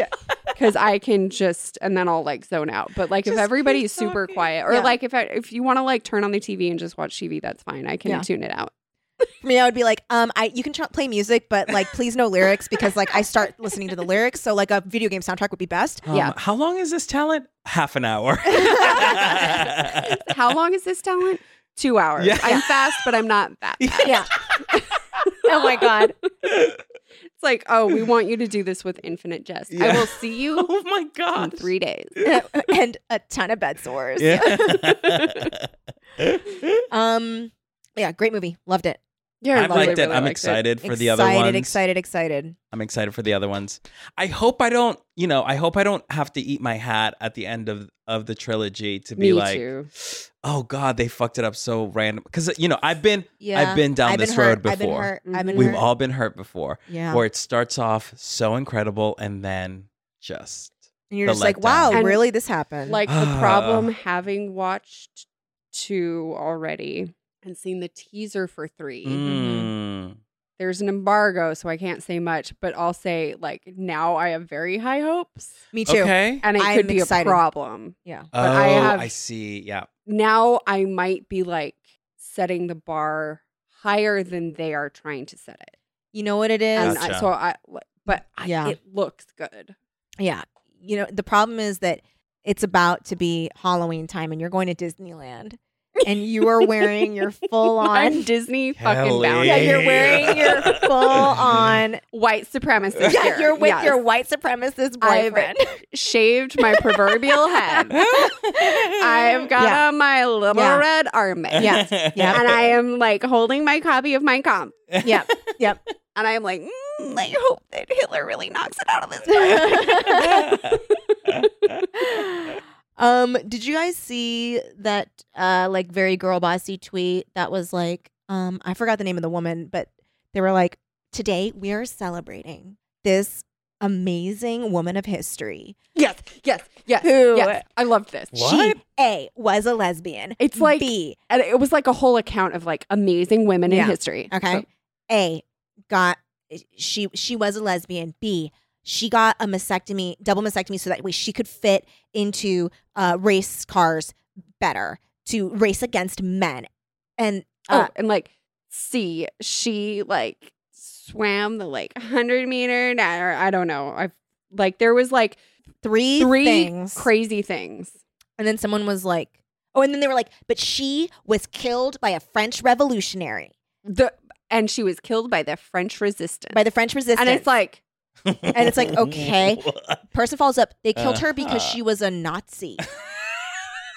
because i can just and then i'll like zone out but like if Just keep everybody's super talking. quiet or Yeah. like if I, if you want to like turn on the tv and just watch tv that's fine i can Yeah. tune it out For me, I would be like, um, I you can tr- play music, but like, please no lyrics because like I start listening to the lyrics, so like a video game soundtrack would be best. Um, Yeah. How long is this talent? Half an hour. How long is this talent? Two hours. Yeah. I'm fast, but I'm not that fast. Yeah. oh my god. It's like, oh, we want you to do this with infinite jest. I Yeah. will see you oh my in god. three days. and a ton of bed sores. Yeah. Um. Yeah. Great movie. Loved it. You're I liked it. I'm liked excited for excited, the other ones. excited, excited. I'm excited for the other ones. I hope I don't, you know, I hope I don't have to eat my hat at the end of of the trilogy to Me be like, too. oh God, they fucked it up so random. Because you know, I've been, Yeah, I've been down I've this been road hurt. I've been before. hurt. I've been We've hurt. all been hurt before, yeah. where it starts off so incredible and then just and you're the just like, letdown. wow, And, really, this happened. Like the Ah. problem having watched two already and seen the teaser for Mm-hmm. three. Mm. There's an embargo, so I can't say much, but I'll say like now I have very high hopes. me too. okay. And it I'm could be excited. a problem. Yeah. oh, I have- I see. Yeah. Now I might be like setting the bar higher than they are trying to set it. You know what it is? And Gotcha. I, so I but I, Yeah. it looks good. Yeah. You know, the problem is that it's about to be Halloween time and you're going to Disneyland and you are wearing your full on on Disney fucking Kelly. bound. Yeah, you're wearing your full on white supremacist. Yeah, here. you're with Yes. your white supremacist I've- boyfriend. shaved my proverbial head. I've got Yeah. on my little Yeah. red armband. Yeah. Yeah. And I am like holding my copy of my comp. Yep. Yep. And I'm like, mm, I hope that Hitler really knocks it out of this. Um, did you guys see that uh like very girl bossy tweet that was like, um, I forgot the name of the woman, but they were like, Today we are celebrating this amazing woman of history. yes, yes, yes, Who- yes. I loved this. What? She A was a lesbian. It's like- B. And it was like a whole account of like amazing women Yeah. in history. Okay. So- A got she she was a lesbian. B she got a mastectomy, double mastectomy, so that way she could fit into uh, race cars better to race against men. And oh, uh, and like, see, she like swam the like 100 meter, or I don't know. I've like, there was like three, three things. crazy things. and then someone was like, oh, and then they were like, but she was killed by a French revolutionary, The and she was killed by the French resistance. by the French resistance. and it's like and it's like, okay. Uh, person follows up. They killed her because Uh-huh. she was a Nazi.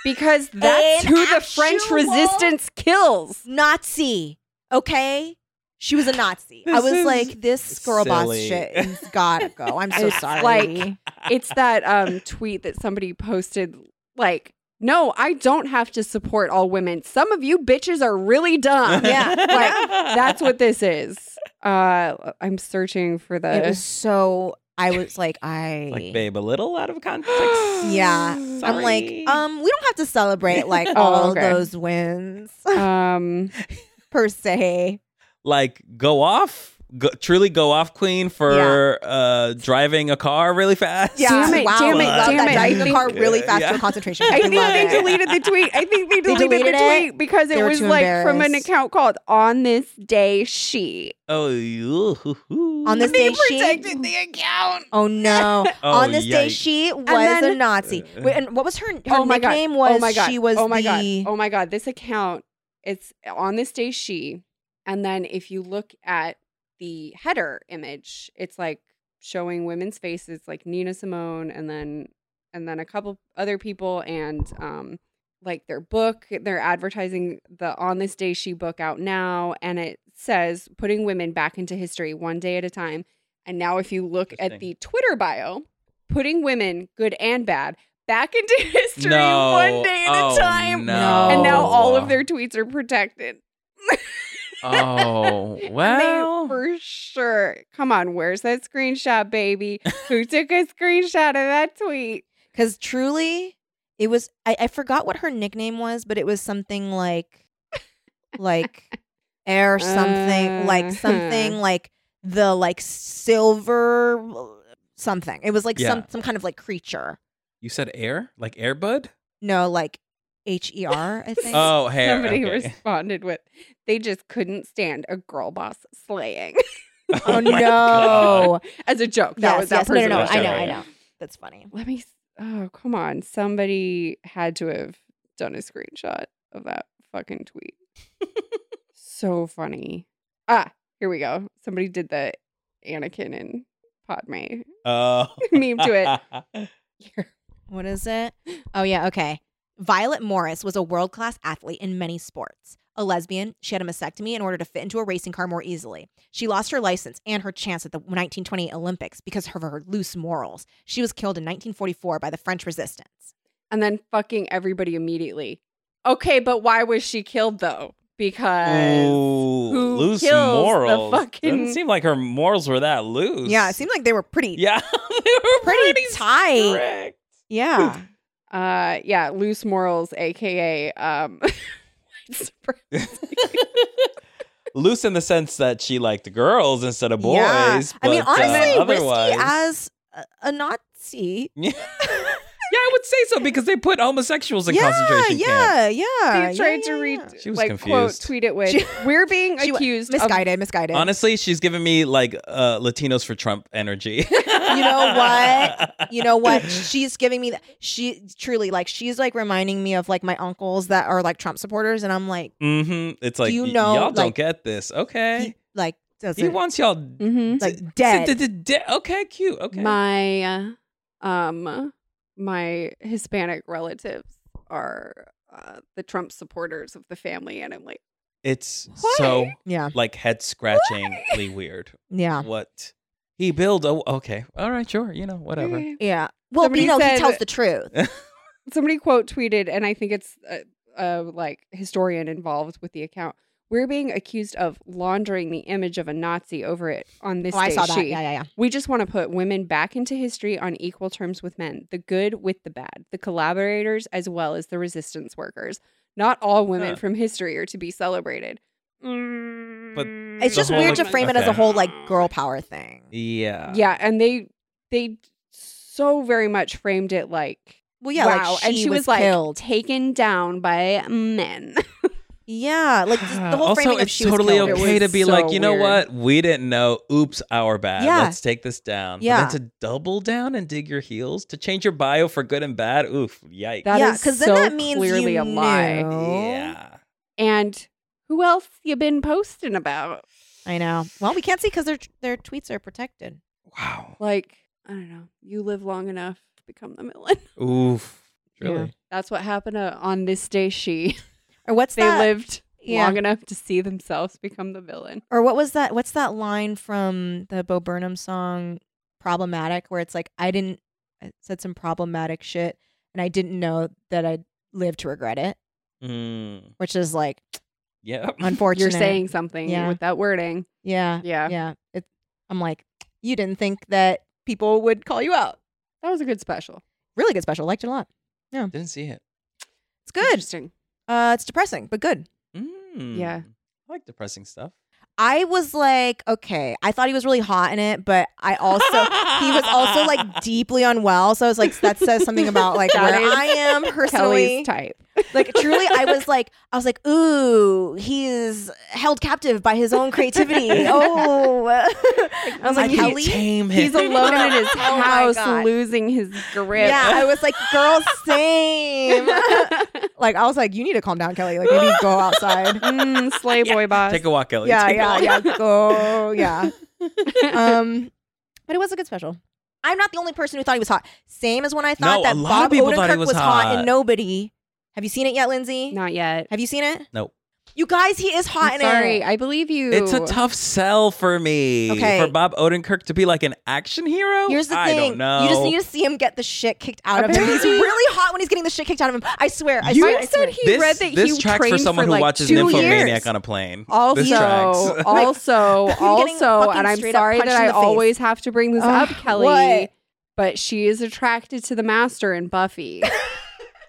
because that's An who the French actual- resistance kills. Nazi. Okay. She was a Nazi. I This was is like, this girl boss silly. shit has gotta go. I'm so It's sorry. like- It's that um tweet that somebody posted like no, I don't have to support all women. Some of you bitches are really dumb. Yeah. Like that's what this is. Uh I'm searching for the it was so I was like, I like babe, a little out of context. Yeah. I'm Sorry. like, um, we don't have to celebrate like Oh, all okay. those wins um per se. like go off, go, truly go off, queen for uh driving a car really fast. Yeah. Damn it, wow. damn we it, love damn that. it. I Driving the think- car really fast Yeah. for concentration. I We think love they it. deleted the tweet. I think they deleted, deleted the it? tweet because it They were was too like from an embarrassed. account called On This Day She. Oh, you- hoo, hoo. On this day, she. protected the account. Oh no! Oh, On this day, yikes. she was a then- Nazi. Wait, and what was her? Her oh my nickname god. was. oh my god. She was. oh my the- god. Oh my god. This account, it's on this day she. And then if you look at the header image, it's like showing women's faces like Nina Simone and then and then a couple other people and um like their book, they're advertising the On This Day She book out now and it says putting women back into history one day at a time. And now if you look at the Interesting. Twitter bio, putting women, good and bad, back into history No. one day at Oh, a time. No. And now all of their tweets are protected. Oh And they well. for sure. Come on, where's that screenshot, baby? Who took a screenshot of that tweet? Because truly, it was I, I forgot what her nickname was, but it was something like like air something like something Uh-huh. like the like silver something. It was like some Yeah. some kind of like creature. You said air, like air bud. No, like H E R. I think. Oh, hair. Somebody okay. responded with, they just couldn't stand a girl boss slaying oh my no! God. as a joke. That Yes, was that yes. No, no, person. no. was I know, joking. I know. That's funny. Let me. s- Oh, come on. Somebody had to have done a screenshot of that fucking tweet. so funny. Ah, here we go. Somebody did the Anakin and Padme Oh. meme to it. Here. What is it? Oh yeah, okay. Violet Morris was a world class athlete in many sports. a lesbian. She had a mastectomy in order to fit into a racing car more easily. She lost her license and her chance at the 1928 Olympics because of her loose morals. She was killed in 1944 by the French resistance. and then fucking everybody immediately. Okay, but why was she killed though? Because Oh. who loose kills the morals. fucking- Doesn't seem like her morals were that loose. Yeah, it seemed like they were pretty, yeah, they were pretty, pretty, tight. strict. Yeah. uh yeah, loose morals, aka um Ah, Loose in the sense that she liked girls instead of boys. Yeah. I mean, but, uh, honestly, otherwise- Risky as a, a Nazi. Yeah. yeah, I would say so because they put homosexuals in concentration camps. yeah, yeah. they tried yeah, to yeah, read yeah. She was like quote confused. tweet it with She- we're being She wa- accused of misguided, misguided. Honestly, she's giving me like uh, Latinos for Trump energy. you know what? you know what she's giving me that she truly like she's like reminding me of like my uncles that are like trump supporters and i'm like hmm It's like you y- know, y'all like, don't get this. Okay, he, like he, doesn't wants y'all Mhm. like D- dead d- d- okay, cute. Okay. my uh, um my Hispanic relatives are uh, the Trump supporters of the family, and I'm like, it's What? so yeah like head scratchingly weird. yeah What? He build oh okay. All right, sure. You know, whatever. "Eh." yeah well but, Somebody you know said- he tells the truth somebody quote tweeted, and I think it's a, a like historian involved with the account. We're being accused of laundering the image of a Nazi over it on this oh i day saw that she. yeah yeah yeah We just want to put women back into history on equal terms with men, the good with the bad, the collaborators as well as the resistance workers. Not all women Huh. from history are to be celebrated. But it's The just whole, weird to like- frame it as a okay. whole like girl power thing Yeah. Yeah, and they they so very much framed it like well yeah wow, like she, and she was, like killed taken down by men. yeah like just the whole also, framing of it's she totally was killed. It okay to was be so like, you know weird. what? We didn't know. Oops, our bad. Yeah. Let's take this down. But Yeah. then to double down and dig your heels to change your bio for good and bad. Oof, yikes. That yeah is because then so that means clearly you a lie. knew. yeah. and who else you been posting about? i know well we can't see because their their tweets are protected Wow. Like, I don't know. You live long enough to become the villain. Oof. Yeah. Really? That's what happened uh, on this day she. or what's They that lived Yeah. long enough to see themselves become the villain. or what was that what's that line from the bo burnham song problematic where it's like i didn't I said some problematic shit and i didn't know that i'd live to regret it Mm, which is like yeah. unfortunate You're saying something Yeah. with that wording. yeah Yeah. yeah it, i'm like you didn't think that people would call you out That was a good special. really good special liked it a lot Didn't see it. it's good Interesting. uh it's depressing but good Mm. Yeah. I like depressing stuff. i was like okay i thought he was really hot in it but i also he was also like deeply unwell. So I was like, that says something about like That where is I am personally. Kelly's type. Like truly, I was like, I was like, ooh, he's held captive by his own creativity. Oh, I was like, I can't Kelly. tame him. He's alone in his Oh my house, God. losing his grip. Yeah, I was like, girl, same. like I was like, you need to calm down, Kelly. Like maybe go outside. Mm, slay boy boss. Take a walk, Ellie. yeah, Take a yeah, walk. yeah. Go, yeah. Um, but it was a good special. I'm not the only person who thought he was hot. Same as when I thought No, that a lot of Bob people thought he Odenkirk was, was hot. hot. and nobody. Have you seen it yet, Lindsay? Not yet. Have you seen it? No. You guys, he is hot in I'm sorry, it. I believe you. It's a tough sell for me. Okay. For Bob Odenkirk to be like an action hero? Here's the I thing. don't know. You just need to see him get the shit kicked out of him. He's Apparently- really hot when he's getting the shit kicked out of him. I swear. I You swear. I said swear. he this, read that this he tracks for trained someone for who like watches two Nymphomaniac years. on a plane. this Also, tracks. I'm also, getting also, fucking and I'm straight up sorry punched that in I the face. always have to bring this Ugh, up, Kelly. what? But she is attracted to the master in Buffy.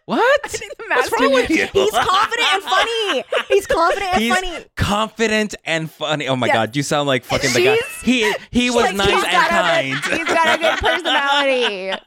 what? What's wrong with you? He's confident and funny. He's confident and He's funny. confident and funny. Oh my Yeah. god, you sound like fucking the guy. She's- He he was like, nice he's and got kind. He's got a good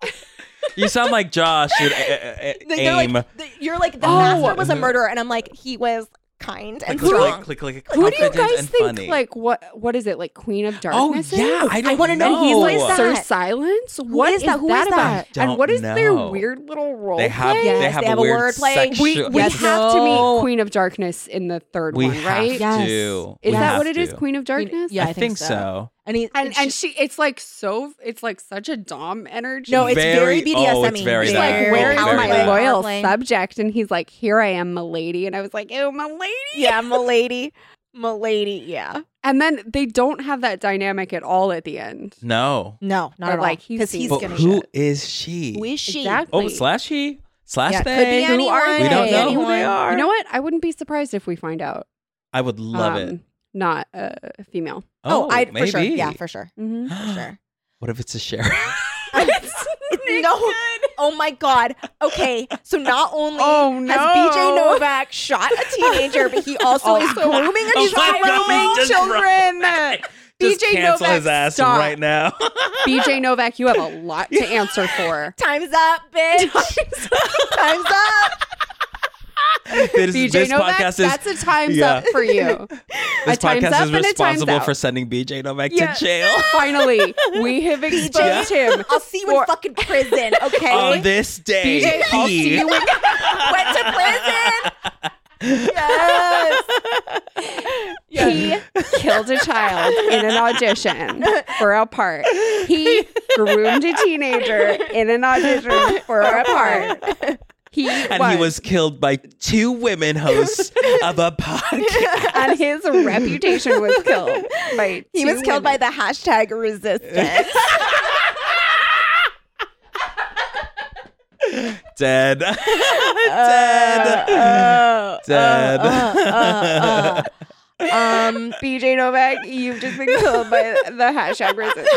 personality. you sound like Josh. With a- a- a- They're like, aim. the- you're like, the Oh. master was a murderer. And I'm like, he was kind and Click, click, strong. click, click, click, Who do you confident guys and think? funny. Like what? What is it? Like Queen of Oh Darkness? yeah, I don't wanna know know. who Is? is that? Sir Silence? What is that? Who is about? that? I And what is don't their know. weird little role? They have play? Yes, they have they have a a weird wordplay. We, sexual- we Yes. have to meet No. Queen of Darkness in the third We one, have right? to. Yes. We Is that have what it is? to. Queen of Darkness? Yeah, I, think so. And he And and she, it's like so, it's like such a dom energy. no, it's very, Very- BDSM. oh, it's very She's that. like, Very, where's very my that. loyal Playing. subject? And he's like, here I am, milady. And I was like, ew, milady. Yeah, milady, milady. Yeah. And then they don't have that dynamic at all at the end. No. No, not Or, at like, all. he Because he's seems- But gonna. who is she? Who is she? Exactly. oh, slash he? Slash Yeah, they? could be Who anyone. are they? we don't know who they Anyone. are. You know what? I wouldn't be surprised if we find out. I would love it. um, Not a female. Oh, Oh, I maybe. for sure. Yeah, for sure. Mm-hmm. For sure. What if it's a sheriff? no. Oh my god. Okay. So not only Oh, has no. BJ Novak shot a teenager, but he also is grooming a Oh my child. God, we just children. Just BJ cancel Novak, his ass stop. right now. BJ Novak, you have a lot to answer for. Time's up, bitch. Time's up. this BJ this Novak, podcast is that's a times yeah. up for you. a this times podcast up is and a times responsible out. for sending BJ Novak Yeah. to jail. Finally, we have exposed him. I'll see you in For- fucking prison, okay? On this day, BJ, I'll he- see you in Went to prison. Yes. He killed a child in an audition for a part. He groomed a teenager in an audition for a part. He and he was killed by two women hosts of a podcast. and his reputation was killed by He was killed by the hashtag resistance. Dead. Dead. Uh, Dead. uh, uh, uh. Um, BJ Novak. You've just been killed by the hashtag resistance.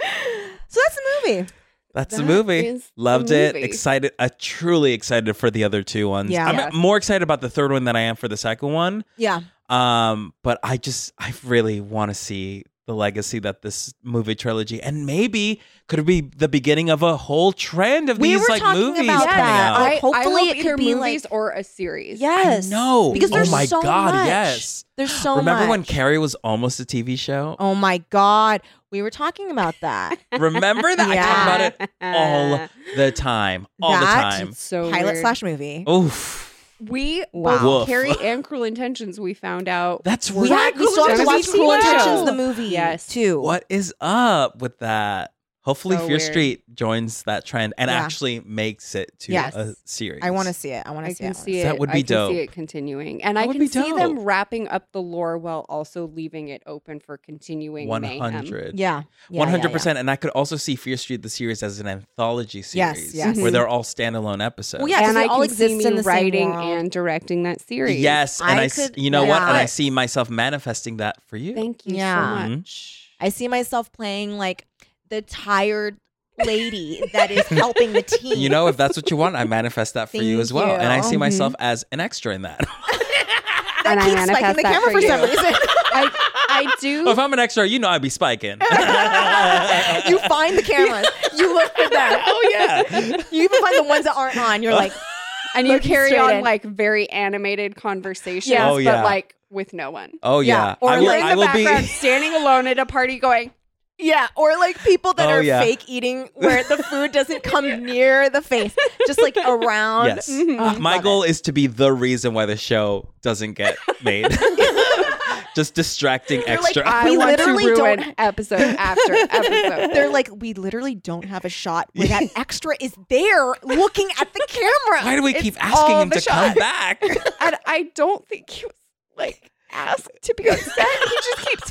so that's the movie. That's the That movie. is the Loved it. movie. Excited. I truly excited for the other two ones. Yeah. I'm Yeah. more excited about the third one than I am for the second one. Yeah. Um, but I just I really want to see the legacy that this movie trilogy and maybe could be the beginning of a whole trend of We these were like talking movies about coming that. out. I- hopefully hope it could either be, movies like- or a series. Yes. no. Because there's oh my so god, much. yes. There's so Remember much. when Carrie was almost a TV show? Oh my god, we were talking about that. Remember that? I talk about it all the time. All That- the time. So Pilot weird. slash movie. Oh, Oof. we Wow. both Woof. Carrie and Cruel Intentions. We found out That's We, right. had, we still have to Intentions watch TV Cruel show. Intentions the movie. Yes. Too. What is up with that? Hopefully, So Fear weird. Street joins that trend and Yeah. actually makes it to Yes. a series. I want to see it. I want I to see it. I can wanna see it. That would I be can dope. see it continuing, and That I would can be see them dope. wrapping up the lore while also leaving it open for continuing One mayhem. hundred. Yeah. Yeah, One yeah, hundred yeah. percent. And I could also see Fear Street the series as an anthology Yes, series, yes. where they're all standalone episodes. Well, yeah, 'cause and they I all can see exist me in the same writing world. and directing that series. Yes, and I I, s- could- you know what? And I yeah. see myself manifesting that for you. Thank you Yeah. so Mhm. much. I see myself playing like the tired lady that is helping the team. you know, if that's what you want, I manifest that for you Thank as well. And I you. Mm-hmm. see myself as an extra in that. I and I keep spiking manifest the that camera for for, some you. reason. I, I do. well, if I'm an extra, you know I'd be spiking. you find the cameras. You look for them. oh yeah. You even find the ones that aren't on. You're like, and you looking carry straight on in. like very animated conversations, Yes. Oh, yeah. but like with no one. Oh yeah. Or I will, like in I the will background, be standing alone at a party, going, yeah, or like people that Oh, are yeah. fake eating where the food doesn't come near the face, just like around. Yes. Uh, Mhm. Oh, My love goal is to be the reason why the show doesn't get made. Just distracting extra. "Ah." "I We want literally to ruin don't- episode after episode." They're like, we literally don't have a shot where that extra is there looking at the camera. why do we it's keep all asking him the to shots. come back? and I don't think he was like asked to be upset. he just keeps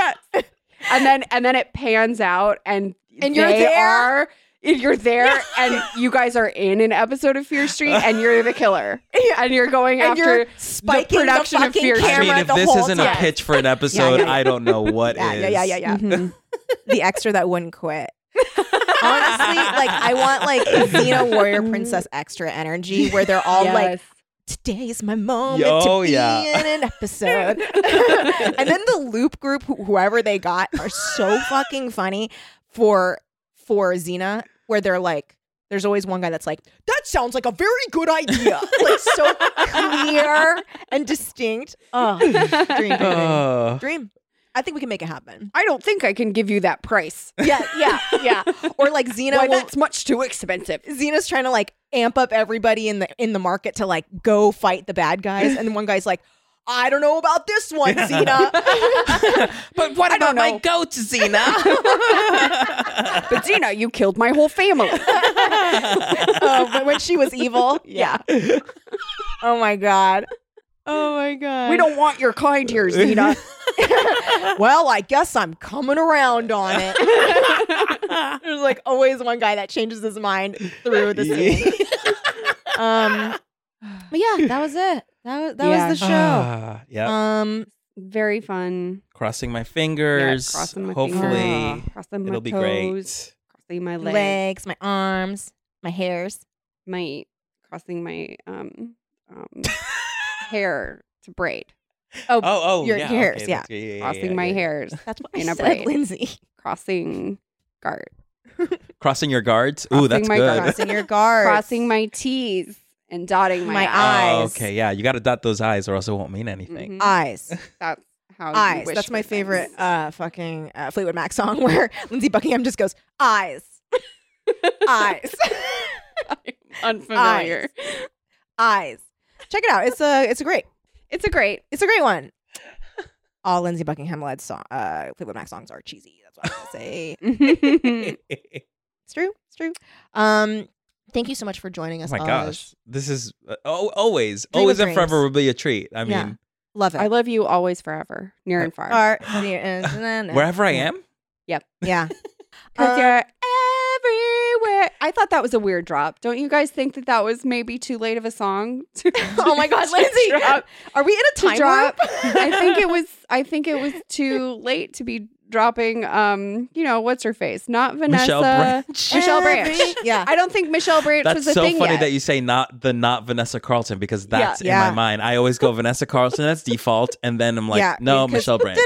us. And then and then it pans out and And you're they there? Are, and you're there and you guys are in an episode of Fear Street and you're the killer. And you're going And after you're spiking the production of fucking Fear Street. I camera mean, if the this whole isn't time. a pitch for an episode, yeah, yeah. I don't know what yeah, is. yeah, yeah, yeah, yeah. Mhm. the extra that wouldn't quit. Honestly, like I want like Xena Warrior Princess extra energy where they're all like, "Today is my moment Yo, to be yeah. in an episode," and then the loop group, wh- whoever they got, are so fucking funny for for Xena, where they're like. There's always one guy that's like, that sounds like a very good idea. like so clear and distinct. Oh, dream, dream, dream. Oh. dream. I think we can make it happen. I don't think I can give you that price. Yeah, yeah, yeah. Or like Xena Why, will- that's much too expensive. Xena's trying to like amp up everybody in the in the market to like go fight the bad guys, and then one guy's like, I don't know about this one, Zena. but what I don't about my know. goat, Zena? But Zena, you killed my whole family. Oh, but when she was evil. Yeah. Oh my god. Oh my god. we don't want your kind here, Zena. well, I guess I'm coming around on it. There's like always one guy that changes his mind through the scene. um, but yeah, that was it. That was that Yeah. was the show. Ah, yep. Um, Very fun. crossing my Yeah, fingers. crossing my fingers, Hopefully, crossing my it'll be toes, great. Crossing my legs. legs, my arms, my hairs. my crossing my um, um hair to braid, Oh, Oh, oh, your yeah, hairs, okay, yeah. that's- yeah, yeah, yeah, crossing yeah, my yeah. hairs, that's what in I a said, braid. Lindsay. crossing guard, crossing your guards. Ooh, Crossing that's my good. guards. Crossing your guards, crossing my T's, and dotting my, My I's. Oh, eyes. okay, yeah, you got to dot those eyes, or else it won't mean anything. Mhm. eyes. That's how you eyes. wish That's my for things. favorite uh, fucking uh, Fleetwood Mac song where Lindsey Buckingham just goes eyes, eyes, Unfamiliar. eyes. Check it out. It's a it's a great It's a great. it's a great one. All Lindsey Buckingham led song, uh, Fleetwood Mac songs are cheesy. That's what I'm gonna say. Thank It's true. It's true. Um, thank you so much for joining oh us. my Oz. gosh, this is uh, oh, always, Dream of always, and dreams. forever will be a treat. I mean, Yeah. love it. I love you always, forever, near and far. Art, the- uh, wherever I am, Yeah. 'Cause Uh, you're everywhere. I thought that was a weird drop. Don't you guys think that that was maybe too late of a song? to- oh my God, to Lindsay, drop- are we in a to time drop? warp? I think it was. I think it was too late to be dropping. Um, you know what's her face? Not Vanessa. Michelle Branch. Michelle Branch. Every- yeah. I don't think Michelle Branch That's was a so thing funny yet. that you say not the not Vanessa Carlton because that's in Yeah. my mind. I always go Vanessa Carlton. That's default, and then I'm like, yeah, no, because- Michelle Branch.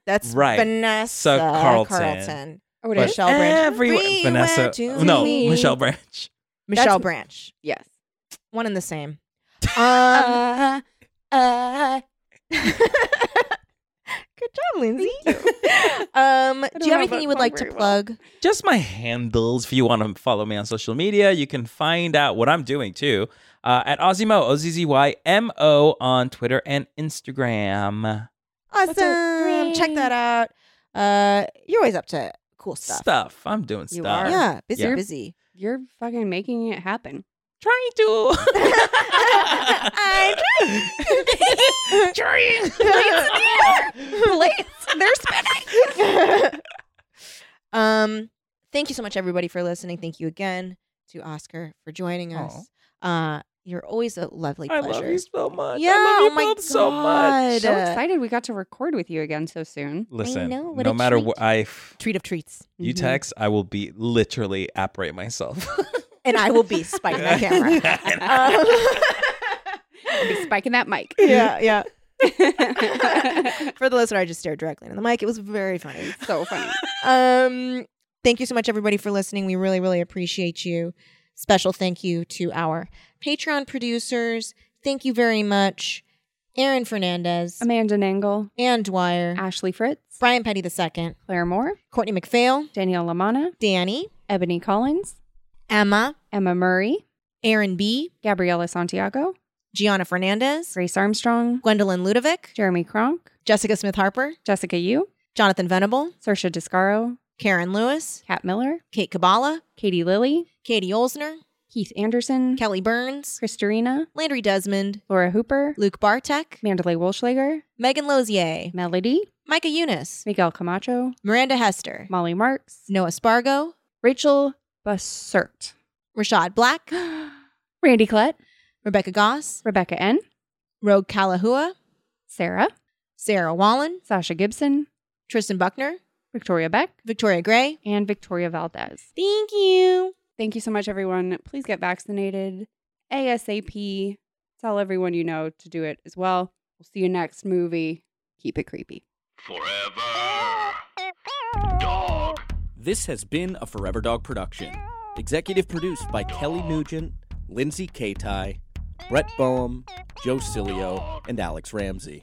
That's Right. Vanessa So Carlton. Carlton. oh, it But is? Michelle Branch. everywhere- Everywhere Vanessa. to No, me. Michelle Branch. Michelle That's- Branch. Yes. One and the same. Um, Uh, uh, Good job, Lindsay. um, do you have know anything that you would song like to very well. plug? Just my handles. If you want to follow me on social media, you can find out what I'm doing too uh, at Ozzymo, O Z Z Y M O on Twitter and Instagram. Awesome. Check that out. Uh, you're always up to cool stuff. Stuff. I'm doing You stuff. are. Yeah, busy, Yeah. busy. you're fucking making it happen. Trying to. I'm trying. They're spinning. um, thank you so much, everybody, for listening. Thank you again to Oscar for joining Aw. us. Uh, you're always a lovely I pleasure. love you so much. Yeah, I love oh you my both so God. much. So Uh, excited we got to record with you again so soon. Listen, know, what no a matter treat. Mm-hmm. what I f- Treat of treats, you Mhm. text, I will be literally apparate myself. and I will be spiking my camera. Um, I'll be spiking that mic. yeah, yeah. for the listener, I just stared directly into the mic. It was very funny. so funny. um thank you so much everybody for listening we really really appreciate you special thank you to our patreon producers thank you very much aaron fernandez Amanda Nangle, ann dwyer Ashley Fritz, brian petty II, Claire Moore, courtney mcphail Danielle Lamana, danny Ebony Collins, emma Emma Murray, aaron b Gabriela Santiago, gianna fernandez Grace Armstrong, gwendolyn ludovic Jeremy Kronk, jessica smith harper Jessica Yu, jonathan venable Sersha Descaro, karen lewis Kat Miller, kate kabbalah Katie Lilly, katie olsner Keith Anderson, kelly burns Christerina, landry desmond Laura Hooper, luke bartek Mandalay Wolschlager, megan lozier Melody, Micah Eunice, Miguel Camacho, Miranda Hester, Molly Marks, Noah Spargo, Rachel Bassert, Rashad Black, Randy Klett, Rebecca Goss, Rebecca N., Rogue Kalahua, Sarah, Sarah Wallen, Sasha Gibson, Tristan Buckner, Victoria Beck, Victoria Gray. and Victoria Valdez. Thank you. Thank you so much, everyone. Please get vaccinated ASAP. Tell everyone you know to do it as well. We'll see you next movie. Keep it creepy. Forever. Dog. This has been a Forever Dog production. Executive produced by Kelly Nugent, Lindsay Katai, Brett Boehm, Joe Cilio, and Alex Ramsey.